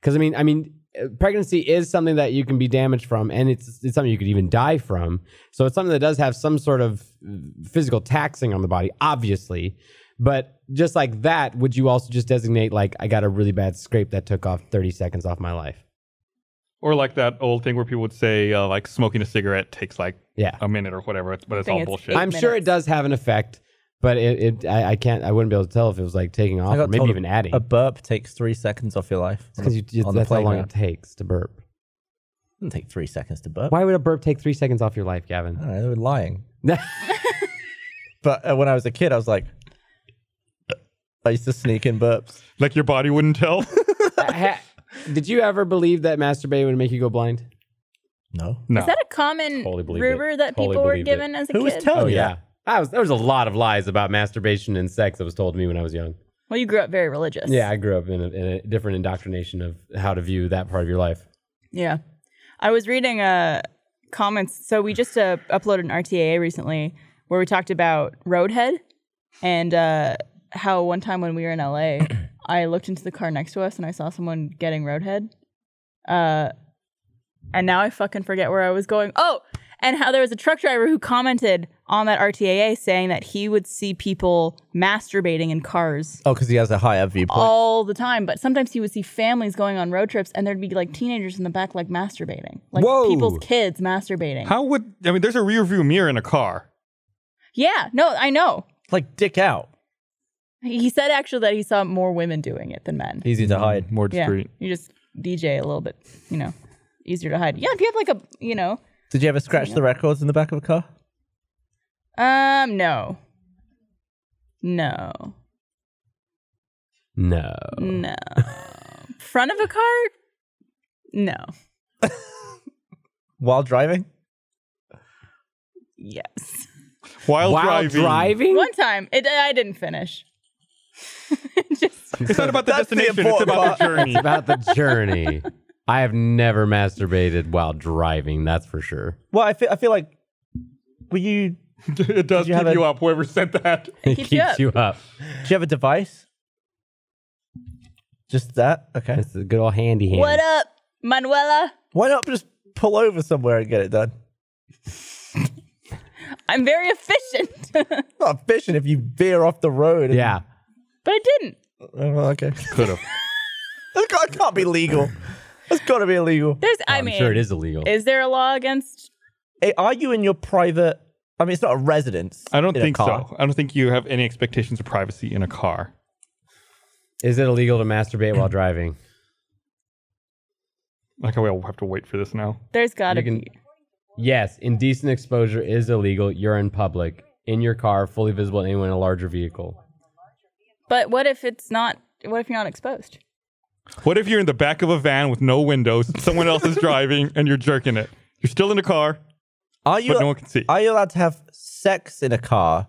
Speaker 5: Because I mean, I mean, uh, pregnancy is something that you can be damaged from, and it's it's something you could even die from. So it's something that does have some sort of mm, physical taxing on the body, obviously. But just like that, would you also just designate like I got a really bad scrape that took off thirty seconds off my life?
Speaker 2: or like that old thing where people would say uh, like smoking a cigarette takes like
Speaker 5: Yeah.
Speaker 2: a minute or whatever, but it's
Speaker 4: think
Speaker 2: all
Speaker 4: it's
Speaker 2: bullshit.
Speaker 4: eight
Speaker 5: I'm sure it
Speaker 4: minutes.
Speaker 5: does have an effect, but it, it I, I can't I wouldn't be able to tell if it was like taking off or maybe
Speaker 3: told
Speaker 5: even adding
Speaker 3: A burp takes three seconds off your life. on
Speaker 5: because
Speaker 3: the-
Speaker 5: you, you
Speaker 3: on the
Speaker 5: that's how long
Speaker 3: playground.
Speaker 5: it takes to burp.
Speaker 3: Doesn't take three seconds to burp.
Speaker 5: Why would a burp take three seconds off your
Speaker 3: <laughs>
Speaker 5: life,
Speaker 3: I
Speaker 5: Gavin?
Speaker 3: don't know, they were
Speaker 5: <laughs>
Speaker 3: lying. But uh, when I was a kid, I was like, I used to sneak in burps.
Speaker 2: like your body wouldn't
Speaker 4: <laughs>
Speaker 2: tell.
Speaker 5: Ha- Did you ever believe that masturbating would make you go blind?
Speaker 3: No.
Speaker 2: no,
Speaker 4: Is that a common
Speaker 5: Totally believed it.
Speaker 4: rumor that
Speaker 5: Totally
Speaker 4: people were
Speaker 5: believed it.
Speaker 4: given as a
Speaker 3: Who
Speaker 4: kid?
Speaker 3: was telling
Speaker 5: Oh,
Speaker 3: you? that?
Speaker 5: I was. There was a lot of lies about masturbation and sex that was told to me when I was young.
Speaker 4: well, you grew up very religious.
Speaker 5: Yeah, I grew up in a, in a different indoctrination of how to view that part of your life.
Speaker 4: Yeah. I was reading uh, comments. So we just uh, uploaded an RTAA recently where we talked about Roadhead and uh, how one time when we were in LA, I looked into the car next to us and I saw someone getting Roadhead. Uh, and now I fucking forget where I was going. Oh, and how there was a truck driver who commented on that RTAA saying that he would see people masturbating in cars
Speaker 3: Oh, because he has a higher viewpoint.
Speaker 4: all the time. But sometimes he would see families going on road trips, and there'd be like teenagers in the back, like masturbating, like
Speaker 5: Whoa.
Speaker 4: people's kids masturbating.
Speaker 2: how would I mean? There's a rear view mirror in a car.
Speaker 4: Yeah, no, I know.
Speaker 3: Like dick out.
Speaker 4: He he said actually that he saw more women doing it than men.
Speaker 3: Easy
Speaker 5: Mm.
Speaker 3: to hide.
Speaker 2: More
Speaker 4: yeah,
Speaker 2: discreet.
Speaker 4: you just DJ a little bit, you know, easier to hide. Yeah, if you have like a, you know,
Speaker 3: Did you ever scratch the records in the back of a car?
Speaker 4: um, no, no,
Speaker 5: No.
Speaker 4: no, <laughs> front of a car, no,
Speaker 3: While driving?
Speaker 4: yes.
Speaker 2: While,
Speaker 5: While
Speaker 2: driving.
Speaker 5: driving?
Speaker 4: One time, it, I didn't finish. <laughs> just,
Speaker 2: It's not about the
Speaker 3: That's the
Speaker 2: destination. it's
Speaker 3: important
Speaker 2: about the journey. <laughs>
Speaker 5: It's about the journey. I have never masturbated while driving, that's for sure.
Speaker 3: Well, I feel, I feel like, were you, do
Speaker 2: it does keep
Speaker 3: Did you have a-
Speaker 2: you up. Whoever sent that.
Speaker 5: It
Speaker 4: keeps
Speaker 5: keeps
Speaker 4: you up.
Speaker 5: you up.
Speaker 3: you have a device? Just that? Okay.
Speaker 5: It's a good old handy hand.
Speaker 4: what up, Manuela?
Speaker 3: Why not just pull over somewhere and get it done?
Speaker 4: I'm very efficient, <laughs> but
Speaker 3: Not fishing if you veer off the road. and-
Speaker 5: Yeah.
Speaker 4: I didn't.
Speaker 3: Oh, well, okay.
Speaker 2: Could
Speaker 3: <laughs>
Speaker 2: have.
Speaker 3: That can't- can't be legal. That's got to be illegal.
Speaker 4: There's, I
Speaker 5: I'm
Speaker 4: mean,
Speaker 5: sure it is illegal.
Speaker 4: Is there a law against?
Speaker 3: Hey, Are you in your private? I mean, it's not a residence.
Speaker 2: I don't
Speaker 3: in a
Speaker 2: think
Speaker 3: car.
Speaker 2: so. I don't think you have any expectations of privacy in a car.
Speaker 5: Is it illegal to masturbate
Speaker 4: <clears throat>
Speaker 5: while driving?
Speaker 2: Like, I will have to wait for this now.
Speaker 4: There's gotta
Speaker 5: You can-
Speaker 4: be.
Speaker 5: Yes, indecent exposure is illegal. You're in public, in your car, fully visible to anyone in a larger vehicle.
Speaker 4: But what if it's not? What if you're not exposed?
Speaker 2: What if you're in the back of a van with no windows, someone else is driving, and you're jerking it? You're still in the car,
Speaker 3: Are you?
Speaker 2: but no one can see.
Speaker 3: Are you allowed to have sex in a car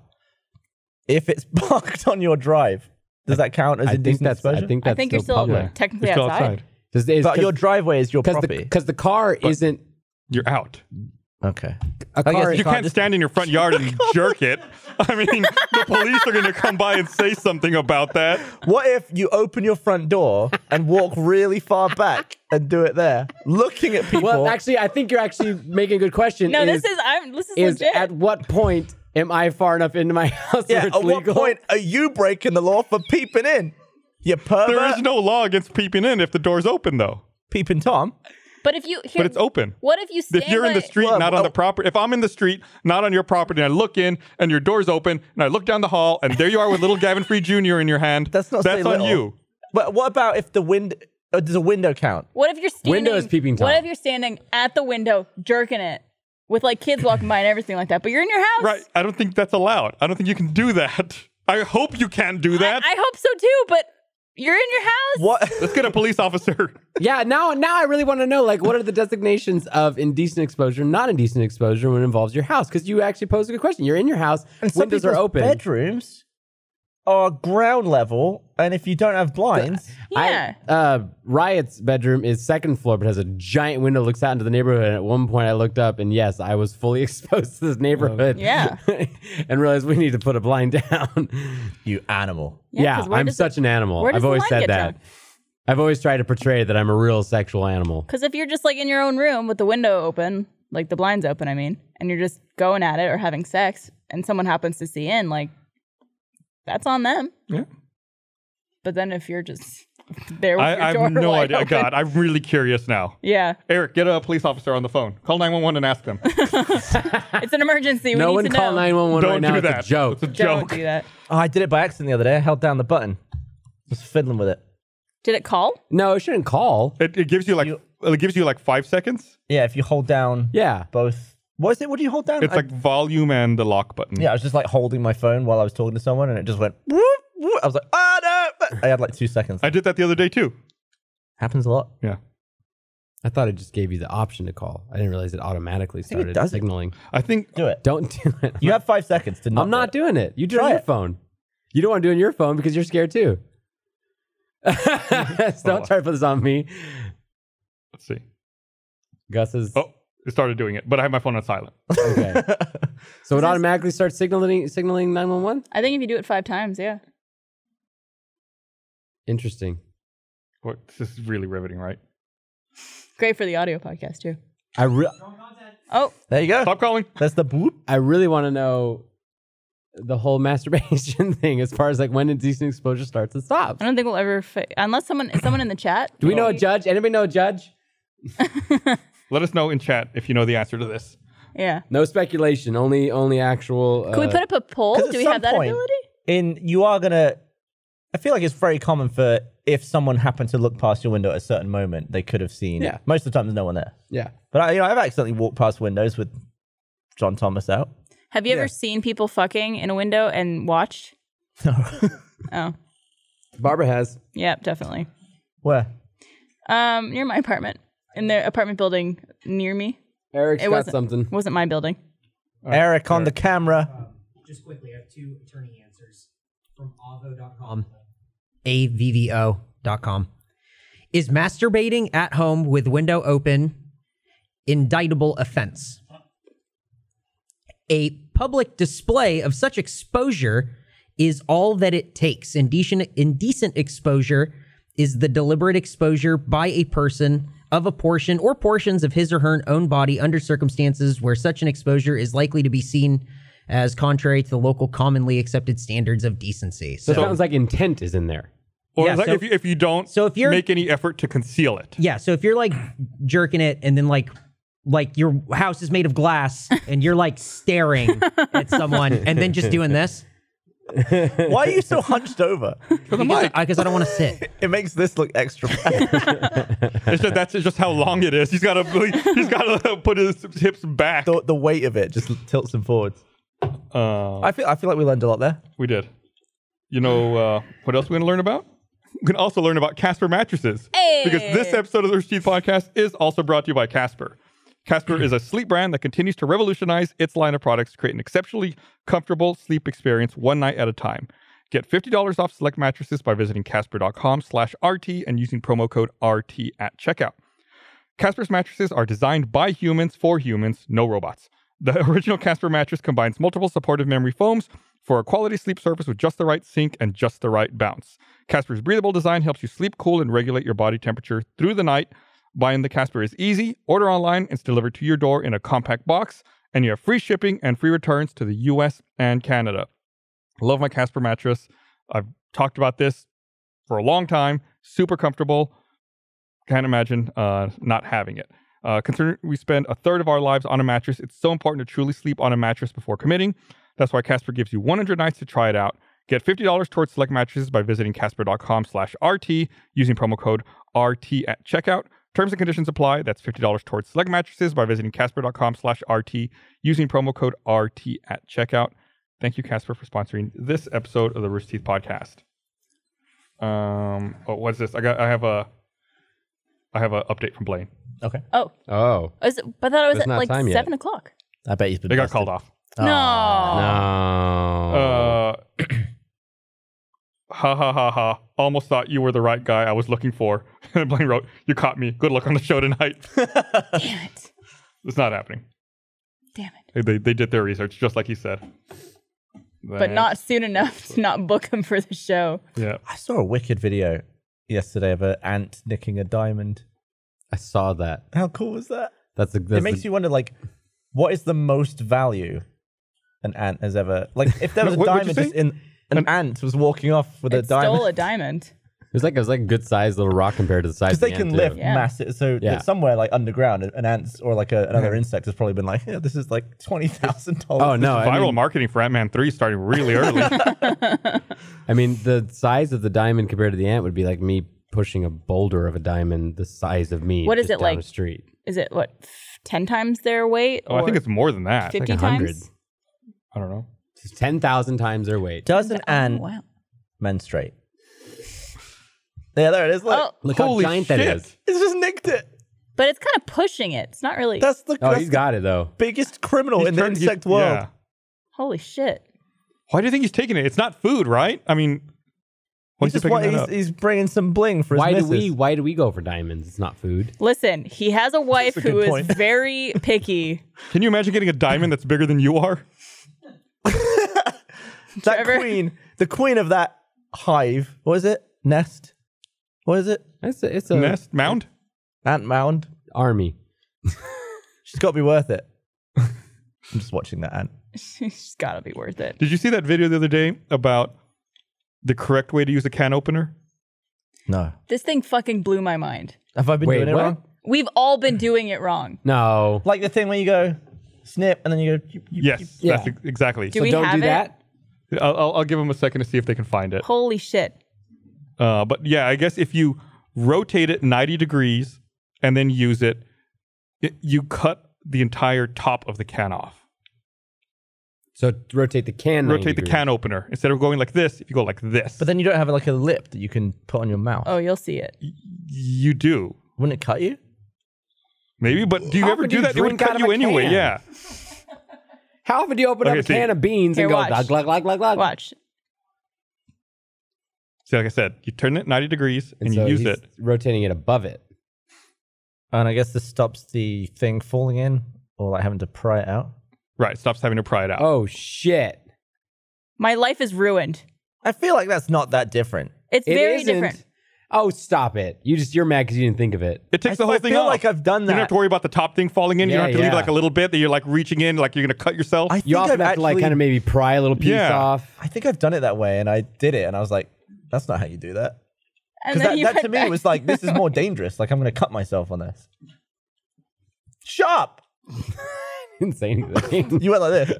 Speaker 3: if it's <laughs> parked on your drive? Does that count as
Speaker 5: I think
Speaker 3: indecent
Speaker 5: that's.
Speaker 3: exposure?
Speaker 5: I think
Speaker 4: I
Speaker 5: that's
Speaker 4: think
Speaker 5: still
Speaker 4: you're still
Speaker 5: public.
Speaker 2: Yeah.
Speaker 4: technically
Speaker 2: You're still
Speaker 4: outside.
Speaker 2: outside.
Speaker 5: Does- is-
Speaker 3: but your
Speaker 5: 'cause-
Speaker 3: driveway is your
Speaker 5: 'cause the-
Speaker 3: property.
Speaker 5: Because the, car isn't.
Speaker 2: You're out.
Speaker 3: okay.
Speaker 5: A
Speaker 3: I guess
Speaker 5: car
Speaker 2: You
Speaker 3: you
Speaker 2: can't
Speaker 3: can't just-
Speaker 2: stand in your front yard <laughs> and jerk it. I mean, the police are going to come by and say something about that.
Speaker 3: What if you open your front door and walk really far back and do it there, looking at people?
Speaker 5: Well, actually, I think you're actually making a good question.
Speaker 4: No,
Speaker 5: is,
Speaker 4: this is. I'm. This is,
Speaker 5: is
Speaker 4: legit.
Speaker 5: at what point am I far enough into my <laughs> house
Speaker 3: yeah.
Speaker 5: where
Speaker 3: At
Speaker 5: it's legal?
Speaker 3: what point are you breaking the law for peeping in? You pervert.
Speaker 2: There is no law against peeping in if the door's open, though.
Speaker 3: peeping Tom.
Speaker 8: But if you here,
Speaker 2: but it's open.
Speaker 8: What if you stay
Speaker 2: If you're in the
Speaker 8: like-
Speaker 2: street,
Speaker 3: Well,
Speaker 2: not on the
Speaker 3: oh.
Speaker 2: property. If I'm in the street, not on your property, and I look in and your door's open, and I look down the hall, and there you are with little Gavin Free Jr. in your hand.
Speaker 3: That's not
Speaker 2: That's
Speaker 3: say
Speaker 2: on
Speaker 3: little.
Speaker 2: you.
Speaker 3: But what about if the wind? Uh, does a window count?
Speaker 4: What if you're standing?
Speaker 5: Window is peeping Tom.
Speaker 4: What if you're standing at the window jerking it with like kids walking by and everything like that? But you're in your house.
Speaker 2: Right. I don't think that's allowed. I don't think you can do that. I hope you can't do
Speaker 4: I,
Speaker 2: that.
Speaker 4: I hope so too. But you're in your house.
Speaker 3: What?
Speaker 2: Let's get a police
Speaker 4: <laughs>
Speaker 2: officer.
Speaker 5: Yeah, now now I really want to know like what are the designations of indecent exposure, not indecent exposure when it involves your house? Because you actually posed a good question. You're in your house,
Speaker 3: <laughs> And some
Speaker 5: windows are
Speaker 3: people's
Speaker 5: open.
Speaker 3: Bedrooms are ground level, and if you don't have blinds,
Speaker 4: Yeah.
Speaker 5: I, uh, Riot's bedroom is second floor, but has a giant window looks out into the neighborhood. And at one point, I looked up, and yes, I was fully <laughs> exposed to this neighborhood.
Speaker 4: Yeah.
Speaker 5: <laughs> and realized we need to put a blind down.
Speaker 3: you animal.
Speaker 5: yeah,
Speaker 4: 'cause where
Speaker 5: I'm
Speaker 4: does
Speaker 5: such
Speaker 4: it-
Speaker 5: an animal.
Speaker 4: where does
Speaker 5: I've
Speaker 4: the
Speaker 5: always
Speaker 4: line
Speaker 5: said
Speaker 4: get
Speaker 5: that.
Speaker 4: drawn?
Speaker 5: I've always tried to portray that I'm a real sexual animal.
Speaker 4: Because if you're just like in your own room with the window open, like the blinds open, I mean, and you're just going at it or having sex, and someone happens to see in, like that's on them.
Speaker 2: Yeah.
Speaker 4: But then if you're just there with
Speaker 2: I,
Speaker 4: your
Speaker 2: I
Speaker 4: door
Speaker 2: have no
Speaker 4: wide
Speaker 2: idea.
Speaker 4: open-
Speaker 2: God, I'm really curious now.
Speaker 4: Yeah,
Speaker 2: Eric, get a police officer on the phone. Call 911 and ask them.
Speaker 4: it's an emergency.
Speaker 5: no
Speaker 4: we
Speaker 5: one
Speaker 4: need to
Speaker 5: call
Speaker 4: know.
Speaker 5: 911
Speaker 2: <laughs>
Speaker 5: right
Speaker 2: Don't
Speaker 5: now.
Speaker 2: do
Speaker 5: it's
Speaker 2: that.
Speaker 5: a joke.
Speaker 2: It's a
Speaker 4: Don't
Speaker 2: joke.
Speaker 4: do that.
Speaker 3: Oh, I did it by accident the other day. I held down the button, just fiddling with it.
Speaker 4: Did it call?
Speaker 5: No, it shouldn't call.
Speaker 2: It, it gives you like it gives you like five seconds.
Speaker 3: Yeah, if you hold down
Speaker 5: Yeah.
Speaker 3: both. What is it? What do you hold down?
Speaker 2: It's
Speaker 3: I-
Speaker 2: like volume and the lock button.
Speaker 3: yeah, I was just like holding my phone while I was talking to someone, and it just went. Whoop, whoop. I was like, oh no! but-" I had like two seconds.
Speaker 2: I did that the other day too.
Speaker 3: Happens a lot.
Speaker 2: Yeah.
Speaker 5: I thought it just gave you the option to call. I didn't realize it automatically
Speaker 3: think it
Speaker 5: started
Speaker 3: does it.
Speaker 5: signaling.
Speaker 2: I think
Speaker 3: Do it.
Speaker 5: Don't do it.
Speaker 3: You have five seconds to not.
Speaker 5: <laughs> I'm not
Speaker 3: do
Speaker 5: doing it. You do it on
Speaker 3: Try
Speaker 5: your
Speaker 3: it.
Speaker 5: phone. You don't want to do it on your phone because you're scared too. <laughs> don't try to put this on me.
Speaker 2: let's see.
Speaker 5: Gus is
Speaker 2: Oh, it started doing it, but I have my phone on silent.
Speaker 5: okay.
Speaker 9: <laughs>
Speaker 3: it.
Speaker 5: So it automatically starts signaling signaling 911.
Speaker 4: I think if you do it five times, yeah.
Speaker 5: Interesting.
Speaker 2: What, this is really riveting, right?
Speaker 4: Great for the audio podcast too.
Speaker 5: I re-
Speaker 4: Oh,
Speaker 3: there you go.
Speaker 2: Stop calling.
Speaker 3: That's the boop.
Speaker 5: I really want to know the whole <laughs> masturbation thing as far as like when indecent exposure starts and stops.
Speaker 4: I don't think we'll ever fa- unless someone is someone in the chat.
Speaker 5: Do we know a judge? Anybody know a judge?
Speaker 2: Let us know in chat if you know the answer to this.
Speaker 4: Yeah.
Speaker 5: No speculation. Only only actual.
Speaker 4: Can we
Speaker 5: uh,
Speaker 4: put up a poll?
Speaker 3: 'cause at
Speaker 4: Do we
Speaker 3: some
Speaker 4: have that
Speaker 3: point-
Speaker 4: ability?
Speaker 3: in you are gonna I feel like it's very common for if someone happened to look past your window at a certain moment, they could have seen.
Speaker 5: Yeah.
Speaker 3: Most of the time, there's no one there.
Speaker 5: yeah.
Speaker 3: But I, you know, I've accidentally walked past windows with John Thomas
Speaker 9: <laughs>
Speaker 3: out.
Speaker 4: Have you ever seen people fucking in a window and watched? No. oh,
Speaker 5: Barbara has.
Speaker 4: yeah, definitely.
Speaker 3: Where?
Speaker 4: Um, near my apartment, in the apartment building near me.
Speaker 5: Eric's
Speaker 4: It
Speaker 5: got
Speaker 4: wasn't-
Speaker 5: something.
Speaker 4: Wasn't my building.
Speaker 3: Eric on the camera.
Speaker 9: <laughs> just quickly, I have two attorney answers from avo.com. avvo.com. Is masturbating at home with window open indictable offense? A public display of such exposure is all that it takes. Indecent, indecent exposure is the deliberate exposure by a person of a portion or portions of his or her own body under circumstances where such an exposure is likely to be seen as contrary to the local commonly accepted standards of decency.
Speaker 5: So,
Speaker 9: So,
Speaker 5: it sounds like intent is in there.
Speaker 2: Or
Speaker 9: Yeah,
Speaker 2: is that
Speaker 9: so-
Speaker 2: if, you, if you don't
Speaker 9: so if you're-
Speaker 2: make any effort to conceal it.
Speaker 9: yeah, so if you're like jerking it and then like like your house is made of glass and you're like staring at someone and then just doing this
Speaker 3: Why are you so hunched over?
Speaker 9: because I, 'cause I don't want to sit.
Speaker 3: <laughs> It makes this look extra. bad.
Speaker 9: <laughs>
Speaker 2: It's just, that's just how long it is. He's got to <laughs> he's got to put his hips back.
Speaker 3: the, the weight of it just tilts them forwards.
Speaker 2: Uh,
Speaker 3: I feel I feel like we learned a lot there.
Speaker 2: we did. You know uh, what else we're going to learn about? We can also learn about Casper mattresses because this episode of the Rooster Teeth podcast is also brought to you by Casper. Casper is a sleep brand that continues to revolutionize its line of products to create an exceptionally comfortable sleep experience one night at a time. Get $50 off select mattresses by visiting casper.com slash RT and using promo code RT at checkout. Casper's mattresses are designed by humans for humans, no robots. The <laughs> original Casper mattress combines multiple supportive memory foams for a quality sleep surface with just the right sink and just the right bounce. Casper's breathable design helps you sleep cool and regulate your body temperature through the night. Buying the Casper is easy. Order online, it's delivered to your door in a compact box, and you have free shipping and free returns to the US and Canada. I love my Casper mattress. I've talked about this for a long time. Super comfortable. Can't imagine uh, not having it. Uh, considering we spend a third of our lives on a mattress, it's so important to truly sleep on a mattress before committing. That's why Casper gives you 100 nights to try it out. Get $50 towards select mattresses by visiting casper.com slash RT using promo code RT at checkout. Terms and conditions apply. That's $50 towards select mattresses by visiting casper.com slash RT using promo code RT at checkout. Thank you, Casper, for sponsoring this episode of the Rooster Teeth podcast. Um, oh, what's this? I got. I have a. I have an update from Blaine.
Speaker 3: Okay.
Speaker 4: Oh,
Speaker 5: Oh
Speaker 4: is it, but I thought it was
Speaker 5: It's
Speaker 4: at
Speaker 5: not
Speaker 4: like
Speaker 5: time
Speaker 4: seven
Speaker 5: yet.
Speaker 4: o'clock.
Speaker 3: I bet he's been.
Speaker 2: They got
Speaker 3: busted.
Speaker 2: called off.
Speaker 3: Oh.
Speaker 4: no.
Speaker 2: Uh,
Speaker 5: no.
Speaker 2: <clears throat> ha ha ha ha! Almost thought you were the right guy I was looking for. <laughs> Blaine wrote, "You caught me. Good luck on the show
Speaker 3: <laughs>
Speaker 2: tonight."
Speaker 4: Damn it!
Speaker 2: it's not happening.
Speaker 4: Damn it!
Speaker 2: They- They they did their research just like he said.
Speaker 4: But not soon enough to not book him for the show.
Speaker 2: Yeah.
Speaker 3: I saw a wicked video yesterday of an ant nicking a diamond.
Speaker 5: I saw that.
Speaker 3: How cool was that?
Speaker 5: That's the. That's
Speaker 3: it makes
Speaker 5: the,
Speaker 3: you wonder, like, what is the most value an ant has ever? Like,
Speaker 5: <laughs>
Speaker 3: if there was a
Speaker 2: What- what'd you
Speaker 3: diamond just
Speaker 2: say?
Speaker 3: in, an, ant was walking off with a
Speaker 4: it stole
Speaker 5: <laughs>
Speaker 4: a
Speaker 3: diamond
Speaker 4: diamond.
Speaker 5: It was like it was like a good sized little rock compared to the size.
Speaker 3: because
Speaker 5: of
Speaker 3: they
Speaker 5: the
Speaker 3: can
Speaker 5: ant,
Speaker 3: live
Speaker 5: Too.
Speaker 4: Yeah.
Speaker 3: massive. So
Speaker 5: Yeah.
Speaker 3: it's somewhere like underground, an ant or like a, another insect has probably been like, yeah, this is like twenty thousand dollars.
Speaker 5: Oh no! I
Speaker 2: Viral
Speaker 5: mean,
Speaker 2: marketing for Ant Man three starting really
Speaker 3: <laughs>
Speaker 2: early.
Speaker 5: I mean, the size of the diamond compared to the ant would be like me pushing a boulder of a diamond the size of me.
Speaker 4: What is it
Speaker 5: just down
Speaker 4: like?
Speaker 5: The street.
Speaker 4: Is it what f- ten times their weight?
Speaker 2: oh, I think
Speaker 4: or
Speaker 2: it's more than that.
Speaker 4: fifty
Speaker 5: like 100.
Speaker 4: times.
Speaker 2: I don't know.
Speaker 5: It's ten thousand times their weight.
Speaker 3: Does an ant
Speaker 4: Oh, Wow.
Speaker 3: menstruate? Yeah, there it is. Look,
Speaker 4: Oh,
Speaker 5: Look
Speaker 2: Holy
Speaker 5: how giant
Speaker 2: shit.
Speaker 5: that is.
Speaker 3: it's just nicked it.
Speaker 4: but it's kind of pushing it. It's not really.
Speaker 3: That's the
Speaker 5: Oh,
Speaker 3: that's
Speaker 5: he's
Speaker 3: the
Speaker 5: got it though.
Speaker 3: biggest criminal
Speaker 2: He's
Speaker 3: in the
Speaker 2: turned- he's-
Speaker 3: insect world.
Speaker 2: yeah.
Speaker 4: Holy shit!
Speaker 2: Why do you think he's taking it? It's not food, right? I mean, why
Speaker 3: He's,
Speaker 2: is he
Speaker 3: just,
Speaker 2: picking
Speaker 3: wa-
Speaker 2: that
Speaker 3: he's,
Speaker 2: up?
Speaker 3: he's bringing some bling for his
Speaker 5: Why do
Speaker 3: missus.
Speaker 5: we? Why do we go for diamonds? It's not food.
Speaker 4: Listen, he has a wife
Speaker 3: That's a
Speaker 4: who
Speaker 3: good
Speaker 4: is
Speaker 2: <laughs>
Speaker 3: point.
Speaker 4: very picky.
Speaker 2: Can you imagine getting a diamond that's bigger than you
Speaker 3: <laughs>
Speaker 2: are?
Speaker 3: that
Speaker 4: Trevor?
Speaker 3: queen, the queen of that hive, what is it? Nest? What is it?
Speaker 5: It's a,
Speaker 3: Uh,
Speaker 5: it's a
Speaker 2: Nest mound.
Speaker 3: Ant mound?
Speaker 5: army.
Speaker 3: She's got to be worth it. I'm just watching that ant.
Speaker 4: <laughs> She's got to be worth it.
Speaker 2: Did you see that video the other day about the correct way to use a can opener?
Speaker 3: No.
Speaker 4: This thing fucking blew my mind.
Speaker 3: Have I been
Speaker 5: Wait,
Speaker 3: doing it
Speaker 5: what?
Speaker 3: wrong?
Speaker 4: We've all been doing it wrong.
Speaker 5: No.
Speaker 3: Like the thing where you go snip and then you go. You, you-
Speaker 2: Yes,
Speaker 5: Yeah.
Speaker 2: that's ex- exactly.
Speaker 4: Do we
Speaker 5: don't
Speaker 4: have
Speaker 5: do
Speaker 4: it?
Speaker 5: that.
Speaker 2: I'll, I'll, I'll give them a second to see if they can find it.
Speaker 4: Holy shit!
Speaker 2: Uh, but yeah, I guess if you rotate it 90 degrees and then use it, it you cut the entire top of the can off.
Speaker 5: So rotate the can. 90
Speaker 2: Rotate the
Speaker 5: degrees.
Speaker 2: can opener. Instead of going like this, if you go like this,
Speaker 3: But then you don't have like a lip that you can put on your mouth.
Speaker 4: Oh, you'll see it.
Speaker 2: you do.
Speaker 3: Wouldn't it cut you?
Speaker 2: Maybe, but do you
Speaker 5: How
Speaker 2: ever
Speaker 5: could
Speaker 2: do
Speaker 5: Oh, you
Speaker 2: that? It would
Speaker 5: drink out
Speaker 2: cut
Speaker 5: of
Speaker 2: you
Speaker 5: a
Speaker 2: anyway.
Speaker 5: can?
Speaker 2: Yeah.
Speaker 5: How often do you open
Speaker 2: Okay,
Speaker 5: up a
Speaker 2: see.
Speaker 5: can of beans
Speaker 4: Here,
Speaker 5: and go
Speaker 4: watch.
Speaker 5: glug glug glug glug glug?
Speaker 4: Watch.
Speaker 2: See, like I said, you turn it 90 degrees and,
Speaker 5: so
Speaker 2: you use
Speaker 5: he's
Speaker 2: it.
Speaker 5: rotating it above it.
Speaker 3: And I guess this stops the thing falling in or like having to pry it out.
Speaker 2: Right. it Stops having to pry it out.
Speaker 5: Oh shit!
Speaker 4: My life is ruined.
Speaker 3: I feel like that's not that different.
Speaker 4: It's
Speaker 5: It
Speaker 4: very
Speaker 5: isn't-
Speaker 4: different.
Speaker 5: Oh, stop it! You just you're mad because you didn't think of it.
Speaker 2: It takes
Speaker 3: I,
Speaker 2: the whole
Speaker 3: I
Speaker 2: thing
Speaker 3: feel
Speaker 2: off.
Speaker 3: like I've done
Speaker 2: you
Speaker 3: that.
Speaker 2: don't have to worry about the top thing falling in. you
Speaker 5: Yeah,
Speaker 2: don't have to leave
Speaker 5: yeah.
Speaker 2: like a little bit that you're like reaching in, like you're gonna cut yourself.
Speaker 3: I think
Speaker 5: You often
Speaker 3: I've
Speaker 5: have to
Speaker 3: actually,
Speaker 5: like kind of maybe pry a little piece
Speaker 2: Yeah.
Speaker 5: off. <laughs>
Speaker 3: I think I've done it that way, and I did it, and I was like, "That's not how you do that." Because
Speaker 4: And then
Speaker 3: that,
Speaker 4: you
Speaker 3: that
Speaker 4: went
Speaker 3: to me
Speaker 4: back.
Speaker 3: was like, "This is more dangerous. Like I'm going to cut myself on this." Sharp.
Speaker 5: didn't say
Speaker 3: <laughs>
Speaker 5: anything, <laughs>
Speaker 3: You went like this.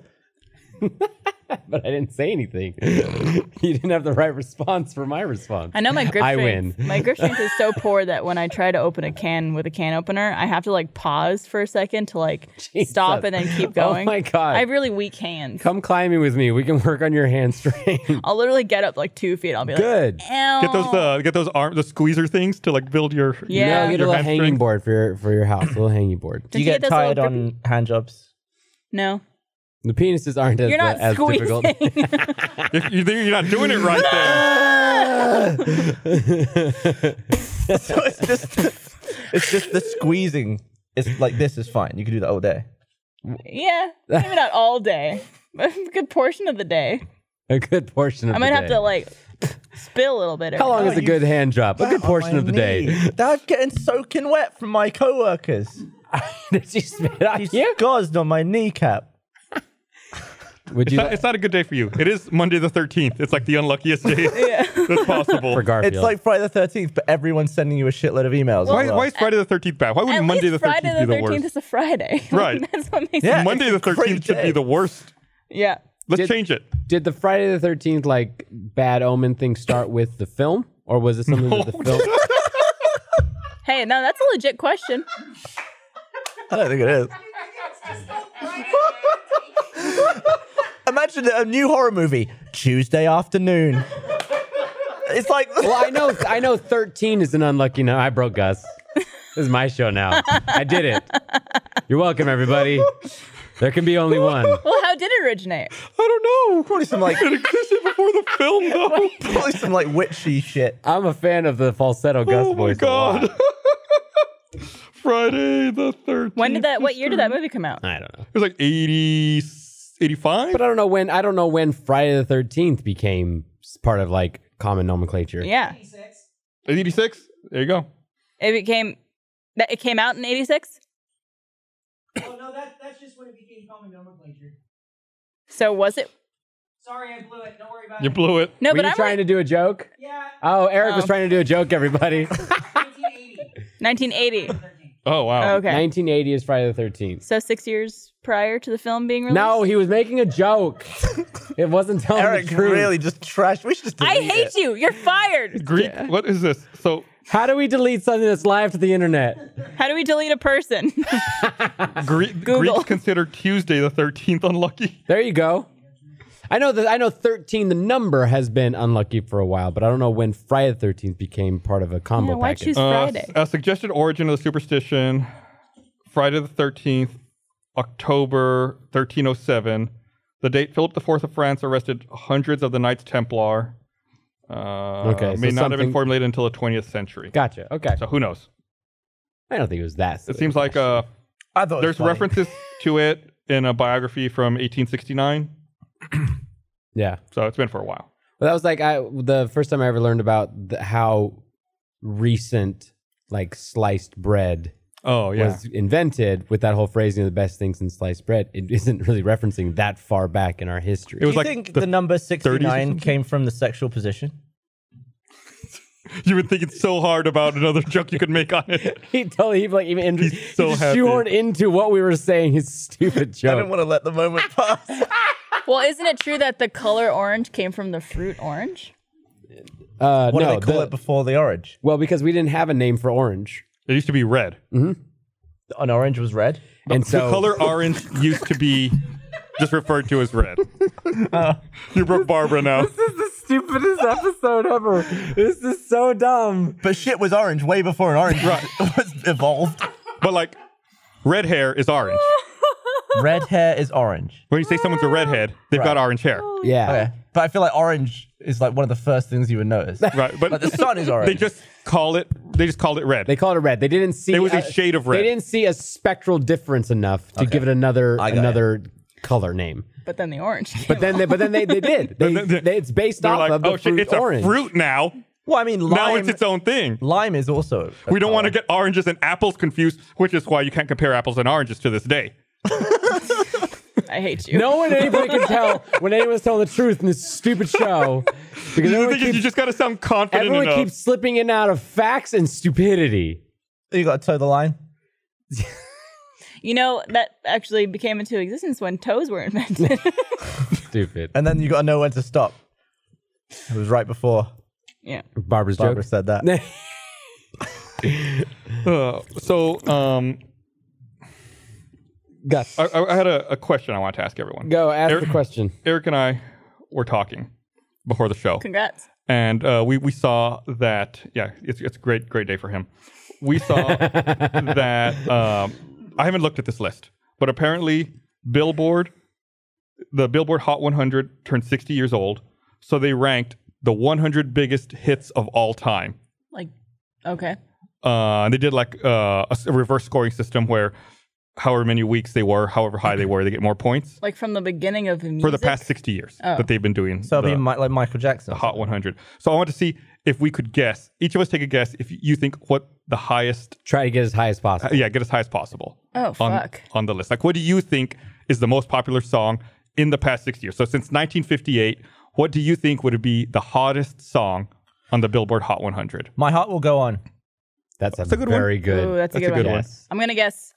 Speaker 5: but I didn't say anything. <laughs> you didn't have the right response for my response.
Speaker 4: I know my grip
Speaker 5: <laughs> I
Speaker 4: strength.
Speaker 5: win.
Speaker 4: My grip strength is so poor that when I try to open a can with a can opener, I have to like pause for a second to like stop and then keep
Speaker 5: <laughs> Oh
Speaker 4: going.
Speaker 5: my God.
Speaker 4: I have really weak hands.
Speaker 5: Come climbing with me. We can work on your
Speaker 4: <laughs>
Speaker 5: hand strength.
Speaker 4: I'll literally get up like two feet. I'll be
Speaker 5: Good.
Speaker 4: like, Ow.
Speaker 2: get those uh, get those arm the squeezer things to like build your
Speaker 4: Yeah.
Speaker 5: No, get a
Speaker 2: Your
Speaker 5: little
Speaker 2: hand
Speaker 5: hanging
Speaker 2: strength?
Speaker 5: board for your for your house. A little hanging board.
Speaker 4: Did
Speaker 3: Do you,
Speaker 4: you
Speaker 3: get,
Speaker 4: get those
Speaker 3: tired
Speaker 4: little
Speaker 3: on hand jobs?
Speaker 4: no,
Speaker 5: The penises aren't as,
Speaker 4: you're not
Speaker 5: uh, as difficult.
Speaker 4: squeezing.
Speaker 2: If you- you're not doing it right then.
Speaker 3: <laughs> So it's just, it's just the squeezing. It's like this is fine. You can do that all day.
Speaker 4: yeah, maybe not all day, <laughs> but a good portion of the day.
Speaker 5: <laughs> a good portion of
Speaker 4: I might
Speaker 5: the
Speaker 4: have
Speaker 5: day.
Speaker 4: to like spill a little bit. every
Speaker 5: How long
Speaker 4: now
Speaker 2: Oh,
Speaker 5: is a good hand job? A good portion of the <laughs> day.
Speaker 3: I'm getting soaking wet from my coworkers.
Speaker 5: Did you spit on
Speaker 3: He's
Speaker 5: you?
Speaker 3: scozzed on my kneecap.
Speaker 2: <laughs>
Speaker 5: Would
Speaker 2: It's
Speaker 5: you
Speaker 2: not, it's not a good day for you. It is Monday the 13th. It's like the unluckiest
Speaker 4: <laughs>
Speaker 2: day <laughs> that's possible.
Speaker 5: for Garfield?
Speaker 3: It's like Friday the Thirteenth, but everyone's sending you a shitload of emails.
Speaker 2: Why,
Speaker 3: as well.
Speaker 2: why is Friday the 13th bad? Why would
Speaker 4: At
Speaker 2: Monday
Speaker 4: least
Speaker 2: the 13th
Speaker 4: Friday the
Speaker 2: be the
Speaker 4: 13th
Speaker 2: worst?
Speaker 4: is a Friday. <laughs> Like,
Speaker 2: Right.
Speaker 4: That's what makes
Speaker 3: Yeah.
Speaker 4: it.
Speaker 2: Monday the
Speaker 3: It's a great
Speaker 2: 13th should
Speaker 3: day.
Speaker 2: be the worst.
Speaker 4: Yeah.
Speaker 2: Let's
Speaker 5: Did-
Speaker 2: change it.
Speaker 5: Did the Friday the Thirteenth like bad omen thing start with the film, or was it something that the film?
Speaker 2: <laughs>
Speaker 4: Hey, no, that's a legit question.
Speaker 3: I don't think it <laughs> is. Imagine a new horror movie Tuesday afternoon. It's like
Speaker 5: Well,
Speaker 3: <laughs>
Speaker 5: I know, I know, thirteen is an unlucky number. I broke Gus. This is my show now. I did it. You're welcome, everybody. There can be only one.
Speaker 4: Well, how did it originate?
Speaker 2: I don't know.
Speaker 3: probably some like
Speaker 2: It existed before the film,
Speaker 4: <laughs>
Speaker 2: though.
Speaker 3: probably some like witchy shit.
Speaker 5: I'm a fan of the falsetto Gus
Speaker 2: oh my
Speaker 5: voice. a lot.
Speaker 2: god. Friday the 13th.
Speaker 4: When did that? What
Speaker 2: is
Speaker 4: year did that movie come out?
Speaker 5: I don't know,
Speaker 2: It was like 80, 85?
Speaker 5: but I don't know when. I don't know when Friday the Thirteenth became s- part of like common nomenclature.
Speaker 4: Yeah,
Speaker 2: 86? There you go.
Speaker 4: it became. That it came out in '86.
Speaker 8: Oh no, that that's just when it became common nomenclature.
Speaker 4: So was it?
Speaker 8: Sorry, I blew it. Don't worry about
Speaker 2: You
Speaker 8: it.
Speaker 2: blew it.
Speaker 4: No,
Speaker 5: Were
Speaker 4: but
Speaker 5: you
Speaker 4: I'm
Speaker 5: trying
Speaker 4: like,
Speaker 5: to do a joke?
Speaker 8: yeah,
Speaker 5: Oh, Eric
Speaker 3: Um,
Speaker 5: was
Speaker 4: Oh.
Speaker 5: trying to do a
Speaker 3: <laughs>
Speaker 5: joke. Everybody.
Speaker 8: 1980.
Speaker 4: 1980.
Speaker 2: Oh, wow.
Speaker 4: okay.
Speaker 5: 1980 is Friday the Thirteenth.
Speaker 4: So six years prior to the film being released.
Speaker 5: No, he was making
Speaker 3: <laughs>
Speaker 5: a joke. it wasn't telling
Speaker 3: Eric
Speaker 5: the truth.
Speaker 3: really just trash. We should just.
Speaker 4: I
Speaker 3: delete
Speaker 4: hate
Speaker 3: it.
Speaker 4: you. You're fired.
Speaker 2: Greek, what is this? So,
Speaker 5: How do we delete something that's live to the internet?
Speaker 4: How do we delete a person? <laughs>
Speaker 2: Gre- Greeks consider Tuesday the 13th unlucky.
Speaker 5: There you go. I know that I know 13 the number has been unlucky for a while, but I don't know when Friday the 13th became part of a combo
Speaker 4: Yeah, why
Speaker 5: package.
Speaker 4: choose Friday?
Speaker 2: Uh, A suggested origin of the superstition Friday the 13th, October 1307. The date Philip IV of France arrested hundreds of the Knights Templar. Uh,
Speaker 5: Okay, so
Speaker 2: may not have
Speaker 5: something-
Speaker 2: been formulated until the 20th century.
Speaker 5: gotcha. Okay.
Speaker 2: So who knows?
Speaker 5: I don't think it was that.
Speaker 2: It
Speaker 5: silly.
Speaker 2: seems like uh,
Speaker 3: I thought it was
Speaker 2: there's
Speaker 3: funny.
Speaker 2: references to it in a biography from 1869.
Speaker 5: Yeah.
Speaker 2: So it's been for a while.
Speaker 5: Well, that was like I the first time I ever learned about the, how recent like sliced bread
Speaker 2: Oh, <laughs>
Speaker 5: was invented with that whole phrasing of the best things in sliced bread. It isn't really referencing that far back in our history.
Speaker 2: It
Speaker 3: Do
Speaker 2: was
Speaker 3: you
Speaker 2: like
Speaker 3: think
Speaker 2: the
Speaker 3: the, number sixty-nine
Speaker 2: something?
Speaker 3: came from the sexual position?
Speaker 2: You've been thinking so hard about another joke you could make on it.
Speaker 5: <laughs> he totally he like even inter-
Speaker 2: He's
Speaker 5: he
Speaker 2: so
Speaker 5: just
Speaker 2: happy.
Speaker 5: shoehorned into what we were saying his stupid
Speaker 3: I didn't
Speaker 5: joke.
Speaker 3: want to let the moment
Speaker 4: <laughs>
Speaker 3: pass.
Speaker 4: well, isn't it true that the color orange came from the fruit orange?
Speaker 5: Uh,
Speaker 3: What
Speaker 5: no,
Speaker 3: do they call
Speaker 5: the-
Speaker 3: it before the orange?
Speaker 5: Well, because we didn't have a name for orange,
Speaker 2: It used to be red.
Speaker 3: An orange was red.
Speaker 5: and so
Speaker 2: the
Speaker 3: <laughs>
Speaker 2: color orange used to be just referred to as red. you broke Barbara now.
Speaker 5: stupidest episode ever. This is so dumb.
Speaker 3: But shit was orange way before an orange <laughs> was evolved.
Speaker 2: But like, red hair is orange.
Speaker 3: Red hair is orange.
Speaker 2: When you say someone's a redhead, they've got
Speaker 3: Right.
Speaker 2: orange hair.
Speaker 5: Yeah.
Speaker 3: Okay. But I feel like orange is like one of the first things you would notice.
Speaker 2: <laughs> Right, but-
Speaker 3: like the sun
Speaker 2: <laughs>
Speaker 3: is
Speaker 2: They
Speaker 3: orange.
Speaker 2: just call it. They just called it red.
Speaker 5: They called it red. They didn't see
Speaker 2: It was a shade of red.
Speaker 5: They didn't see a spectral difference enough to give it another
Speaker 3: I got
Speaker 5: another color name.
Speaker 4: But then the orange. Came
Speaker 5: But then they, but then they, they did.
Speaker 2: <laughs>
Speaker 5: They,
Speaker 2: then they-
Speaker 5: they- it's based
Speaker 2: They're
Speaker 5: off
Speaker 2: like,
Speaker 5: of the
Speaker 2: oh shit,
Speaker 5: fruit
Speaker 2: it's
Speaker 5: orange.
Speaker 2: a fruit now.
Speaker 3: well, I mean, lime,
Speaker 2: Now it's its own thing.
Speaker 3: lime is also. a
Speaker 2: We don't want to
Speaker 3: color.
Speaker 2: get oranges and apples confused, which is why you can't compare apples and oranges to this day.
Speaker 4: I hate you.
Speaker 2: <laughs>
Speaker 5: No one anybody can tell when anyone's telling the truth in this stupid show because
Speaker 2: The
Speaker 5: everyone
Speaker 2: thing is, you
Speaker 5: keeps,
Speaker 2: just got to sound confident
Speaker 5: everyone
Speaker 2: enough.
Speaker 5: keeps slipping in and out of facts and stupidity.
Speaker 3: You got to toe the line.
Speaker 4: You know that actually became into existence when toes were invented. <laughs>
Speaker 5: Stupid.
Speaker 3: And then you got to know when to stop. It was right before
Speaker 4: yeah.
Speaker 5: Barbara's
Speaker 3: Barbara
Speaker 5: joke.
Speaker 3: said
Speaker 5: <laughs>
Speaker 3: that.
Speaker 2: Uh, so, um,
Speaker 5: Gus,
Speaker 2: I, I I had a, a question I wanted to ask everyone.
Speaker 5: go ask
Speaker 2: Eric-
Speaker 5: the question.
Speaker 2: Eric and I were talking before the show,
Speaker 4: Congrats.
Speaker 2: and uh, we we saw that yeah, it's it's a great great day for him. We
Speaker 4: <laughs>
Speaker 2: saw that um, I haven't looked at this list, but apparently Billboard, the Billboard Hot 100 turned 60 years old, so they ranked the 100 biggest hits of all time.
Speaker 4: Like, okay.
Speaker 2: Uh, and they did like uh, a s- a reverse scoring system where however many weeks they were, however high they were, they get more points.
Speaker 4: Like from the beginning of the music.
Speaker 2: for the past 60 years
Speaker 4: Oh.
Speaker 2: that they've been doing
Speaker 3: So it'll
Speaker 2: the
Speaker 3: be Mi- like Michael Jackson.
Speaker 2: Hot 100. So I want to see if we could guess. Each of us take a guess if you think what the highest,
Speaker 5: Try to get as high as possible.
Speaker 2: yeah, get as high as possible
Speaker 4: Oh
Speaker 2: on
Speaker 4: fuck.
Speaker 2: on the list. Like, what do you think is the most popular song in the past 60 years. So since 1958, what do you think would be the hottest song on the Billboard Hot 100?
Speaker 3: My heart will go on.
Speaker 5: That's a,
Speaker 2: That's a good one.
Speaker 5: very good.
Speaker 4: Ooh, that's a good one.
Speaker 5: Yes.
Speaker 4: I'm gonna guess.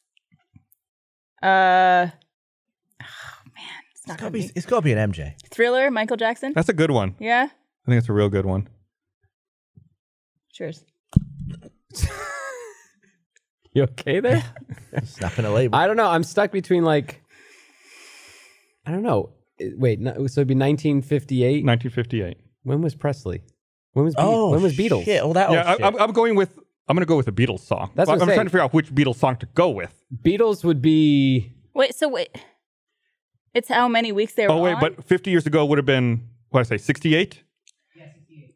Speaker 4: Uh, oh, man, it's not
Speaker 3: It's gotta
Speaker 4: gonna
Speaker 3: be,
Speaker 4: be
Speaker 3: it's gotta be
Speaker 2: <laughs>
Speaker 3: an MJ.
Speaker 4: Thriller. Michael Jackson.
Speaker 2: That's a good one.
Speaker 4: Yeah.
Speaker 2: I think it's a real good one.
Speaker 4: Cheers.
Speaker 5: You okay there? <laughs>
Speaker 3: Snapping a label.
Speaker 5: I don't know. I'm stuck between like, I don't know. It- Wait, no, so it'd be 1958.
Speaker 2: 1958.
Speaker 5: When was Presley? When was Be-
Speaker 3: oh,
Speaker 5: when was Beatles?
Speaker 3: Shit, all that.
Speaker 2: yeah,
Speaker 3: old shit.
Speaker 2: I, I'm, I'm going with. I'm going to go with a Beatles song.
Speaker 5: That's
Speaker 2: I'm,
Speaker 5: what I'm
Speaker 2: I'm
Speaker 5: saying.
Speaker 2: trying to figure out which Beatles song to go with.
Speaker 5: Beatles would be
Speaker 4: Wait. So wait. It's how many weeks they were.
Speaker 2: Oh wait,
Speaker 4: on?
Speaker 2: but 50 years ago would have been what did I say 68.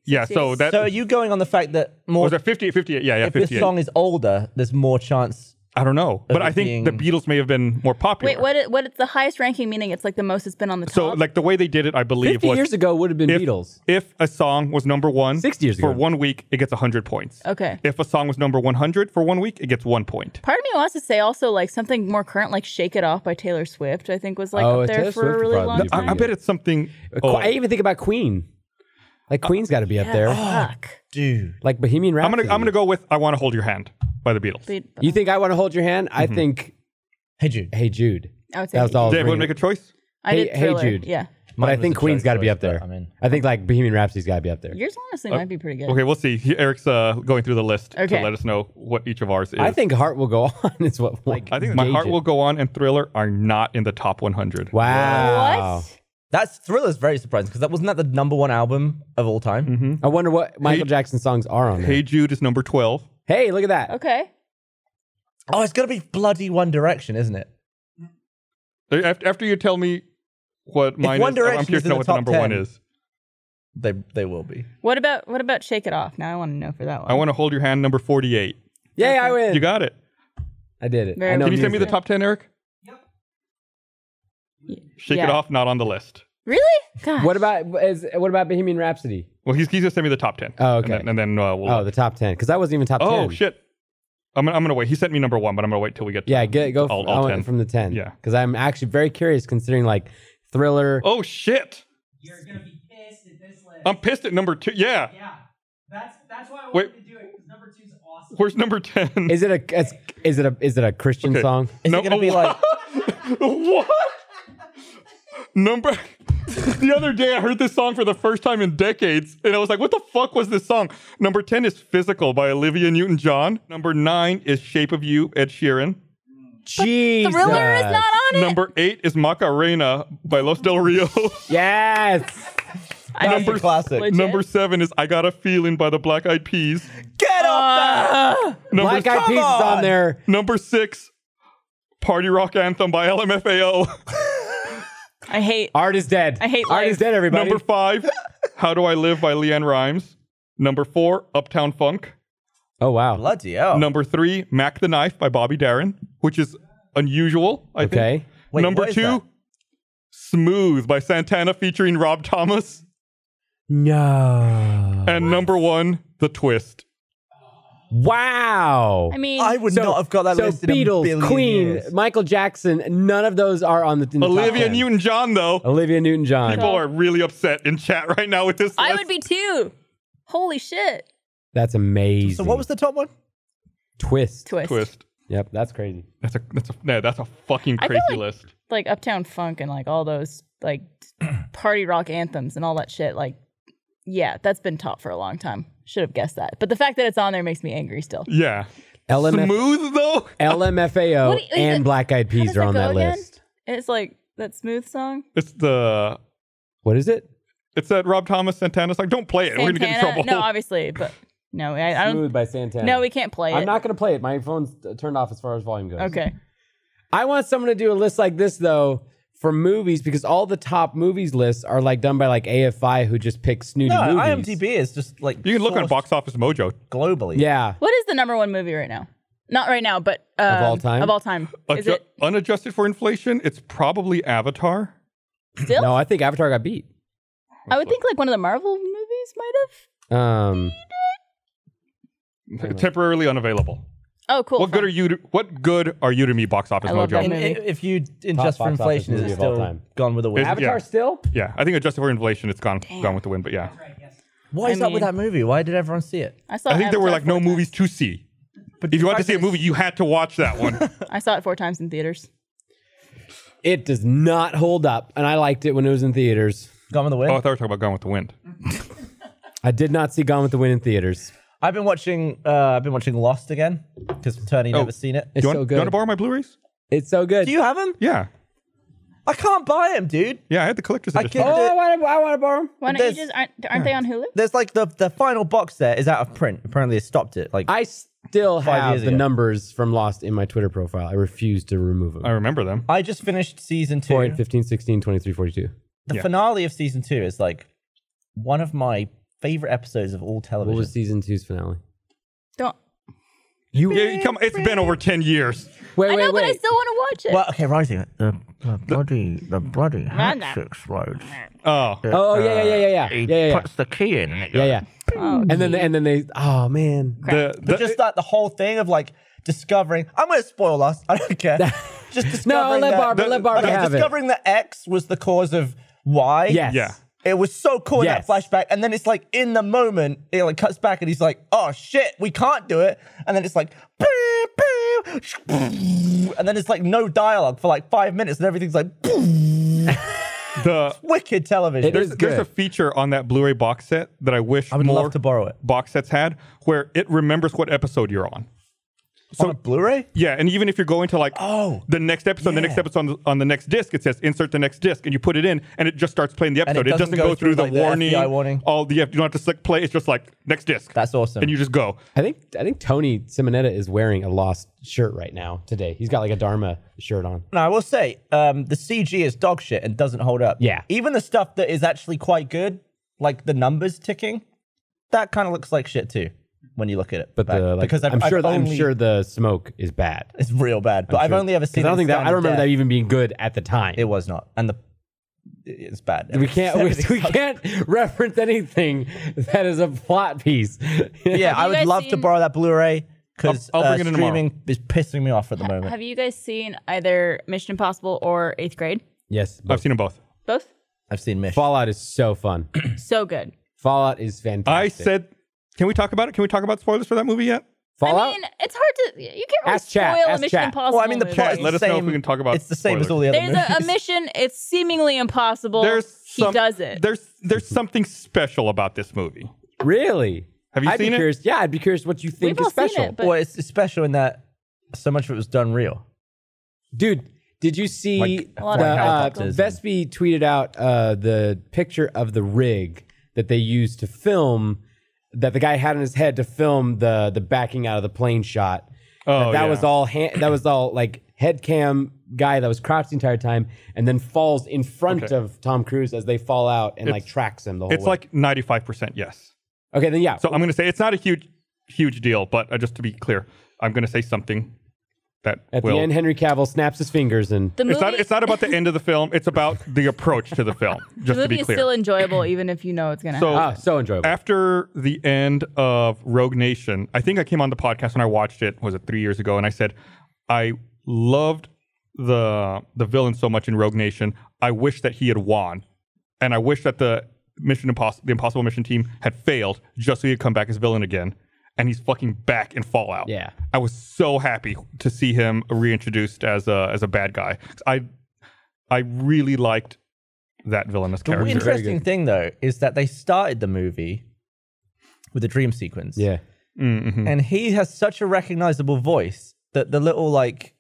Speaker 2: Yeah, so that
Speaker 3: so are you going on the fact that more
Speaker 2: was it 58, 58. Yeah, yeah,
Speaker 3: if this
Speaker 2: 58.
Speaker 3: song is older, there's more chance.
Speaker 2: I don't know, but
Speaker 3: it
Speaker 2: I think the
Speaker 3: being-
Speaker 2: Beatles may have been more popular.
Speaker 4: wait. What? It, what? It's the highest ranking meaning. It's like the most it's been on the top.
Speaker 2: So like the way they did it, I believe
Speaker 5: 50
Speaker 2: was
Speaker 5: years ago would have been
Speaker 2: if-
Speaker 5: Beatles.
Speaker 2: if a song was number one
Speaker 5: 60 years
Speaker 2: for
Speaker 5: ago.
Speaker 2: one week, it gets 100 points.
Speaker 4: okay.
Speaker 2: If a song was number 100 for one week, it gets one point.
Speaker 4: Part of me wants to say also like something more current, like "Shake It Off" by Taylor Swift. I think was like
Speaker 5: Oh,
Speaker 4: up there
Speaker 5: Taylor
Speaker 4: for
Speaker 5: Swift
Speaker 4: a
Speaker 5: would
Speaker 4: really
Speaker 5: probably
Speaker 4: long
Speaker 5: be
Speaker 4: time.
Speaker 2: I, I bet it's something. Oh, Uh,
Speaker 5: I even think about Queen. Like Queen's got to be up there. Oh.
Speaker 4: Fuck.
Speaker 3: Dude,
Speaker 5: Like Bohemian
Speaker 2: I'm
Speaker 5: Rhapsody.
Speaker 2: gonna I'm gonna go with "I Want to Hold Your Hand" by the Beatles.
Speaker 4: But-
Speaker 5: You think I want to hold your hand? I
Speaker 2: Mm-hmm.
Speaker 5: think
Speaker 3: hey Jude,
Speaker 5: Hey Jude.
Speaker 4: I would say
Speaker 5: That was all. I was
Speaker 2: Dave, want to
Speaker 5: bringing-
Speaker 2: make a choice?
Speaker 4: I
Speaker 5: Hey-
Speaker 4: did
Speaker 5: Hey
Speaker 4: Thriller.
Speaker 5: Jude.
Speaker 4: Yeah.
Speaker 5: but I
Speaker 3: Mine was
Speaker 5: think
Speaker 3: a
Speaker 5: Queen's
Speaker 3: joke
Speaker 5: got to be
Speaker 3: choice,
Speaker 5: up there.
Speaker 3: but I mean-
Speaker 5: I think like Bohemian Rhapsody's got to be up there.
Speaker 4: Yours honestly might be pretty good.
Speaker 2: Oh, Okay, we'll see. He- Eric's uh, going through the list
Speaker 4: Okay.
Speaker 2: to let us know what each of ours is.
Speaker 5: I think Heart will go <laughs> on. Is what like
Speaker 2: I think my
Speaker 5: gauge
Speaker 2: heart
Speaker 5: it.
Speaker 2: will go on and Thriller are not in the top 100.
Speaker 5: Wow.
Speaker 4: What?
Speaker 3: that's Thriller's very surprising because that wasn't that the number one album of all time.
Speaker 5: I wonder what Michael
Speaker 2: Hey-
Speaker 5: Jackson songs are on there.
Speaker 2: Hey
Speaker 5: Hey,
Speaker 2: Jude is number 12.
Speaker 5: look at that.
Speaker 4: Okay.
Speaker 3: Oh, it's gonna be bloody One Direction, isn't it?
Speaker 2: Uh, After, after you tell me what mine
Speaker 3: One
Speaker 2: is, I'm- I'm
Speaker 3: Direction
Speaker 2: curious
Speaker 3: is
Speaker 2: to
Speaker 3: in
Speaker 2: know
Speaker 3: the
Speaker 2: what the
Speaker 3: top
Speaker 2: number
Speaker 3: 10.
Speaker 2: one is.
Speaker 3: They they will be.
Speaker 4: What about what about "Shake It Off"? Now I want to know for that one.
Speaker 2: I want to hold your hand, number 48.
Speaker 5: Yay, I win.
Speaker 2: You got it.
Speaker 5: I did it.
Speaker 4: Very
Speaker 5: I know
Speaker 4: good.
Speaker 2: Can you send me the
Speaker 5: music.
Speaker 2: top 10, Eric? Shake it
Speaker 4: Yeah.
Speaker 2: off, not on the list.
Speaker 4: Really? God.
Speaker 5: What about is, what about Bohemian Rhapsody?
Speaker 2: Well, he's, he's going to send me the top 10.
Speaker 5: Oh, okay.
Speaker 2: And then, and then, uh, we'll.
Speaker 5: Oh, the top ten because that wasn't even top ten.
Speaker 2: Oh, shit. I'm, gonna- I'm going to wait. He sent me number one, but I'm going to wait till we get to
Speaker 5: Yeah, get go
Speaker 2: all,
Speaker 5: from,
Speaker 2: all
Speaker 5: I went
Speaker 2: 10.
Speaker 5: from the ten.
Speaker 2: Yeah.
Speaker 5: because I'm actually very curious considering like Thriller.
Speaker 2: oh, shit.
Speaker 8: <laughs> You're gonna be pissed at this list.
Speaker 2: I'm pissed at number two. Yeah.
Speaker 8: yeah, that's that's why I wanted
Speaker 2: Wait.
Speaker 8: to do it because number two's awesome.
Speaker 2: Where's number 10?
Speaker 5: Is it a is, is it a is it a Christian
Speaker 2: Okay.
Speaker 5: song?
Speaker 3: Is
Speaker 2: No-
Speaker 3: it gonna be
Speaker 2: oh,
Speaker 5: <laughs>
Speaker 3: like
Speaker 2: what? Number. the other day, I heard this song for the first time in decades, and I was like, "What the fuck was this song?" Number ten is "Physical" by Olivia Newton-John. Number nine is "Shape of You" Ed Sheeran.
Speaker 5: Jesus.
Speaker 4: Thriller is not on it.
Speaker 2: Number eight is "Macarena" by Los Del Rio.
Speaker 5: Yes.
Speaker 4: I mean,
Speaker 3: number classic?
Speaker 4: Legit?
Speaker 2: Number seven is "I Got a Feeling" by the Black Eyed Peas.
Speaker 3: Get
Speaker 5: uh,
Speaker 3: off that!
Speaker 2: Number
Speaker 5: Black Eyed Peas is on
Speaker 3: on.
Speaker 5: there.
Speaker 2: number six, "Party Rock Anthem" by LMFAO.
Speaker 4: I hate.
Speaker 5: Art is dead.
Speaker 4: I hate
Speaker 5: Art
Speaker 4: life.
Speaker 5: is dead. Everybody.
Speaker 2: Number five, "How Do I Live" by Leanne Rhymes. Number four, "Uptown Funk."
Speaker 5: oh wow.
Speaker 3: Bloody hell!
Speaker 2: Number three, Mac the Knife by Bobby Darin, which is unusual, I think.
Speaker 5: Okay.
Speaker 3: Wait,
Speaker 2: Number
Speaker 3: what is
Speaker 2: two,
Speaker 3: that?
Speaker 2: Smooth by Santana featuring Rob Thomas.
Speaker 5: No.
Speaker 2: And number one, The Twist.
Speaker 5: Wow.
Speaker 4: I mean,
Speaker 3: I would
Speaker 5: So-
Speaker 3: not have got that
Speaker 5: so
Speaker 3: list in a
Speaker 5: Beatles,
Speaker 3: billion
Speaker 5: Queen,
Speaker 3: years.
Speaker 5: Michael Jackson. None of those are on the, in the top
Speaker 2: Olivia
Speaker 5: 10.
Speaker 2: Newton John, though.
Speaker 5: Olivia Newton John.
Speaker 2: People are really upset in chat right now with this.
Speaker 4: I
Speaker 2: list.
Speaker 4: would be too. Holy shit!
Speaker 5: That's amazing.
Speaker 3: So what was the top one?
Speaker 5: twist?
Speaker 4: Twist.
Speaker 2: Twist.
Speaker 5: Yep, that's crazy.
Speaker 2: That's a that's a no, that's a fucking
Speaker 4: I feel
Speaker 2: crazy
Speaker 4: like-
Speaker 2: list.
Speaker 4: Like Uptown Funk and like all those
Speaker 2: <clears throat>
Speaker 4: like party rock anthems and all that shit. Like, yeah, that's been taught for a long time. Should have guessed that. But the fact that it's on there makes me angry still.
Speaker 2: Yeah.
Speaker 5: LMF-
Speaker 2: Smooth though.
Speaker 5: LMFAO
Speaker 4: What do you- is
Speaker 5: and
Speaker 4: it-
Speaker 5: Black Eyed
Speaker 4: How
Speaker 5: Peas
Speaker 4: does
Speaker 5: are on
Speaker 4: go
Speaker 5: that
Speaker 4: again?
Speaker 5: list.
Speaker 4: It's like that smooth song.
Speaker 2: It's the
Speaker 5: What is it?
Speaker 2: it's that Rob Thomas Santana song. Don't play it. We're gonna get in
Speaker 4: Santana?
Speaker 2: trouble.
Speaker 4: No, obviously, but no, I, I don't.
Speaker 5: by Santana.
Speaker 4: No, we can't play it.
Speaker 5: I'm not going to play it. My phone's uh, turned off as far as volume goes.
Speaker 4: Okay.
Speaker 5: I want someone to do a list like this though for movies because all the top movies lists are like done by like AFI who just picks snooty
Speaker 3: No,
Speaker 5: movies.
Speaker 3: IMDb is just like
Speaker 2: you can look on
Speaker 3: sourced
Speaker 2: Box Office Mojo.
Speaker 3: globally.
Speaker 5: Yeah.
Speaker 4: What is the number one movie right now? Not right now, but um,
Speaker 5: Of all time?
Speaker 4: Of all time,
Speaker 2: <clears throat>
Speaker 4: is
Speaker 2: Adju-
Speaker 4: it
Speaker 2: unadjusted for inflation, it's probably Avatar.
Speaker 4: still?
Speaker 5: No, I think Avatar got beat.
Speaker 4: I would think like one of the Marvel movies might have.
Speaker 5: Um,
Speaker 2: temporarily unavailable.
Speaker 4: Oh, cool.
Speaker 2: What good are you? To, what good are you to me? Box office
Speaker 4: I love
Speaker 2: mojo.
Speaker 4: that
Speaker 3: And i-
Speaker 4: movie.
Speaker 3: if you adjust for
Speaker 5: box office
Speaker 3: inflation, is
Speaker 5: movie
Speaker 3: it
Speaker 5: of all
Speaker 3: still
Speaker 5: time.
Speaker 3: gone with the wind?
Speaker 2: Is-
Speaker 5: Avatar
Speaker 2: yeah.
Speaker 5: still?
Speaker 2: Yeah, I think adjusted for inflation, it's gone gone with the wind. But yeah,
Speaker 3: Why is
Speaker 4: I
Speaker 3: that with
Speaker 4: mean-
Speaker 3: that movie? Why did everyone see it?
Speaker 4: I saw.
Speaker 2: I think there were
Speaker 4: Avatar
Speaker 2: like no
Speaker 4: four
Speaker 2: movies to see. if you wanted to see a movie, you had to watch that one. Oh,
Speaker 4: times. I saw it four times in theaters.
Speaker 5: It does not hold up, and I liked it when it was in theaters.
Speaker 3: Gone with the Wind.
Speaker 2: Oh, I thought we were talking about Gone with the Wind.
Speaker 5: I did not see Gone with the Wind in theaters.
Speaker 3: I've been watching. Uh, I've been watching Lost again because Tony
Speaker 2: Oh.
Speaker 3: never seen it.
Speaker 5: It's
Speaker 2: Do you,
Speaker 5: so
Speaker 2: want, do
Speaker 5: good.
Speaker 2: you want to borrow my Blu-rays?
Speaker 5: it's so good.
Speaker 3: Do you have him?
Speaker 2: Yeah,
Speaker 3: I can't buy him, dude.
Speaker 2: yeah. I had the collector's
Speaker 3: I
Speaker 2: edition.
Speaker 3: can't-
Speaker 5: oh, I want to. I want to borrow. 'em.
Speaker 4: Why don't
Speaker 3: There's-
Speaker 4: you just aren't,
Speaker 2: <clears throat>
Speaker 4: aren't they on Hulu?
Speaker 3: There's like the the final box there is out of print. Apparently, they stopped it. Like
Speaker 5: I still
Speaker 3: Five
Speaker 5: have
Speaker 3: years
Speaker 5: the
Speaker 3: ago.
Speaker 5: numbers from Lost in my Twitter profile. I refuse to remove them.
Speaker 2: I remember them.
Speaker 3: I just finished season two.
Speaker 5: Point 15, 16, 23, 42.
Speaker 3: the
Speaker 2: yeah.
Speaker 3: finale of season two is like one of my favorite episodes of all
Speaker 5: What
Speaker 3: television.
Speaker 5: was season two's finale?
Speaker 4: Don't.
Speaker 2: Yeah, you come. It's been over ten years.
Speaker 5: Wait,
Speaker 4: I
Speaker 5: wait,
Speaker 4: know, but I
Speaker 5: wait.
Speaker 4: still want to watch it.
Speaker 3: well, okay, rising the, the bloody the bloody
Speaker 4: Run that.
Speaker 3: explodes.
Speaker 2: Oh,
Speaker 5: oh, yeah, yeah,
Speaker 3: Uh,
Speaker 5: yeah, yeah, yeah, yeah, yeah, yeah.
Speaker 3: the key in. And it
Speaker 5: yeah, yeah. and then and then they. Oh man.
Speaker 2: the, the,
Speaker 3: But just like the whole thing of like discovering. I'm going to spoil us. <laughs> I don't
Speaker 5: <laughs>
Speaker 3: care. just discovering
Speaker 5: let
Speaker 3: that,
Speaker 5: Barbara- let Barbara
Speaker 3: okay,
Speaker 5: have it.
Speaker 3: discovering that X was the cause of Y.
Speaker 5: Yes.
Speaker 2: Yeah.
Speaker 3: It was so cool in that
Speaker 5: Yes.
Speaker 3: flashback, and then it's like in the moment it like cuts back, and he's like, "Oh shit, we can't do it," and then it's like, "Pew, pew, sh- pew," and then it's like no dialogue for like five minutes, and everything's like
Speaker 2: the
Speaker 3: wicked television.
Speaker 5: It is
Speaker 2: there's, there's a
Speaker 5: good.
Speaker 2: feature on that Blu-ray box set that I wish
Speaker 3: I would
Speaker 2: more
Speaker 3: love to borrow it
Speaker 2: box sets had, where it remembers what episode you're on.
Speaker 3: on a Blu-ray.
Speaker 2: Yeah, and even if you're going to like
Speaker 3: Oh,
Speaker 2: the next episode, the next
Speaker 3: yeah.
Speaker 2: episode on the, on the next disc, it says insert the next disc, and you put it in, and it just starts playing the
Speaker 3: it
Speaker 2: episode.
Speaker 3: doesn't
Speaker 2: doesn't
Speaker 3: go
Speaker 2: go through,
Speaker 3: through, like,
Speaker 2: the
Speaker 3: the
Speaker 2: warning,
Speaker 3: FBI warning.
Speaker 2: all the you don't have to click play. It's just like next disc.
Speaker 3: That's awesome.
Speaker 2: And you just go.
Speaker 5: I think I think Tony Simonetta is wearing a Lost shirt right now today. He's got like a Dharma shirt on.
Speaker 3: Now I will say, um, the CG is dog shit and doesn't hold up.
Speaker 5: Yeah.
Speaker 3: Even the stuff that is actually quite good, like the numbers ticking, that kind of looks like shit too when you look at it.
Speaker 5: But
Speaker 3: back.
Speaker 5: the like,
Speaker 3: because I've,
Speaker 5: I'm sure
Speaker 3: I've
Speaker 5: the,
Speaker 3: only,
Speaker 5: I'm sure the smoke is bad.
Speaker 3: it's real bad. But I've
Speaker 5: Sure.
Speaker 3: only ever
Speaker 5: 'Cause
Speaker 3: seen.
Speaker 5: I don't
Speaker 3: it
Speaker 5: think that I
Speaker 3: standing
Speaker 5: don't remember
Speaker 3: there.
Speaker 5: that even being good at the time.
Speaker 3: It was not, and the it's bad. <laughs>
Speaker 5: we can't we, we can't reference anything that is a plot piece.
Speaker 3: Yeah,
Speaker 4: Have
Speaker 3: I
Speaker 4: you
Speaker 3: would
Speaker 4: guys
Speaker 3: love to
Speaker 4: seen- Oh,
Speaker 3: borrow that Blu-ray because
Speaker 2: I'll- I'll
Speaker 3: uh,
Speaker 2: bring it in tomorrow.
Speaker 3: streaming is pissing me off at the moment.
Speaker 4: Have you guys seen either Mission Impossible or Eighth Grade?
Speaker 5: yes,
Speaker 2: I've seen them both.
Speaker 4: Both
Speaker 3: I've seen Mish.
Speaker 5: Fallout is
Speaker 2: <clears throat>
Speaker 5: so fun.
Speaker 4: so good.
Speaker 5: Fallout is
Speaker 2: I
Speaker 5: fantastic.
Speaker 2: said, can we talk about it? Can we talk about spoilers for that movie yet?
Speaker 5: Fallout.
Speaker 4: I mean, it's hard to you can't really
Speaker 5: Ask chat,
Speaker 4: spoil a
Speaker 5: ask
Speaker 4: Mission
Speaker 5: chat.
Speaker 4: Impossible.
Speaker 3: well, I mean, the
Speaker 4: movie.
Speaker 3: plot.
Speaker 2: Chat,
Speaker 3: is
Speaker 2: let
Speaker 3: the
Speaker 2: us know if
Speaker 3: same-
Speaker 2: we can talk about
Speaker 3: It's the same
Speaker 2: spoilers.
Speaker 3: as all the other
Speaker 4: There's a, a
Speaker 3: movies.
Speaker 4: mission. It's seemingly impossible.
Speaker 2: There's
Speaker 4: he
Speaker 2: some-
Speaker 4: does it.
Speaker 2: There's there's something special about this movie.
Speaker 5: really?
Speaker 2: Have you
Speaker 5: I'd
Speaker 2: seen
Speaker 5: be
Speaker 2: it?
Speaker 5: Curious. Yeah, I'd be curious what you think
Speaker 4: We've all
Speaker 5: is special.
Speaker 4: seen it, but
Speaker 3: well, it's it's special in that so much of it was done real.
Speaker 5: Dude, did you see
Speaker 3: Like,
Speaker 5: the,
Speaker 4: A lot of like
Speaker 5: uh,
Speaker 3: helicopters and-
Speaker 5: Vespi tweeted out uh, the picture of the rig that they used to film that the guy had in his head to film the the backing out of the plane shot.
Speaker 2: Oh,
Speaker 5: that, that
Speaker 2: yeah.
Speaker 5: was all hand, that was all like head cam guy that was crouched the entire time and then falls in front
Speaker 2: Okay.
Speaker 5: of Tom Cruise as they fall out and like
Speaker 2: It's-
Speaker 5: tracks him the whole
Speaker 2: It's
Speaker 5: way.
Speaker 2: like 95% yes.
Speaker 5: okay, then yeah.
Speaker 2: So I'm going to say it's not a huge huge deal, but uh, just to be clear, I'm going to say something that
Speaker 5: At
Speaker 2: will
Speaker 5: the end, Henry Cavill snaps his fingers and
Speaker 4: the movie,
Speaker 2: It's not. It's not about the end of the film. It's about the approach to the
Speaker 4: <laughs>
Speaker 2: film. Just
Speaker 4: the
Speaker 2: to
Speaker 4: movie
Speaker 2: be
Speaker 4: is
Speaker 2: clear.
Speaker 4: still enjoyable, even if you know it's gonna.
Speaker 2: so
Speaker 5: ah, so enjoyable.
Speaker 2: after the end of Rogue Nation, I think I came on the podcast and I watched it. Was it three years ago? And I said I loved the the villain so much in Rogue Nation. I wish that he had won, and I wish that the Mission Impossible, the Impossible Mission team, had failed just so he could come back as villain again. And he's fucking back in Fallout.
Speaker 5: Yeah.
Speaker 2: I was so happy to see him reintroduced as a as a bad guy. I I really liked that villainous
Speaker 3: The
Speaker 2: character.
Speaker 3: interesting thing, though, is that they started the movie with a dream sequence.
Speaker 5: yeah.
Speaker 2: Mhm.
Speaker 3: And he has such a recognizable voice that the little, like,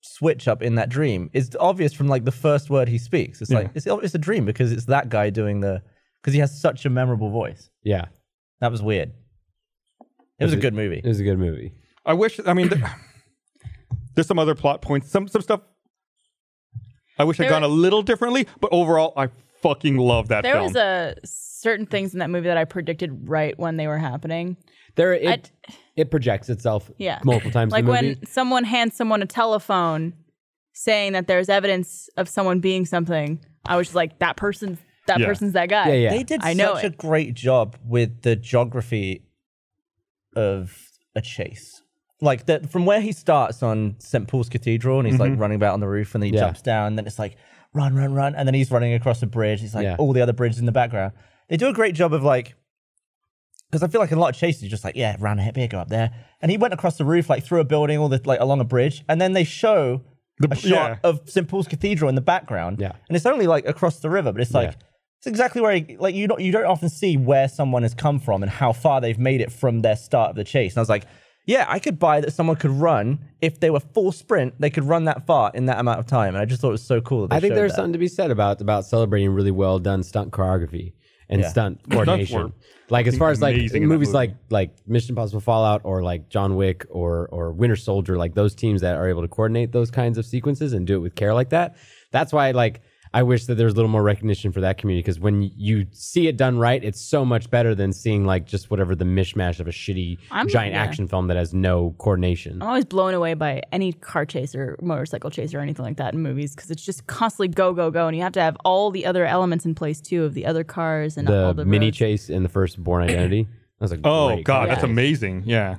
Speaker 3: switch up in that dream is obvious from, like, the first word he speaks. It's like, it's, it's a dream because it's that guy doing the, because he has such a memorable voice.
Speaker 5: Yeah.
Speaker 3: That was weird. It was a good movie.
Speaker 5: It was a good movie.
Speaker 2: I wish. I mean, <clears throat> th- there's some other plot points. Some some stuff. I wish I'd
Speaker 4: There-
Speaker 2: gone a little differently, but overall, I fucking love that
Speaker 4: there
Speaker 2: film.
Speaker 4: was a certain things in that movie that I predicted right when they were happening.
Speaker 5: There it it projects itself
Speaker 4: Yeah.
Speaker 5: multiple times
Speaker 4: like
Speaker 5: in the movie.
Speaker 4: when someone hands someone a telephone saying that there's evidence of someone being something i was just like that person's that
Speaker 2: Yeah.
Speaker 4: person's that guy
Speaker 5: Yeah, yeah.
Speaker 3: They did
Speaker 4: I know
Speaker 3: such
Speaker 4: it.
Speaker 3: a great job with the geography of a chase. like that from where he starts on St Paul's Cathedral and he's like running about on the roof and then he
Speaker 5: Mm-hmm. Yeah.
Speaker 3: jumps down and then it's like run run run and then he's running across a bridge he's like
Speaker 5: Yeah.
Speaker 3: all the other bridges in the background they do a great job of like because I feel like in a lot of chases you're just like yeah round here go up there and he went across the roof like through a building all the like along a bridge and then they show a shot
Speaker 2: yeah.
Speaker 3: of St Paul's Cathedral in the background
Speaker 5: Yeah.
Speaker 3: and it's only like across the river but it's like
Speaker 5: Yeah.
Speaker 3: it's exactly where he, like you don't you don't often see where someone has come from and how far they've made it from their start of the chase. And I was like, yeah, I could buy that someone could run if they were full sprint, they could run that far in that amount of time. And I just thought it was so cool. That they
Speaker 5: I think
Speaker 3: showed
Speaker 5: there's
Speaker 3: that.
Speaker 5: something to be said about about celebrating really well done stunt choreography and
Speaker 3: Yeah.
Speaker 5: stunt
Speaker 2: were
Speaker 5: coordination. Like as far as like
Speaker 2: amazing in that
Speaker 5: movies
Speaker 2: movie.
Speaker 5: like like Mission Impossible Fallout or like John Wick or or Winter Soldier, like those teams that are able to coordinate those kinds of sequences and do it with care like that. That's why like I wish that there was a little more recognition for that community because when you see it done right, it's so much better than seeing like just whatever the mishmash of a shitty
Speaker 4: I'm-
Speaker 5: giant
Speaker 4: yeah.
Speaker 5: action film that has no coordination.
Speaker 4: I'm always blown away by any car chase or motorcycle chase or anything like that in movies because it's just constantly go go go, and you have to have all the other elements in place too of the other cars and all
Speaker 5: The
Speaker 4: the
Speaker 5: mini
Speaker 4: roads.
Speaker 5: chase in the first Born Identity. That was like
Speaker 2: Oh god, that's amazing. Yeah.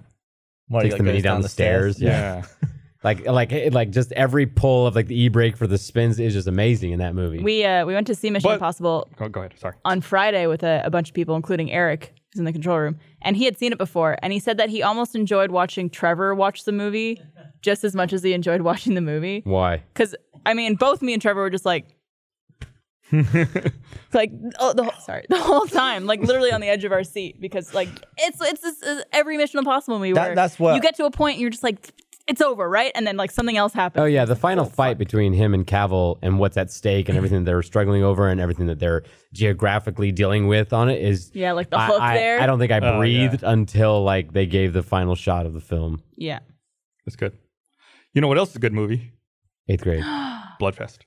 Speaker 3: Where he,
Speaker 5: takes
Speaker 3: like,
Speaker 5: the mini
Speaker 3: goes
Speaker 5: down, the stairs. Yeah.
Speaker 2: Yeah.
Speaker 5: like like it- like just every pull of like the e brake for the spins is just amazing in that movie.
Speaker 4: We uh, we went to see Mission
Speaker 2: But-
Speaker 4: Impossible
Speaker 2: Go, go ahead. Sorry.
Speaker 4: on Friday with a, a bunch of people, including Eric, who's in the control room, and he had seen it before, and he said that he almost enjoyed watching Trevor watch the movie just as much as he enjoyed watching the movie.
Speaker 5: Why?
Speaker 4: Because I mean, both me and Trevor were
Speaker 2: <laughs>
Speaker 4: just like, like oh, the whole, sorry, the whole time, like literally on the edge of our seat because like it's it's, this is every Mission Impossible movie
Speaker 3: That-
Speaker 4: where
Speaker 3: that's what-
Speaker 4: you get to a point and you're just like it's over, right? And then like something else happens.
Speaker 5: Oh yeah, the final fight between him and Cavill and what's at stake and everything they're struggling over and everything that they're geographically dealing with on it is
Speaker 4: Yeah, like the
Speaker 5: I-
Speaker 4: hook
Speaker 5: I,
Speaker 4: there.
Speaker 5: I don't think I
Speaker 2: Oh, yeah.
Speaker 5: breathed until like they gave the final shot of the film.
Speaker 4: Yeah.
Speaker 2: That's good. You know what else is a good movie?
Speaker 5: Eighth
Speaker 4: <gasps>
Speaker 5: grade.
Speaker 2: Bloodfest.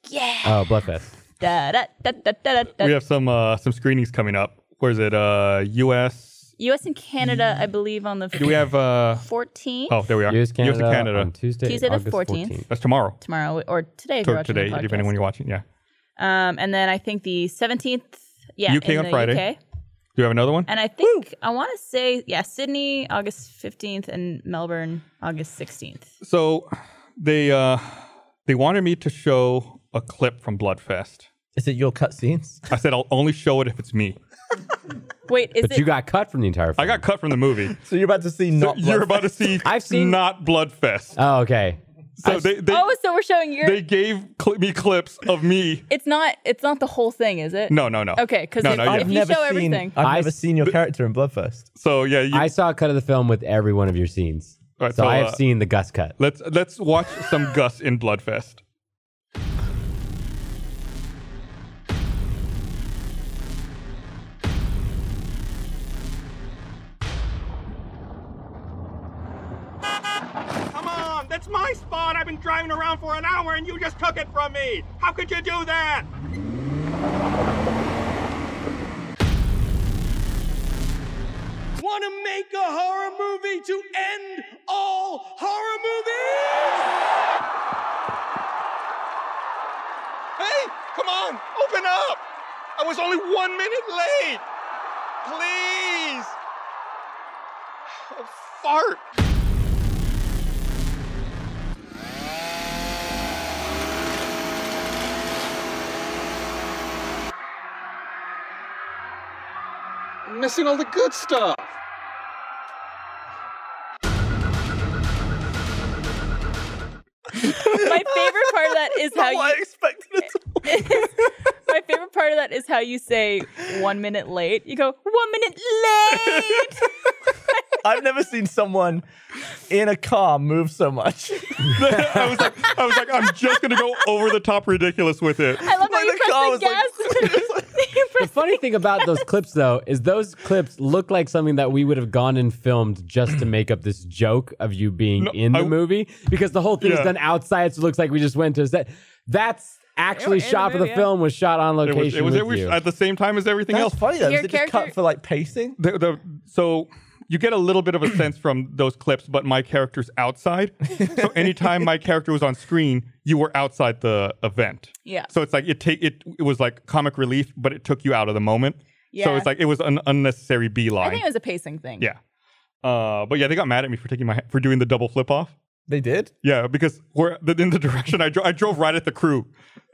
Speaker 5: Oh, Bloodfest.
Speaker 4: Da, da, da, da, da, da,
Speaker 2: we
Speaker 4: da.
Speaker 2: have some uh some screenings coming up. Where is it? Uh US
Speaker 4: U.S. and Canada, I believe, on the
Speaker 2: Do we have uh
Speaker 4: 14th
Speaker 2: Oh, there we are.
Speaker 5: US Canada,
Speaker 2: and Canada.
Speaker 5: on Tuesday,
Speaker 4: Tuesday the
Speaker 5: August
Speaker 4: 14th.
Speaker 5: 14th.
Speaker 2: That's tomorrow.
Speaker 4: tomorrow or today if
Speaker 2: To-
Speaker 4: you're watching
Speaker 2: today,
Speaker 4: the podcast.
Speaker 2: depending when you're watching. Yeah.
Speaker 4: Um, and then I think the 17th, yeah,
Speaker 2: UK
Speaker 4: in
Speaker 2: on
Speaker 4: the
Speaker 2: Friday.
Speaker 4: UK.
Speaker 2: Do you have another one?
Speaker 4: And I think I want to say yeah, Sydney August 15th and Melbourne August 16th.
Speaker 2: So they uh they wanted me to show a clip from Bloodfest.
Speaker 3: Is it your cutscenes? <laughs>
Speaker 2: I said I'll only show it if it's me.
Speaker 4: Wait, is
Speaker 5: But
Speaker 4: it
Speaker 5: you got cut from the entire film.
Speaker 2: I got cut from the
Speaker 4: <laughs>
Speaker 2: movie.
Speaker 3: So you're about to see not.
Speaker 2: <laughs> You're
Speaker 3: blood-
Speaker 2: about to see
Speaker 5: I've seen-
Speaker 2: not
Speaker 4: Uh,
Speaker 2: Bloodfest.
Speaker 5: Oh, okay.
Speaker 2: so they, they,
Speaker 4: Oh, so we're showing your
Speaker 2: they gave cl- me clips of me.
Speaker 4: It's not it's not the whole thing, is it?
Speaker 2: No, no, no.
Speaker 4: Okay, 'cause
Speaker 2: no,
Speaker 4: if-
Speaker 2: no,
Speaker 4: I've
Speaker 2: yeah.
Speaker 4: you
Speaker 3: never
Speaker 4: show
Speaker 3: seen,
Speaker 4: everything.
Speaker 3: I've
Speaker 5: I-
Speaker 3: never seen your character in Bloodfest.
Speaker 2: So yeah, you,
Speaker 5: I saw a cut of the film with every one of your scenes.
Speaker 2: All right,
Speaker 5: so,
Speaker 2: so,
Speaker 5: I have
Speaker 2: uh,
Speaker 5: seen the Gus cut.
Speaker 2: let's let's watch some Gus in Bloodfest.
Speaker 10: Come on, that's my spot. I've been driving around for an hour and you just took it from me. How could you do that? Want to make a horror movie to end all horror movies?
Speaker 2: Hey, come on, open up! I was only one minute late. Please, oh, fart. I'm missing all the good stuff.
Speaker 4: <laughs> My favorite part of that
Speaker 2: <laughs>
Speaker 4: is how
Speaker 3: I
Speaker 4: you
Speaker 3: expected it. To-
Speaker 4: <laughs> my favorite part of that is how you say one minute late. You go, one minute
Speaker 2: <laughs>
Speaker 4: late.
Speaker 3: <laughs> I've never seen someone in a car move so much.
Speaker 2: <laughs>
Speaker 3: <laughs>
Speaker 2: I was like, I was like, I'm just gonna go over the top ridiculous with it.
Speaker 4: I love how
Speaker 3: Like
Speaker 4: you
Speaker 3: the
Speaker 4: press
Speaker 3: car
Speaker 4: the
Speaker 3: was
Speaker 2: <laughs>
Speaker 3: like-
Speaker 4: gas. <laughs> You
Speaker 5: The
Speaker 4: press
Speaker 5: funny thing about those clips, though, is those clips look like something that we would have gone and filmed just to make up this joke of you being
Speaker 2: No,
Speaker 5: in the
Speaker 2: I-
Speaker 5: movie because the whole thing is
Speaker 2: Yeah.
Speaker 5: done outside, so it looks like we just went to a set. That's actually
Speaker 4: in the
Speaker 5: shot for the
Speaker 4: movie, yeah.
Speaker 5: film was shot on
Speaker 2: It was,
Speaker 5: location
Speaker 2: it was
Speaker 5: with
Speaker 2: every,
Speaker 5: you.
Speaker 2: at the same time as everything else.
Speaker 3: That's funny though.
Speaker 4: Your
Speaker 3: Is it just
Speaker 4: character-
Speaker 3: cut for like pacing?
Speaker 2: the, the so you get a little bit of a sense from those clips, but my character's outside.
Speaker 4: <laughs>
Speaker 2: so anytime my character was on screen, you were outside the event.
Speaker 4: Yeah.
Speaker 2: So it's like it take it. It was like comic relief, but it took you out of the moment.
Speaker 4: Yeah.
Speaker 2: So it's like it was an unnecessary
Speaker 4: I
Speaker 2: beeline.
Speaker 4: think it was a pacing thing.
Speaker 2: yeah. Uh, but yeah, they got mad at me for taking my for doing the double flip off.
Speaker 3: They did?
Speaker 2: Yeah, because where the, in the <laughs> direction I drove, I drove right at the crew,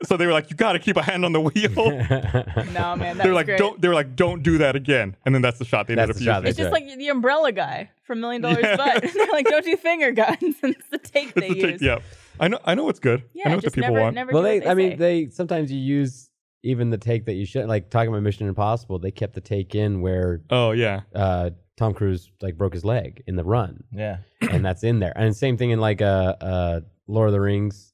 Speaker 2: so they were like, "You got to keep a hand on the wheel."
Speaker 4: <laughs> No, man, that's
Speaker 2: they were like,
Speaker 4: great.
Speaker 2: "Don't." They were like, "Don't do that again." And then that's the shot they
Speaker 5: That's
Speaker 2: ended
Speaker 5: the
Speaker 2: up
Speaker 5: shot
Speaker 2: using.
Speaker 4: It's just like the umbrella guy from Million Dollars Butt. <laughs> They're like, don't do finger guns. <laughs> And it's the take they
Speaker 2: It's the
Speaker 4: use.
Speaker 2: take- yeah, I know. I know what's good. I know
Speaker 4: Yeah,
Speaker 2: what the
Speaker 4: just
Speaker 2: people
Speaker 4: never,
Speaker 2: want.
Speaker 4: never.
Speaker 5: Well,
Speaker 4: do
Speaker 5: they,
Speaker 4: what
Speaker 5: I mean,
Speaker 4: say.
Speaker 5: they sometimes you use even the take that you should like talking about Mission Impossible. They kept the take in where
Speaker 2: oh yeah,
Speaker 5: uh, Tom Cruise like broke his leg in the run,
Speaker 3: Yeah.
Speaker 5: and that's in there. And same thing in like uh, uh, Lord of the Rings.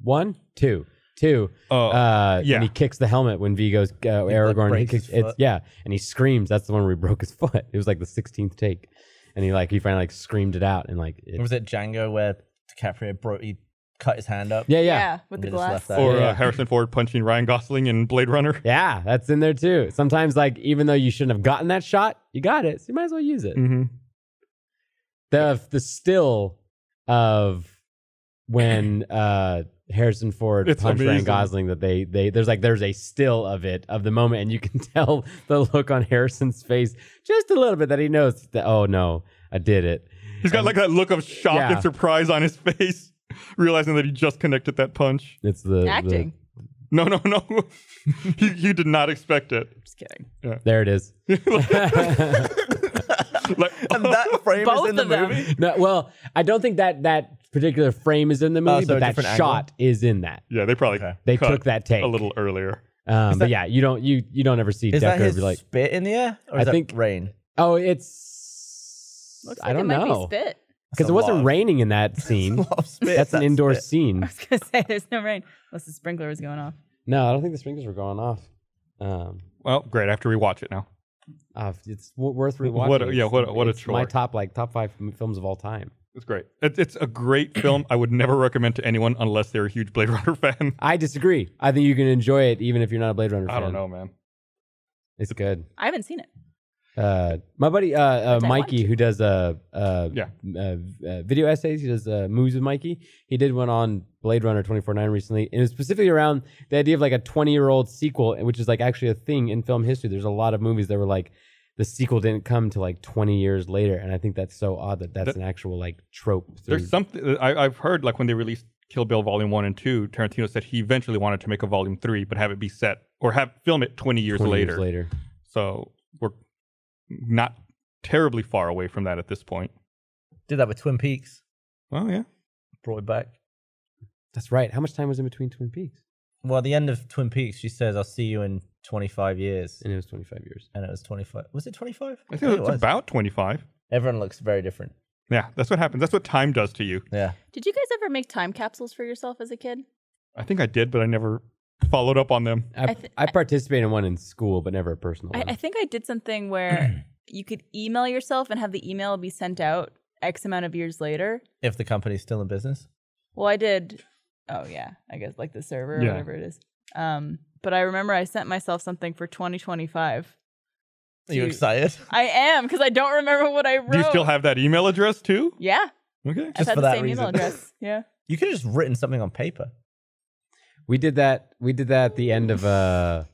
Speaker 5: One, two, two.
Speaker 2: Oh,
Speaker 5: uh,
Speaker 2: yeah.
Speaker 5: And he kicks the helmet when Vigo's uh,
Speaker 3: like,
Speaker 5: Aragorn. he
Speaker 3: breaks
Speaker 5: kicks,
Speaker 3: his
Speaker 5: it's,
Speaker 3: foot.
Speaker 5: yeah, and he screams. That's the one where he <laughs> broke his foot. It was like the sixteenth take, and he like he finally like screamed it out and like it,
Speaker 3: Or was it Django where DiCaprio brought he cut his hand up?
Speaker 5: yeah, yeah,
Speaker 4: yeah,
Speaker 5: yeah,
Speaker 4: with
Speaker 3: and
Speaker 4: the
Speaker 3: they just
Speaker 4: glass.
Speaker 3: left that.
Speaker 2: or
Speaker 5: yeah.
Speaker 2: Uh, Harrison Ford punching Ryan Gosling in Blade
Speaker 5: <laughs>
Speaker 2: Runner.
Speaker 5: That's in there too. Sometimes like even though you shouldn't have gotten that shot, you got it, so you might as well use it.
Speaker 2: Mm-hmm.
Speaker 5: the the still of when uh Harrison Ford
Speaker 2: It's
Speaker 5: punched Ryan
Speaker 2: amazing.
Speaker 5: Gosling that they they there's like there's a still of it of the moment and you can <laughs> tell the look on Harrison's face just a little bit that he knows that oh no I did it
Speaker 2: He's got like that look of shock
Speaker 5: Yeah.
Speaker 2: and surprise on his face, <laughs> realizing that he just connected that punch.
Speaker 5: it's the the-
Speaker 4: Acting.
Speaker 2: No, no, no. <laughs> he, he did not expect it.
Speaker 4: Just kidding.
Speaker 5: there
Speaker 3: <laughs>
Speaker 5: it is
Speaker 2: Like,
Speaker 3: And that frame
Speaker 4: Both
Speaker 3: is in the
Speaker 4: of them.
Speaker 3: movie?
Speaker 5: no, well I don't think that that particular frame is in the movie
Speaker 3: Oh, so a
Speaker 5: but that
Speaker 3: different
Speaker 5: shot is in that
Speaker 2: yeah, they probably
Speaker 3: Okay.
Speaker 5: they
Speaker 2: cut
Speaker 5: took that take
Speaker 2: a little earlier.
Speaker 5: um, but
Speaker 3: that-
Speaker 5: yeah you don't you you don't ever see
Speaker 3: Is that
Speaker 5: Decker
Speaker 3: his
Speaker 5: be like
Speaker 3: spit in the air? Or
Speaker 5: I
Speaker 3: is that
Speaker 5: think-
Speaker 3: <laughs> rain?
Speaker 5: oh it's
Speaker 4: Looks
Speaker 5: I
Speaker 4: like
Speaker 5: don't
Speaker 4: it
Speaker 5: know
Speaker 4: might be spit. <laughs>
Speaker 5: because
Speaker 3: That's
Speaker 5: it
Speaker 3: a
Speaker 5: wasn't
Speaker 3: lot of-
Speaker 5: raining in that scene.
Speaker 3: lot of spit,
Speaker 5: That's an
Speaker 3: that's
Speaker 5: indoor
Speaker 3: spit.
Speaker 2: <laughs>
Speaker 5: scene.
Speaker 4: I was gonna say there's no rain unless the sprinkler was going off.
Speaker 5: No, I don't think the sprinklers were going off. Um,
Speaker 2: Well, great. I have to rewatch it now.
Speaker 5: uh, it's w- worth rewatching.
Speaker 2: What a- yeah,
Speaker 5: It's-
Speaker 2: what a- what a
Speaker 5: it's My
Speaker 2: chore.
Speaker 5: top like top five m- films of all time.
Speaker 2: It's great. It's, it's a great film. I would never recommend to anyone unless they're a huge Blade Runner <laughs> fan.
Speaker 5: I disagree. I think you can enjoy it even if you're not a Blade Runner fan.
Speaker 2: I don't know, man.
Speaker 5: It's good.
Speaker 4: I haven't seen it.
Speaker 5: Uh, my buddy uh, uh,
Speaker 4: Which I want
Speaker 5: Mikey, who does uh, uh,
Speaker 2: Yeah.
Speaker 5: uh, uh, video essays, he does uh, moves with Mikey. He did one on Blade Runner 24-9 recently, and it was specifically around the idea of like a 20-year-old sequel, which is like actually a thing in film history. There's a lot of movies that were like the sequel didn't come to like 20 years later, and I think that's so odd that that's
Speaker 2: That-
Speaker 5: an actual like trope. through-
Speaker 2: There's something I, I've heard like when they released Kill Bill Volume One and Two, Tarantino said he eventually wanted to make a Volume Three, but have it be set or have film it 20 years,
Speaker 5: 20
Speaker 2: later.
Speaker 5: years later.
Speaker 2: So we're not terribly far away from that at this point.
Speaker 3: Did that with Twin Peaks.
Speaker 2: Well, yeah.
Speaker 3: Brought it back.
Speaker 5: That's right. How much time was in between Twin Peaks?
Speaker 3: Well, at the end of Twin Peaks, she says, I'll see you in 25 years.
Speaker 5: And it was 25 years.
Speaker 3: And it was 25. Was it 25?
Speaker 2: I think it's about 25.
Speaker 3: Everyone looks very different.
Speaker 2: Yeah, that's what happens. That's what time does to you.
Speaker 3: Yeah.
Speaker 4: Did you guys ever make time capsules for yourself as a kid?
Speaker 2: I think I did, but I never followed up on them.
Speaker 5: I,
Speaker 4: I thi-
Speaker 5: I participated in one in school, but never a personal
Speaker 4: I,
Speaker 5: one.
Speaker 4: I think I did
Speaker 2: <clears throat>
Speaker 4: something where you could email yourself and have the email be sent out X amount of years later.
Speaker 3: If the company's still in business.
Speaker 4: Well, I did. Oh yeah, I guess like the server or
Speaker 2: Yeah.
Speaker 4: whatever it is. Um, but I remember I sent myself something for 2025.
Speaker 3: Are you
Speaker 4: Dude.
Speaker 3: excited? <laughs>
Speaker 4: I am because I don't remember what I wrote.
Speaker 2: Do you still have that email address too?
Speaker 4: Yeah,
Speaker 2: Okay.
Speaker 4: I've
Speaker 3: Just
Speaker 4: had
Speaker 3: for
Speaker 4: the
Speaker 3: that
Speaker 4: same email
Speaker 3: reason.
Speaker 4: address. Yeah.
Speaker 3: You could have just written something on paper.
Speaker 5: We did that. We did that at the end of uh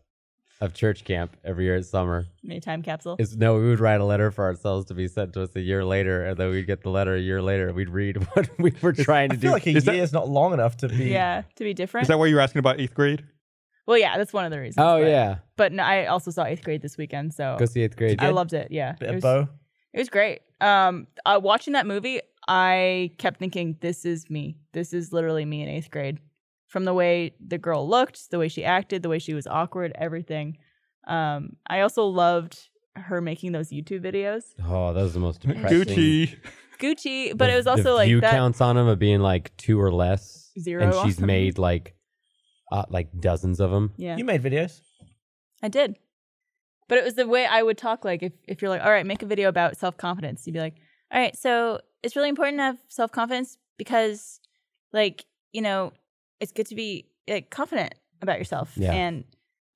Speaker 5: of church camp every year at summer.
Speaker 4: Mini time capsule.
Speaker 5: Is no, we would write a letter for ourselves to be sent to us a year later, and then we'd get the letter a year later. and We'd read <laughs> what we were trying to
Speaker 3: I feel
Speaker 5: do.
Speaker 3: like a
Speaker 2: is that-
Speaker 3: year's not long enough to be.
Speaker 4: yeah, to be different.
Speaker 2: Is that why you were asking about eighth grade?
Speaker 4: well, yeah, that's one of the reasons.
Speaker 5: oh
Speaker 4: but-
Speaker 5: yeah,
Speaker 4: But no, I also saw eighth grade this weekend, so
Speaker 5: go see eighth grade.
Speaker 4: I loved it. Yeah,
Speaker 3: Bit
Speaker 4: it
Speaker 3: of
Speaker 4: was,
Speaker 3: bow.
Speaker 4: it was great. Um, uh, watching that movie, I kept thinking, "This is me. This is literally me in eighth grade." From the way the girl looked, the way she acted, the way she was awkward, everything. Um, I also loved her making those YouTube videos,
Speaker 5: Oh, that was the most depressing.
Speaker 2: Gucci.
Speaker 4: Gucci. But
Speaker 5: The-
Speaker 4: it was
Speaker 5: the
Speaker 4: also like
Speaker 5: view
Speaker 4: that.
Speaker 5: counts on them of being like two or less,
Speaker 4: Zero
Speaker 5: and
Speaker 4: or
Speaker 5: she's
Speaker 4: something.
Speaker 5: made like uh, like dozens of them.
Speaker 4: Yeah,
Speaker 3: You made videos.
Speaker 4: I did. But it was the way I would talk. Like if, if you're like, all right, make a video about self confidence, you'd be like, all right, so it's really important to have self confidence because, like, you know, it's good to be like, confident about yourself,
Speaker 5: Yeah.
Speaker 4: and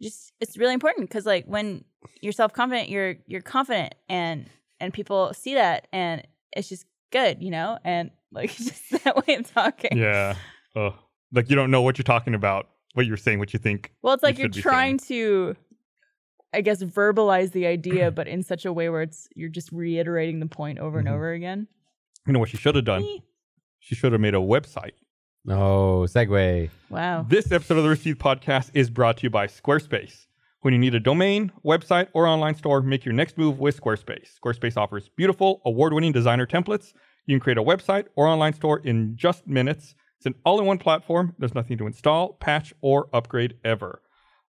Speaker 4: just it's really important because like when you're self confident, you're you're confident, and and people see that, and it's just good, you know, and like <laughs> just that way of talking.
Speaker 2: Yeah. Ugh. Like you don't know what you're talking about, but you're saying what you think.
Speaker 4: Well, it's like
Speaker 2: You
Speaker 4: you are
Speaker 2: should be
Speaker 4: trying to I guess verbalize the idea, but in such a way where it's you're just reiterating the point over
Speaker 2: Mm-hmm.
Speaker 4: and over again.
Speaker 2: You know what she should have done? She should have made a website.
Speaker 5: Oh, segue.
Speaker 4: Wow.
Speaker 2: This episode of the Receipt Podcast is brought to you by Squarespace. When you need a domain, website, or online store, make your next move with Squarespace. Squarespace offers beautiful, award winning designer templates. You can create a website or online store in just minutes. It's an all in one platform. There's nothing to install, patch, or upgrade ever.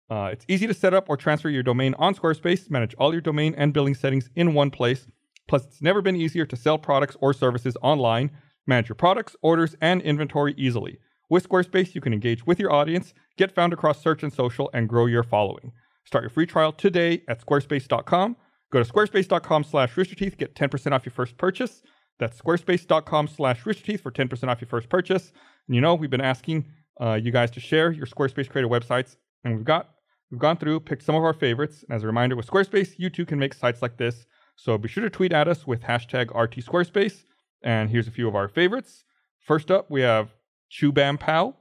Speaker 2: Uh, it's easy to set up or transfer your domain on Squarespace, manage all your domain and billing settings in one place. Plus, it's never been easier to sell products or services online, manage your products, orders, and inventory easily. With Squarespace, you can engage with your audience, get found across search and social, and grow your following. Start your free trial today at squarespace.com. Go to squarespace.com slash roosterteeth, get 10% off your first purchase. That's squarespace.com slash roosterteeth for 10% off your first purchase. And you know, we've been asking uh, you guys to share your Squarespace creator websites, and we've got We've gone through, picked some of our favorites, and as a reminder, with Squarespace, you too can make sites like this. So be sure to tweet at us with hashtag RTSquarespace. And here's a few of our favorites. First up, we have Chew Bam Pow.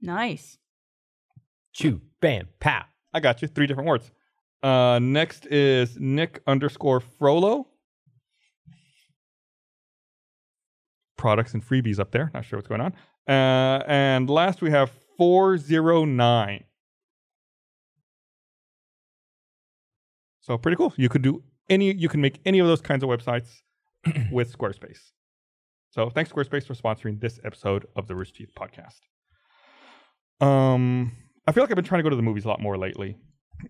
Speaker 4: Nice.
Speaker 5: Chew, bam,
Speaker 3: <laughs>
Speaker 5: pow. <laughs>
Speaker 2: I got you. Three different words. Uh, next is Nick underscore Frollo. Products and freebies up there. Not sure what's going on. Uh, and last we have 409. So pretty cool. You could do any. You can make any of those kinds of websites <clears throat> with Squarespace. So thanks Squarespace for sponsoring this episode of the Rooster Teeth podcast. Um, I feel like I've been trying to go to the movies a lot more lately.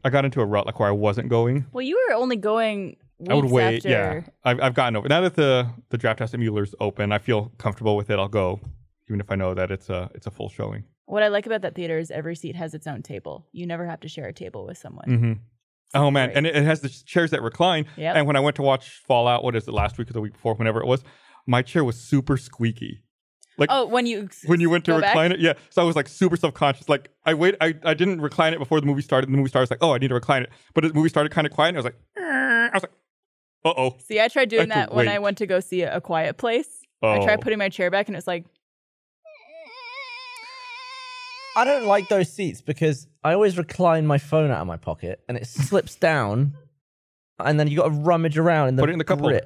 Speaker 2: I got into a rut like where I wasn't going.
Speaker 4: Well, you were only going. Weeks
Speaker 2: I would wait.
Speaker 4: After.
Speaker 2: Yeah, I've, I've gotten over now that the the draft house at Mueller's open. I feel comfortable with it. I'll go, even if I know that it's a it's a full showing.
Speaker 4: What I like about that theater is every seat has its own table. You never have to share a table with someone.
Speaker 2: hmm Oh man,
Speaker 4: Great.
Speaker 2: and it, it has the chairs that recline.
Speaker 4: Yep.
Speaker 2: And when I went to watch Fallout, what is it, last week or the week before, whenever it was, my chair was super squeaky. Like
Speaker 4: Oh, when you
Speaker 2: when you went to
Speaker 4: go back?
Speaker 2: recline it, yeah. So I was like super self conscious. Like I wait, I, I didn't recline it before the movie started. And the movie started I was like, oh, I need to recline it. But the movie started kind of quiet. And I was like, "Eh." I was like, uh oh.
Speaker 4: see, I tried doing
Speaker 2: I have
Speaker 4: that
Speaker 2: to
Speaker 4: when
Speaker 2: wait.
Speaker 4: I went to go see a, a Quiet Place. I
Speaker 2: Oh.
Speaker 4: tried putting my chair back, and it's like
Speaker 3: I don't like those seats because I always recline my phone out of my pocket and it slips <laughs> down, and then you got to rummage around in the
Speaker 2: Put it in the cup holder.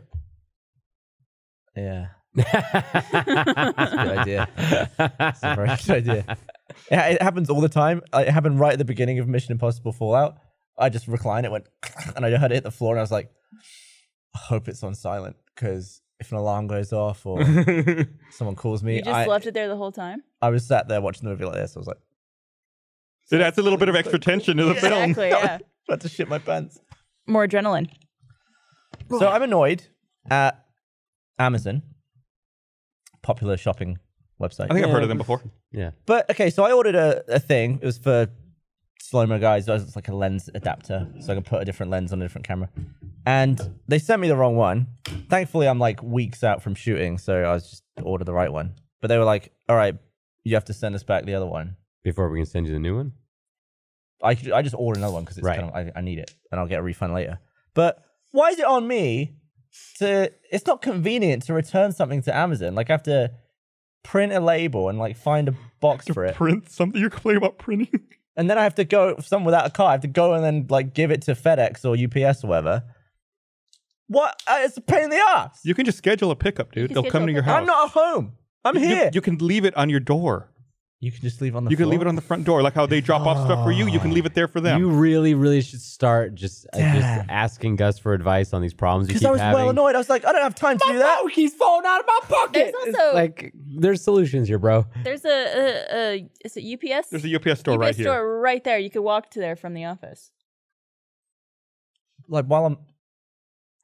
Speaker 3: grip. Yeah,
Speaker 5: good
Speaker 3: idea. it's a very good idea. Yeah, <laughs> it happens all the time. Uh, It happened right at the beginning of Mission Impossible Fallout. I just reclined, it went, <sniffs> and I heard it hit the floor, and I was like, I hope it's on silent because if an alarm goes off <laughs> or someone calls me,
Speaker 4: you just
Speaker 3: I,
Speaker 4: left it there the whole time.
Speaker 3: I was sat there watching the movie like this. I was like,
Speaker 2: It adds a little bit of extra tension to the film.
Speaker 4: Exactly. Yeah.
Speaker 3: I had to shit my pants.
Speaker 4: More adrenaline.
Speaker 3: So I'm annoyed at Amazon, popular shopping website.
Speaker 2: I think I've heard of them before.
Speaker 5: Yeah.
Speaker 3: But okay, so I ordered a, a thing. It was for slow mo guys. It was like a lens adapter, so I can put a different lens on a different camera. And they sent me the wrong one. Thankfully, I'm like weeks out from shooting, so I was just ordered the right one. But they were like, "All right, you have to send us back the other one."
Speaker 5: Before we can send you the new one.
Speaker 3: I could, I just order another one because it's
Speaker 5: Right.
Speaker 3: kind of I, I need it, and I'll get a refund later. But why is it on me to? It's not convenient to return something to Amazon. Like I have to print a label and like find a box for it.
Speaker 2: Print something you're complaining about printing.
Speaker 3: And then I have to go some without a car. I have to go and then like give it to FedEx or UPS or whatever. What? Uh, it's a pain in the ass.
Speaker 2: You can just schedule a pickup, dude.
Speaker 4: can
Speaker 2: They'll come
Speaker 4: schedule
Speaker 2: to your
Speaker 4: a
Speaker 2: house.
Speaker 3: I'm not at home. I'm
Speaker 2: You-
Speaker 3: here.
Speaker 2: You can leave it on your door.
Speaker 3: You can just leave on the.
Speaker 2: You can leave it on the front door, like how they drop off stuff for you. You can leave it there for them.
Speaker 5: You really, really should start just uh, just
Speaker 3: Damn.
Speaker 5: asking Gus for advice on these problems you
Speaker 3: Because
Speaker 5: keep
Speaker 3: I was
Speaker 5: having.
Speaker 3: well annoyed. I was like, I don't have time to do that.
Speaker 5: Oh, he's falling out of my pocket.
Speaker 4: There's
Speaker 5: It's
Speaker 4: also-
Speaker 5: like there's solutions here, bro.
Speaker 4: There's a, a, a is it UPS?
Speaker 2: There's a UPS store
Speaker 4: UPS
Speaker 2: right here.
Speaker 4: store right there. You could walk to there from the office.
Speaker 3: Like while I'm,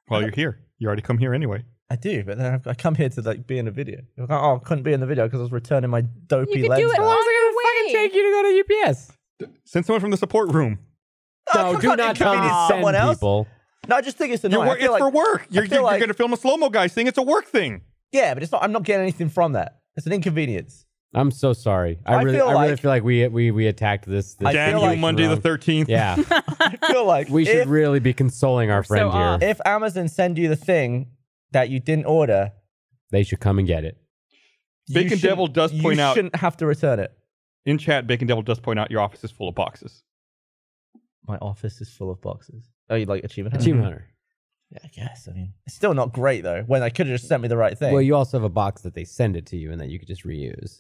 Speaker 2: Well, you're here. You already come here anyway.
Speaker 3: I do, but then I've, I come here to like be in a video. You're like, oh, I couldn't be in the video because I was returning my dopey
Speaker 4: You could
Speaker 3: lens.
Speaker 4: do it
Speaker 3: back.
Speaker 4: on your way.
Speaker 5: you to go to UPS.
Speaker 2: Send someone from the support room.
Speaker 3: I
Speaker 5: No,
Speaker 3: can't
Speaker 5: do not tell me
Speaker 3: inconvenience
Speaker 5: to send
Speaker 3: someone else.
Speaker 5: people.
Speaker 3: No, I just think it's
Speaker 2: You're
Speaker 3: annoying.
Speaker 2: wor-
Speaker 3: I
Speaker 2: it's
Speaker 3: feel like-
Speaker 2: for work. You're,
Speaker 3: feel
Speaker 2: you're,
Speaker 3: like-
Speaker 2: you're going to film a slow mo guy's thing. It's a work thing.
Speaker 3: Yeah, but it's not. I'm not getting anything from that. It's an inconvenience.
Speaker 5: I'm so sorry. I,
Speaker 3: I
Speaker 5: really,
Speaker 3: feel
Speaker 5: I really
Speaker 3: like-
Speaker 5: feel like we we we attacked this. this
Speaker 3: I
Speaker 2: Damn
Speaker 3: feel
Speaker 2: you,
Speaker 3: like-
Speaker 2: Monday the
Speaker 5: wrong.
Speaker 2: 13th.
Speaker 3: <laughs>
Speaker 5: Yeah,
Speaker 3: I feel like
Speaker 5: we should
Speaker 3: if,
Speaker 5: really be consoling our friend
Speaker 4: so
Speaker 5: here.
Speaker 4: off.
Speaker 3: if Amazon send you the thing that you didn't order,
Speaker 5: They should come and get it.
Speaker 3: you
Speaker 2: Bacon
Speaker 3: shouldn't-
Speaker 2: Devil does
Speaker 3: you
Speaker 2: point out
Speaker 3: shouldn't have to return it.
Speaker 2: in chat, Bacon Devil does point out your office is full of boxes.
Speaker 3: My office is full of boxes. Oh, you like achievement? hunter?
Speaker 5: Achievement Hunter.
Speaker 3: Yeah, I guess. I mean, it's still not great though. When they could have just sent me the right thing.
Speaker 5: Well, you also have a box that they send it to you and that you could just reuse.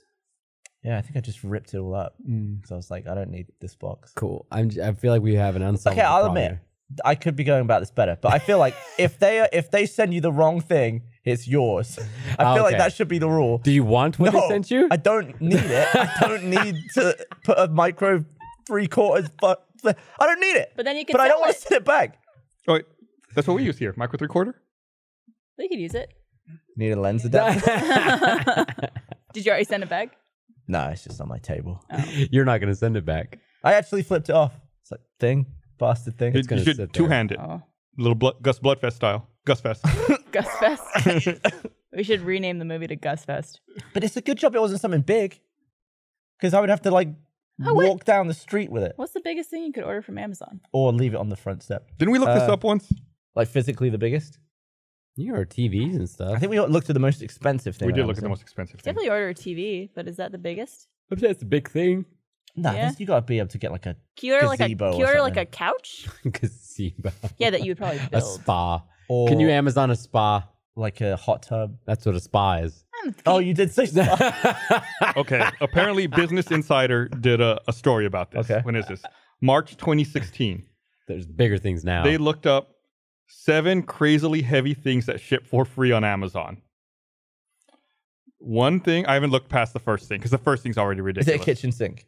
Speaker 3: yeah, I think I just ripped it all up. So I was like, I don't need this box.
Speaker 5: Mm. Cool. I'm. j- I feel like we have an unsolved.
Speaker 3: Okay, I'll admit I could be going about this better, but I feel
Speaker 5: <laughs>
Speaker 3: like if they if they send you the wrong thing, it's yours. <laughs> I
Speaker 5: Ah,
Speaker 3: feel like
Speaker 5: okay.
Speaker 3: that should be the rule.
Speaker 5: Do you want what
Speaker 3: no,
Speaker 5: they sent you?
Speaker 3: I don't need it. I
Speaker 5: <laughs>
Speaker 3: don't need to put a micro three quarters. But I don't need it.
Speaker 4: But then you can
Speaker 3: But I
Speaker 4: sell
Speaker 3: don't want
Speaker 4: it.
Speaker 3: to send it back.
Speaker 2: Oh, wait, that's what we use here. Micro three quarter.
Speaker 4: They could use it.
Speaker 3: Need a lens
Speaker 5: <laughs>
Speaker 3: adapter?
Speaker 4: Did you already send
Speaker 3: <laughs>
Speaker 4: it back?
Speaker 3: no, it's just on my table.
Speaker 4: Oh.
Speaker 5: You're not going to send it back.
Speaker 3: I actually flipped it off. It's like thing, bastard thing.
Speaker 2: You-
Speaker 5: gonna
Speaker 2: you should
Speaker 5: sit
Speaker 2: two
Speaker 5: there.
Speaker 2: hand it.
Speaker 4: Oh,
Speaker 2: Little blood, Gus Bloodfest style. Gus
Speaker 3: <laughs>
Speaker 2: Fest.
Speaker 4: Gus Fest. we should rename the movie to Gus Fest.
Speaker 3: But it's a good job it wasn't something big, because I would have to like
Speaker 4: Oh,
Speaker 3: walk
Speaker 4: wait.
Speaker 3: down the street with it
Speaker 4: What's the biggest thing you could order from Amazon?
Speaker 3: or leave it on the front step.
Speaker 2: Didn't we look this
Speaker 3: Uh,
Speaker 2: up once?
Speaker 3: Like physically the biggest.
Speaker 5: You are TVs and stuff.
Speaker 3: I think we looked at the most expensive thing.
Speaker 2: We
Speaker 3: on
Speaker 2: did look at the
Speaker 3: Amazon.
Speaker 2: most expensive thing.
Speaker 4: Definitely order a TV, but is that the biggest?
Speaker 5: that's a big thing. <laughs>
Speaker 3: Nah,
Speaker 4: Yeah.
Speaker 3: this- you gotta be able to get like a.
Speaker 4: Can you order like a
Speaker 3: Gazebo or
Speaker 4: can you order like a
Speaker 3: something.
Speaker 4: couch?
Speaker 5: Gazebo.
Speaker 4: Yeah, that you
Speaker 3: <laughs>
Speaker 4: would probably build.
Speaker 5: a spa.
Speaker 3: Or
Speaker 5: Can you Amazon a spa?
Speaker 3: like a hot tub?
Speaker 5: That's what a spa
Speaker 3: <laughs>
Speaker 5: is.
Speaker 3: Oh, you did
Speaker 5: <laughs>
Speaker 3: say stuff.
Speaker 2: okay. Apparently, Business Insider did a, a story about this.
Speaker 3: Okay.
Speaker 2: When is this? March
Speaker 3: <laughs>
Speaker 2: 2016.
Speaker 5: There's bigger things now.
Speaker 2: They looked up seven crazily heavy things that ship for free on Amazon. One thing I haven't looked past the first thing because the first thing's already
Speaker 3: Is it a
Speaker 2: ridiculous.
Speaker 3: kitchen sink?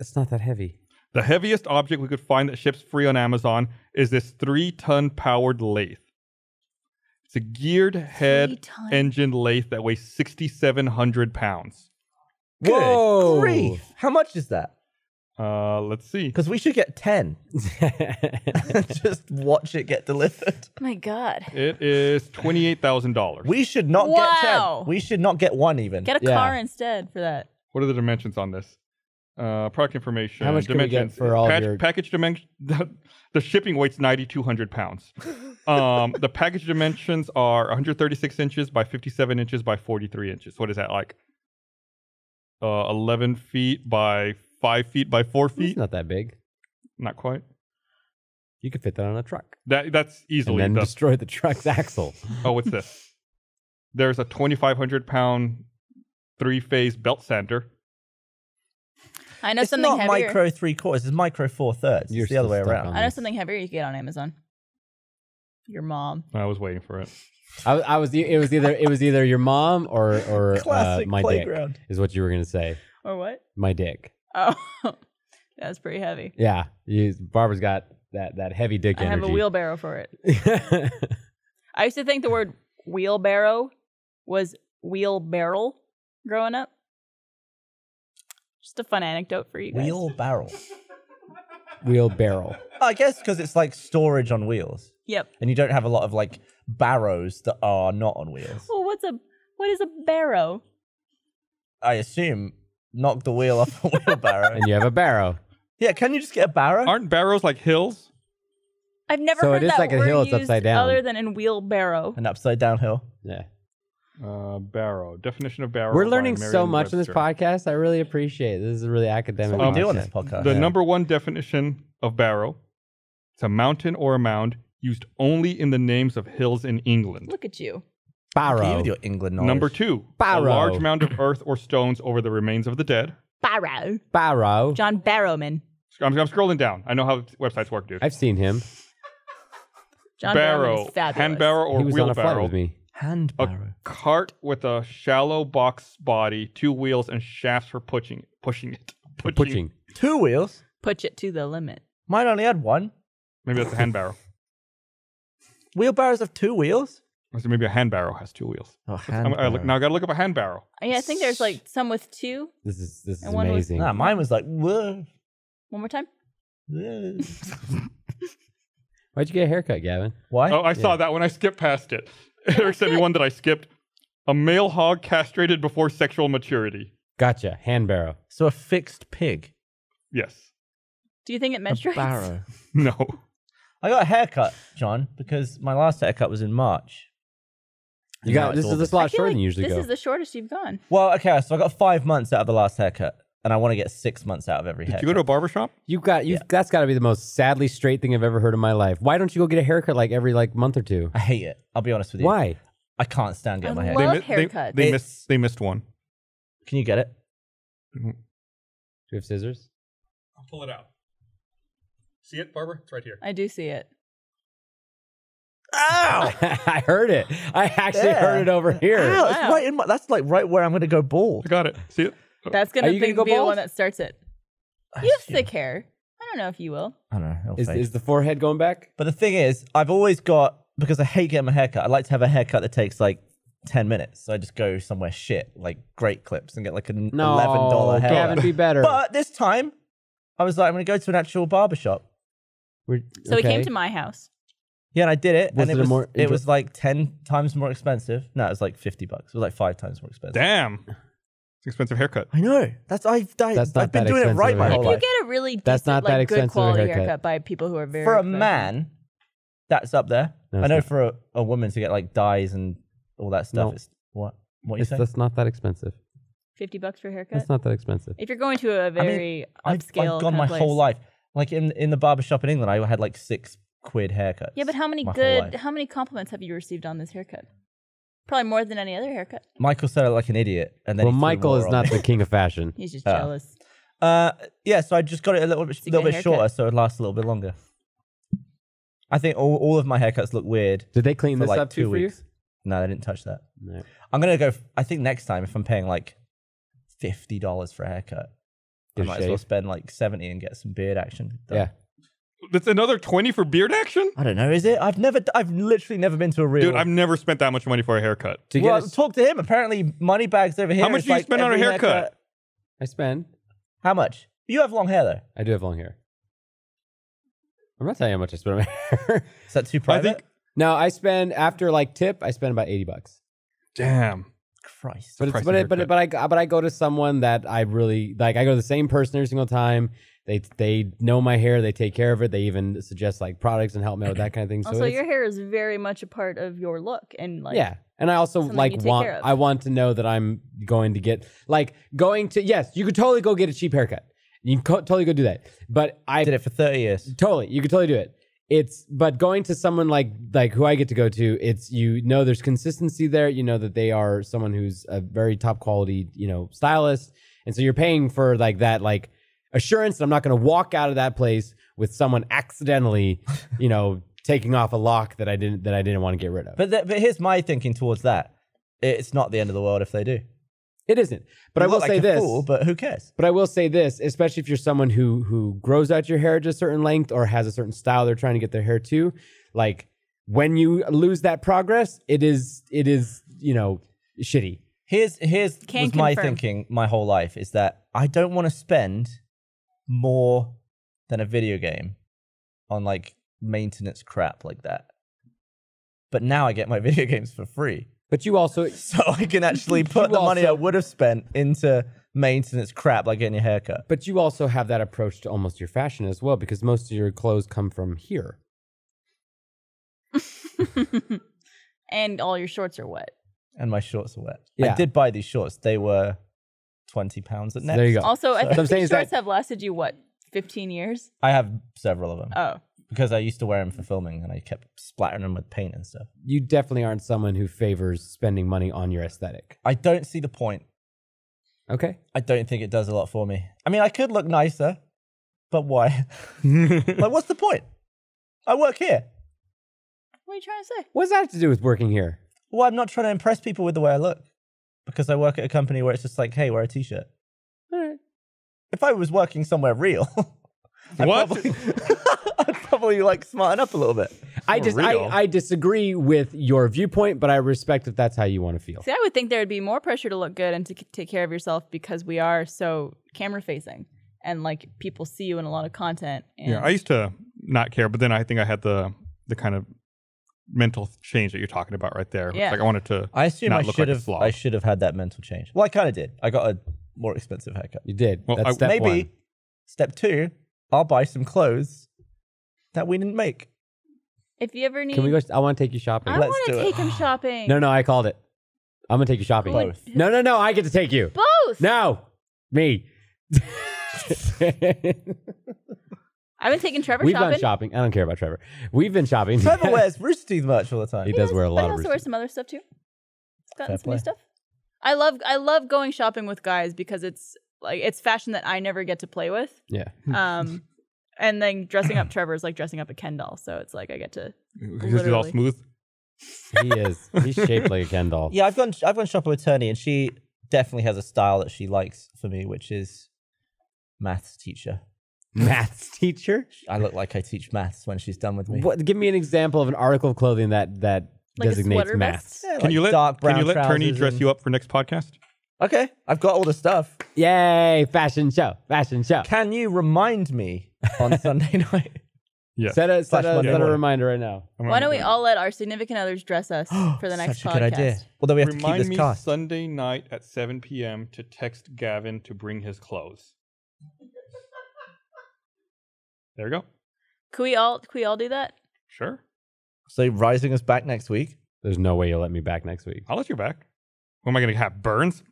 Speaker 5: it's not that <laughs> heavy.
Speaker 2: The heaviest object we could find that ships free on Amazon is this three-ton powered lathe. It's a geared head
Speaker 4: Three-ton.
Speaker 2: engine lathe that weighs 6,700 pounds.
Speaker 5: Whoa.
Speaker 3: Good grief! How much is that?
Speaker 2: Uh, let's see.
Speaker 3: Because we should get ten. <laughs> Just watch it get delivered.
Speaker 4: My God.
Speaker 2: It is twenty-eight thousand dollars.
Speaker 3: We should not get
Speaker 4: Wow.
Speaker 3: ten. We should not get one even.
Speaker 4: Get a
Speaker 5: Yeah.
Speaker 4: car instead for that.
Speaker 2: What are the dimensions on this? Uh, product information.
Speaker 5: How much can we get
Speaker 2: dimensions.
Speaker 5: for all of
Speaker 2: Pack-
Speaker 5: your-
Speaker 2: package dimension? <laughs> The, the shipping weight's ninety-two hundred
Speaker 5: <laughs>
Speaker 2: pounds. um, the package dimensions are one hundred thirty-six inches by fifty-seven inches by forty-three inches. What is that like? Uh, eleven feet by five feet by four feet.
Speaker 5: It's not that big.
Speaker 2: Not quite.
Speaker 5: You could fit that on a truck
Speaker 2: That that's
Speaker 5: and
Speaker 2: easily.
Speaker 5: then
Speaker 2: the-
Speaker 5: destroy the truck's axle.
Speaker 2: oh, what's
Speaker 5: <laughs>
Speaker 2: this? There's a twenty-five hundred pound three-phase belt sander.
Speaker 4: I know
Speaker 3: it's
Speaker 4: something
Speaker 3: not
Speaker 4: heavier.
Speaker 3: micro three quarters. It's micro four thirds.
Speaker 5: You're
Speaker 3: It's the other
Speaker 5: still
Speaker 3: way
Speaker 5: stuck
Speaker 3: around.
Speaker 5: on
Speaker 4: I know
Speaker 5: this.
Speaker 4: something heavier you could get on Amazon. Your mom.
Speaker 2: I was waiting for
Speaker 5: <laughs>
Speaker 2: it.
Speaker 5: I, I was. e- It was either. It was either your mom or or uh,
Speaker 3: Classic
Speaker 5: my
Speaker 3: playground.
Speaker 5: dick is what you were gonna say.
Speaker 4: Or what?
Speaker 5: My dick.
Speaker 4: Oh. <laughs> That's pretty heavy.
Speaker 5: Yeah. You, Barbara's got that that heavy dick
Speaker 4: I have
Speaker 5: energy.
Speaker 4: a wheelbarrow for it. I used to think the word wheelbarrow was wheelbarrel growing up. Just a fun anecdote for you guys.
Speaker 3: Wheel barrel.
Speaker 5: <laughs> Wheelbarrow.
Speaker 3: I guess because it's like storage on wheels,
Speaker 4: Yep.
Speaker 3: and you don't have a lot of like barrows that are not on wheels.
Speaker 4: Well, Oh, what's a what is a barrow?
Speaker 3: I assume knock the wheel off a wheelbarrow.
Speaker 5: <laughs> and you have a barrow.
Speaker 3: yeah, can you just get a barrow?
Speaker 2: Aren't barrows like hills?
Speaker 4: I've never
Speaker 5: So
Speaker 4: heard
Speaker 5: it is
Speaker 4: that
Speaker 5: like a
Speaker 4: word
Speaker 5: hill, it's
Speaker 4: used
Speaker 5: upside down.
Speaker 4: other than in wheelbarrow.
Speaker 3: An upside down hill.
Speaker 5: Yeah.
Speaker 2: Uh, barrow. Definition of barrow.
Speaker 5: We're
Speaker 2: by
Speaker 5: learning so
Speaker 2: Merriam-Webster.
Speaker 5: much in this podcast. I really appreciate it. This is a really academic.
Speaker 3: That's what we do on
Speaker 5: podcast.
Speaker 3: this podcast.
Speaker 2: The number one definition of barrow: it's a mountain or a mound used only in the names of hills in England.
Speaker 4: Look at you.
Speaker 3: Okay, you
Speaker 5: Barrow.
Speaker 3: with your England knowledge.
Speaker 2: Number two:
Speaker 5: Barrow.
Speaker 2: a large mound of earth or stones over the remains of the dead.
Speaker 4: Barrow.
Speaker 5: Barrow.
Speaker 4: John Barrowman.
Speaker 2: I'm, I'm scrolling down. I know how websites work, dude.
Speaker 5: I've seen him.
Speaker 4: John Barrowman
Speaker 2: barrow,
Speaker 4: is fabulous.
Speaker 2: hand barrow, or
Speaker 5: he was on a flight
Speaker 2: wheelbarrow.
Speaker 5: with me.
Speaker 3: hand
Speaker 2: A
Speaker 3: barrow.
Speaker 2: cart with a shallow box body, two wheels, and shafts for pushing, pushing it. Pushing.
Speaker 5: Pushing.
Speaker 3: Two wheels.
Speaker 4: Push it to the limit.
Speaker 3: Mine only had one.
Speaker 2: Maybe that's a hand barrow.
Speaker 3: Wheelbarrows have two wheels.
Speaker 2: Or maybe a hand barrow has two wheels.
Speaker 3: Oh,
Speaker 2: I'm- I look, now I gotta look up a hand barrow.
Speaker 4: Yeah, I think there's like some with two.
Speaker 5: This is this is
Speaker 4: And one was-
Speaker 5: amazing.
Speaker 3: Nah, mine was like. Whoa,
Speaker 4: One more time.
Speaker 3: whoa.
Speaker 5: Why'd you get a haircut, Gavin?
Speaker 3: Why?
Speaker 2: Oh, I saw that when I skipped past it. <laughs> Eric sent me one that I skipped. A male hog castrated before sexual maturity.
Speaker 5: Gotcha. Hand barrow.
Speaker 3: So a fixed pig.
Speaker 2: Yes. <laughs>
Speaker 4: Do you think it
Speaker 3: A
Speaker 4: menstruates?
Speaker 3: barrow.
Speaker 2: No.
Speaker 3: I got a haircut, John, because my last haircut was in March.
Speaker 5: You
Speaker 3: No,
Speaker 5: got
Speaker 3: it's
Speaker 5: this is
Speaker 3: all
Speaker 5: this
Speaker 3: this.
Speaker 5: a lot
Speaker 4: I feel
Speaker 5: shorter
Speaker 4: like
Speaker 5: than you usually
Speaker 4: this
Speaker 5: go.
Speaker 4: is the shortest you've gone.
Speaker 3: Well, okay, so I got five months out of the last haircut. and I want to get six months out of every
Speaker 2: Did
Speaker 3: haircut.
Speaker 2: you go to a barbershop?
Speaker 5: You got you. That's got to be the most sadly straight thing I've ever heard in my life. Why don't you go get a haircut like every like month or two?
Speaker 3: I hate it. I'll be honest with you.
Speaker 5: Why?
Speaker 3: I can't stand getting
Speaker 4: I
Speaker 3: my hair.
Speaker 4: love-
Speaker 3: cut.
Speaker 2: mi-
Speaker 4: haircuts.
Speaker 2: They, they
Speaker 3: It's-
Speaker 2: missed. They missed one.
Speaker 3: Can you get it?
Speaker 5: Do you have scissors?
Speaker 2: I'll pull it out. See it, Barbara? It's right here.
Speaker 4: I do see it.
Speaker 3: Ow!
Speaker 5: <laughs> I heard it. I actually
Speaker 3: Yeah.
Speaker 5: heard it over here.
Speaker 3: Ow, it's
Speaker 4: Wow.
Speaker 3: right in my, that's like right where I'm going to go bald.
Speaker 2: I got it. See it?
Speaker 3: Oh.
Speaker 4: That's gonna,
Speaker 5: Are you
Speaker 4: be,
Speaker 5: gonna go
Speaker 4: be the
Speaker 5: bald?
Speaker 4: one that starts it. You have thick hair. I don't know if you will.
Speaker 3: I don't know. it'll
Speaker 5: Is,
Speaker 3: fade.
Speaker 5: is the forehead going back?
Speaker 3: But the thing is, I've always got because I hate getting my haircut. I like to have a haircut that takes like ten minutes. So I just go somewhere shit like Great Clips and get like an
Speaker 5: No,
Speaker 3: eleven dollar <laughs>
Speaker 5: Gavin,
Speaker 3: haircut.
Speaker 5: be better.
Speaker 3: But this time, I was like, I'm gonna go to an actual barber shop.
Speaker 5: We're-
Speaker 4: So he came
Speaker 5: okay.
Speaker 4: to my house.
Speaker 3: Yeah, and I did it,
Speaker 5: Was
Speaker 3: and
Speaker 5: it
Speaker 3: it
Speaker 5: a
Speaker 3: was
Speaker 5: more
Speaker 3: it
Speaker 5: intro-
Speaker 3: was like ten times more expensive. No, it was like fifty bucks. It was like five times more expensive.
Speaker 2: Damn. It's an expensive haircut.
Speaker 3: I know. That's I've I,
Speaker 5: That's not
Speaker 3: I've been
Speaker 5: that
Speaker 3: doing it right
Speaker 5: expensive
Speaker 3: my
Speaker 5: of a
Speaker 3: whole
Speaker 5: haircut.
Speaker 4: If you
Speaker 3: life.
Speaker 4: get a really decent,
Speaker 5: That's not that
Speaker 4: like good
Speaker 5: expensive
Speaker 4: quality
Speaker 5: haircut.
Speaker 4: haircut. by people who are very
Speaker 3: For a
Speaker 4: expensive.
Speaker 3: man, that's up there.
Speaker 5: No,
Speaker 3: I
Speaker 5: it's
Speaker 3: know
Speaker 5: not.
Speaker 3: for a, a woman to get like dyes and all that stuff.
Speaker 5: No.
Speaker 3: It's what what you
Speaker 5: It's,
Speaker 3: say?
Speaker 5: that's not that expensive.
Speaker 4: fifty bucks for a haircut.
Speaker 5: That's not that expensive.
Speaker 4: If you're going to a very
Speaker 3: I've, I've gone
Speaker 4: upscale, kind of
Speaker 3: my
Speaker 4: place.
Speaker 3: whole life. Like in in the barber shop in England, I had like six quid haircuts.
Speaker 4: Yeah, but how many
Speaker 3: my whole
Speaker 4: good,
Speaker 3: life.
Speaker 4: how many compliments have you received on this haircut? Probably more than any other haircut.
Speaker 3: Michael said I look like an idiot, and then
Speaker 5: Well,
Speaker 3: he threw
Speaker 5: Michael
Speaker 3: water
Speaker 5: is
Speaker 3: on
Speaker 5: not
Speaker 3: me.
Speaker 5: the king
Speaker 4: <laughs>
Speaker 5: of fashion.
Speaker 4: He's just
Speaker 3: Oh.
Speaker 4: jealous.
Speaker 3: Uh, yeah, so I just got it a little bit,
Speaker 4: a
Speaker 3: little
Speaker 4: good
Speaker 3: bit
Speaker 4: haircut.
Speaker 3: shorter, so it lasts a little bit longer. I think all, all of my haircuts look weird.
Speaker 5: Did they clean
Speaker 3: for
Speaker 5: this
Speaker 3: like
Speaker 5: up
Speaker 3: two
Speaker 5: too for you?
Speaker 3: weeks. No, they didn't touch that.
Speaker 5: No.
Speaker 3: I'm gonna go. f- I think next time, if I'm paying like fifty dollars for a haircut, I
Speaker 5: Get a
Speaker 3: might as well
Speaker 5: shave.
Speaker 3: spend like seventy and get some beard action. done.
Speaker 5: Yeah.
Speaker 2: That's another 20 for beard action?
Speaker 3: I don't know. Is it? I've never. d- I've literally never been to a real.
Speaker 2: Dude, I've never spent that much money for a haircut.
Speaker 5: To get
Speaker 3: well,
Speaker 5: a s-
Speaker 3: talk to him. Apparently, money bags over here.
Speaker 2: much
Speaker 3: is
Speaker 2: do you
Speaker 3: like
Speaker 2: spend on a
Speaker 3: every
Speaker 2: haircut?
Speaker 5: I spend.
Speaker 3: How much? You have long hair though.
Speaker 5: I do have long hair. I'm not telling you how much I spend on my <laughs> hair.
Speaker 3: Is that too private?
Speaker 2: I think.
Speaker 5: no, I spend after like tip. I spend about eighty bucks.
Speaker 2: Damn.
Speaker 3: Christ.
Speaker 5: But it's,
Speaker 2: price
Speaker 5: but
Speaker 2: of
Speaker 5: it, but it, but I but I go to someone that I really like. I go to the same person every single time. They they know my hair. They take care of it. They even suggest like products and help me out with that kind of thing. So
Speaker 4: also,
Speaker 5: it's-
Speaker 4: your hair is very much a part of your look, and like,
Speaker 5: yeah, and I also
Speaker 4: something you
Speaker 5: like
Speaker 4: take
Speaker 5: want
Speaker 4: care of.
Speaker 5: I want to know that I'm going to get like going to yes, you could totally go get a cheap haircut. You can co- totally go do that. But I
Speaker 3: I did it for thirty years.
Speaker 5: Totally, you could totally do it. It's but going to someone like like who I get to go to, it's you know there's consistency there. You know that they are someone who's a very top quality you know stylist, and so you're paying for like that like assurance that I'm not going to walk out of that place with someone accidentally, you know, taking off a lock that I didn't that I didn't want to get rid of.
Speaker 3: But th- but here's my thinking towards that. It's not the end of the world if they do.
Speaker 5: it isn't. But
Speaker 3: You
Speaker 5: I will
Speaker 3: look like
Speaker 5: say
Speaker 3: a
Speaker 5: this.
Speaker 3: fool, but who cares?
Speaker 5: But I will say this, especially if you're someone who who grows out your hair to a certain length or has a certain style they're trying to get their hair to, like when you lose that progress, it is it is, you know, shitty.
Speaker 3: Here's here's
Speaker 4: Can
Speaker 3: was my
Speaker 4: confirm.
Speaker 3: thinking my whole life is that I don't want to spend more than a video game on like maintenance crap like that. But now I get my <laughs> video games for free.
Speaker 5: But you also
Speaker 3: so I can
Speaker 5: <laughs>
Speaker 3: actually put
Speaker 5: You
Speaker 3: the money I
Speaker 5: also-
Speaker 3: would have spent into maintenance crap like getting a haircut.
Speaker 5: but you also have that approach to almost your fashion as well because most of your clothes come from here.
Speaker 4: <laughs> and all your shorts are wet.
Speaker 3: And my shorts are wet. I
Speaker 5: Yeah.
Speaker 3: did buy these shorts. They were twenty pounds at
Speaker 5: So
Speaker 3: next.
Speaker 5: there you go.
Speaker 4: Also,
Speaker 3: So-
Speaker 4: I think
Speaker 5: So I'm
Speaker 4: these
Speaker 5: saying is
Speaker 4: shorts
Speaker 5: that-
Speaker 4: have lasted you what, fifteen years?
Speaker 3: I have several of them
Speaker 4: Oh,
Speaker 3: because I used to wear them for filming, and I kept splattering them with paint and stuff.
Speaker 5: You definitely aren't someone who favors spending money on your aesthetic.
Speaker 3: I don't see the point.
Speaker 5: Okay.
Speaker 3: I don't think it does a lot for me. I mean, I could look nicer, but
Speaker 2: <laughs>
Speaker 3: why? like, what's the point? I work here.
Speaker 4: what are you trying to say?
Speaker 5: What does that have to do with working here?
Speaker 3: Well, I'm not trying to impress people with the way I look because I work at a company where it's just like, hey, wear a t-shirt. If I was working somewhere real, <laughs> I'd
Speaker 2: What?
Speaker 3: Probably, <laughs> I'd probably like smarten up a little bit.
Speaker 5: I
Speaker 2: For
Speaker 5: just I,
Speaker 2: real?
Speaker 5: I disagree with your viewpoint, but I respect if that's how you want to feel.
Speaker 4: See, I would think there would be more pressure to look good and to c- take care of yourself because we are so camera facing and like people see you in a lot of content. And
Speaker 2: Yeah, I used to not care, but then I think I had the the kind of mental change that you're talking about right there. It's
Speaker 4: Yeah.
Speaker 2: Like I wanted to.
Speaker 3: I assume
Speaker 2: Not
Speaker 3: I
Speaker 2: look
Speaker 3: should
Speaker 2: like a
Speaker 3: have.
Speaker 2: slob.
Speaker 3: I should have had that mental change. Well, I kind of did. I got a more expensive haircut.
Speaker 5: You did.
Speaker 2: Well,
Speaker 5: That's
Speaker 2: I-
Speaker 5: step
Speaker 3: Maybe
Speaker 5: one.
Speaker 3: step two, I'll buy some clothes that we didn't make.
Speaker 4: if you ever need,
Speaker 5: Can we go? I want to take you shopping.
Speaker 4: I
Speaker 3: Let's
Speaker 4: want to
Speaker 3: do it.
Speaker 4: take him shopping.
Speaker 5: <gasps> No, no, I called it. I'm gonna take you shopping.
Speaker 3: Both.
Speaker 5: No, no, no. I get to take you.
Speaker 4: both.
Speaker 5: No, me.
Speaker 4: I've been taking Trevor
Speaker 5: We've
Speaker 4: shopping.
Speaker 5: gone shopping. I don't care about Trevor. We've been shopping. <laughs>
Speaker 3: Trevor wears Rooster Teeth merch all the time.
Speaker 5: he does wear a
Speaker 4: But
Speaker 5: lot
Speaker 4: I
Speaker 5: of
Speaker 4: also
Speaker 5: Rooster
Speaker 4: wear some other stuff too.
Speaker 3: Fair
Speaker 4: Gotten some new
Speaker 3: play.
Speaker 4: stuff. I love I love going shopping with guys because it's like it's fashion that I never get to play with.
Speaker 5: Yeah.
Speaker 3: <laughs>
Speaker 4: Um, and then dressing up Trevor is like dressing up a Ken doll, so it's like I get to.
Speaker 2: Because he's all
Speaker 4: Literally.
Speaker 2: smooth.
Speaker 5: he is. He's shaped like a Ken
Speaker 3: <laughs>
Speaker 5: doll.
Speaker 3: Yeah, I've gone. I've gone shopping with Tony, and she definitely has a style that she likes for me, which is maths teacher.
Speaker 5: Maths teacher.
Speaker 3: I look like I teach maths when she's done with me.
Speaker 5: What? Give me an example of an article of clothing that that
Speaker 4: Like a
Speaker 5: designates
Speaker 4: sweater
Speaker 5: maths.
Speaker 4: vest?
Speaker 3: Yeah,
Speaker 2: Can
Speaker 3: like
Speaker 2: you let
Speaker 3: dark brown
Speaker 2: Can you let Turney
Speaker 3: trousers
Speaker 2: dress
Speaker 3: and-
Speaker 2: you up for next podcast?
Speaker 3: Okay, I've got all the stuff.
Speaker 5: Yay! Fashion show. Fashion show.
Speaker 3: Can you remind me
Speaker 2: <laughs>
Speaker 3: on Sunday <gasps> night?
Speaker 2: Yeah.
Speaker 5: <laughs> Set a
Speaker 3: Slash
Speaker 5: set a,
Speaker 3: Monday
Speaker 5: set a
Speaker 3: morning.
Speaker 5: reminder right now.
Speaker 2: I'm
Speaker 4: Why
Speaker 2: gonna-
Speaker 4: don't we all let our significant others dress
Speaker 3: <gasps>
Speaker 4: us for the next
Speaker 3: Such a
Speaker 4: podcast?
Speaker 3: good idea. Although we have to
Speaker 2: Remind
Speaker 3: keep
Speaker 2: me
Speaker 3: this cast.
Speaker 2: Sunday night at 7 p.m. to text Gavin to bring his clothes. There we go.
Speaker 4: Can we all can we all do that? <laughs>
Speaker 2: Sure.
Speaker 3: So rising is back next week.
Speaker 5: There's no way you'll let me back next week.
Speaker 2: I'll let you back. What am I going to have? Burns?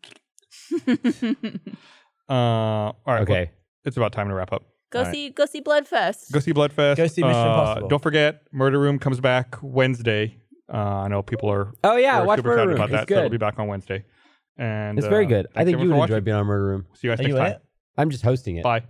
Speaker 2: Uh, all right. well,
Speaker 5: Okay.
Speaker 2: it's about time to wrap up.
Speaker 4: go
Speaker 2: All right.
Speaker 4: see go see Bloodfest.
Speaker 2: Go see Bloodfest.
Speaker 3: Go see Mission
Speaker 2: Uh,
Speaker 3: Impossible.
Speaker 2: Don't forget, Murder Room comes back Wednesday. Uh, I know people are,
Speaker 5: Oh yeah,
Speaker 2: are
Speaker 5: watch
Speaker 2: super
Speaker 5: Murder
Speaker 2: excited
Speaker 5: Room.
Speaker 2: about that,
Speaker 5: it's
Speaker 2: so it'll
Speaker 5: good.
Speaker 2: be back on Wednesday. And
Speaker 5: it's very
Speaker 2: uh,
Speaker 5: good. I
Speaker 2: thanks
Speaker 5: think
Speaker 2: everyone
Speaker 5: you
Speaker 2: for
Speaker 5: would enjoy
Speaker 2: watching.
Speaker 5: being on Murder Room.
Speaker 2: See you guys
Speaker 3: Are
Speaker 2: next
Speaker 3: you in
Speaker 2: time.
Speaker 3: it?
Speaker 5: I'm just hosting it.
Speaker 2: Bye.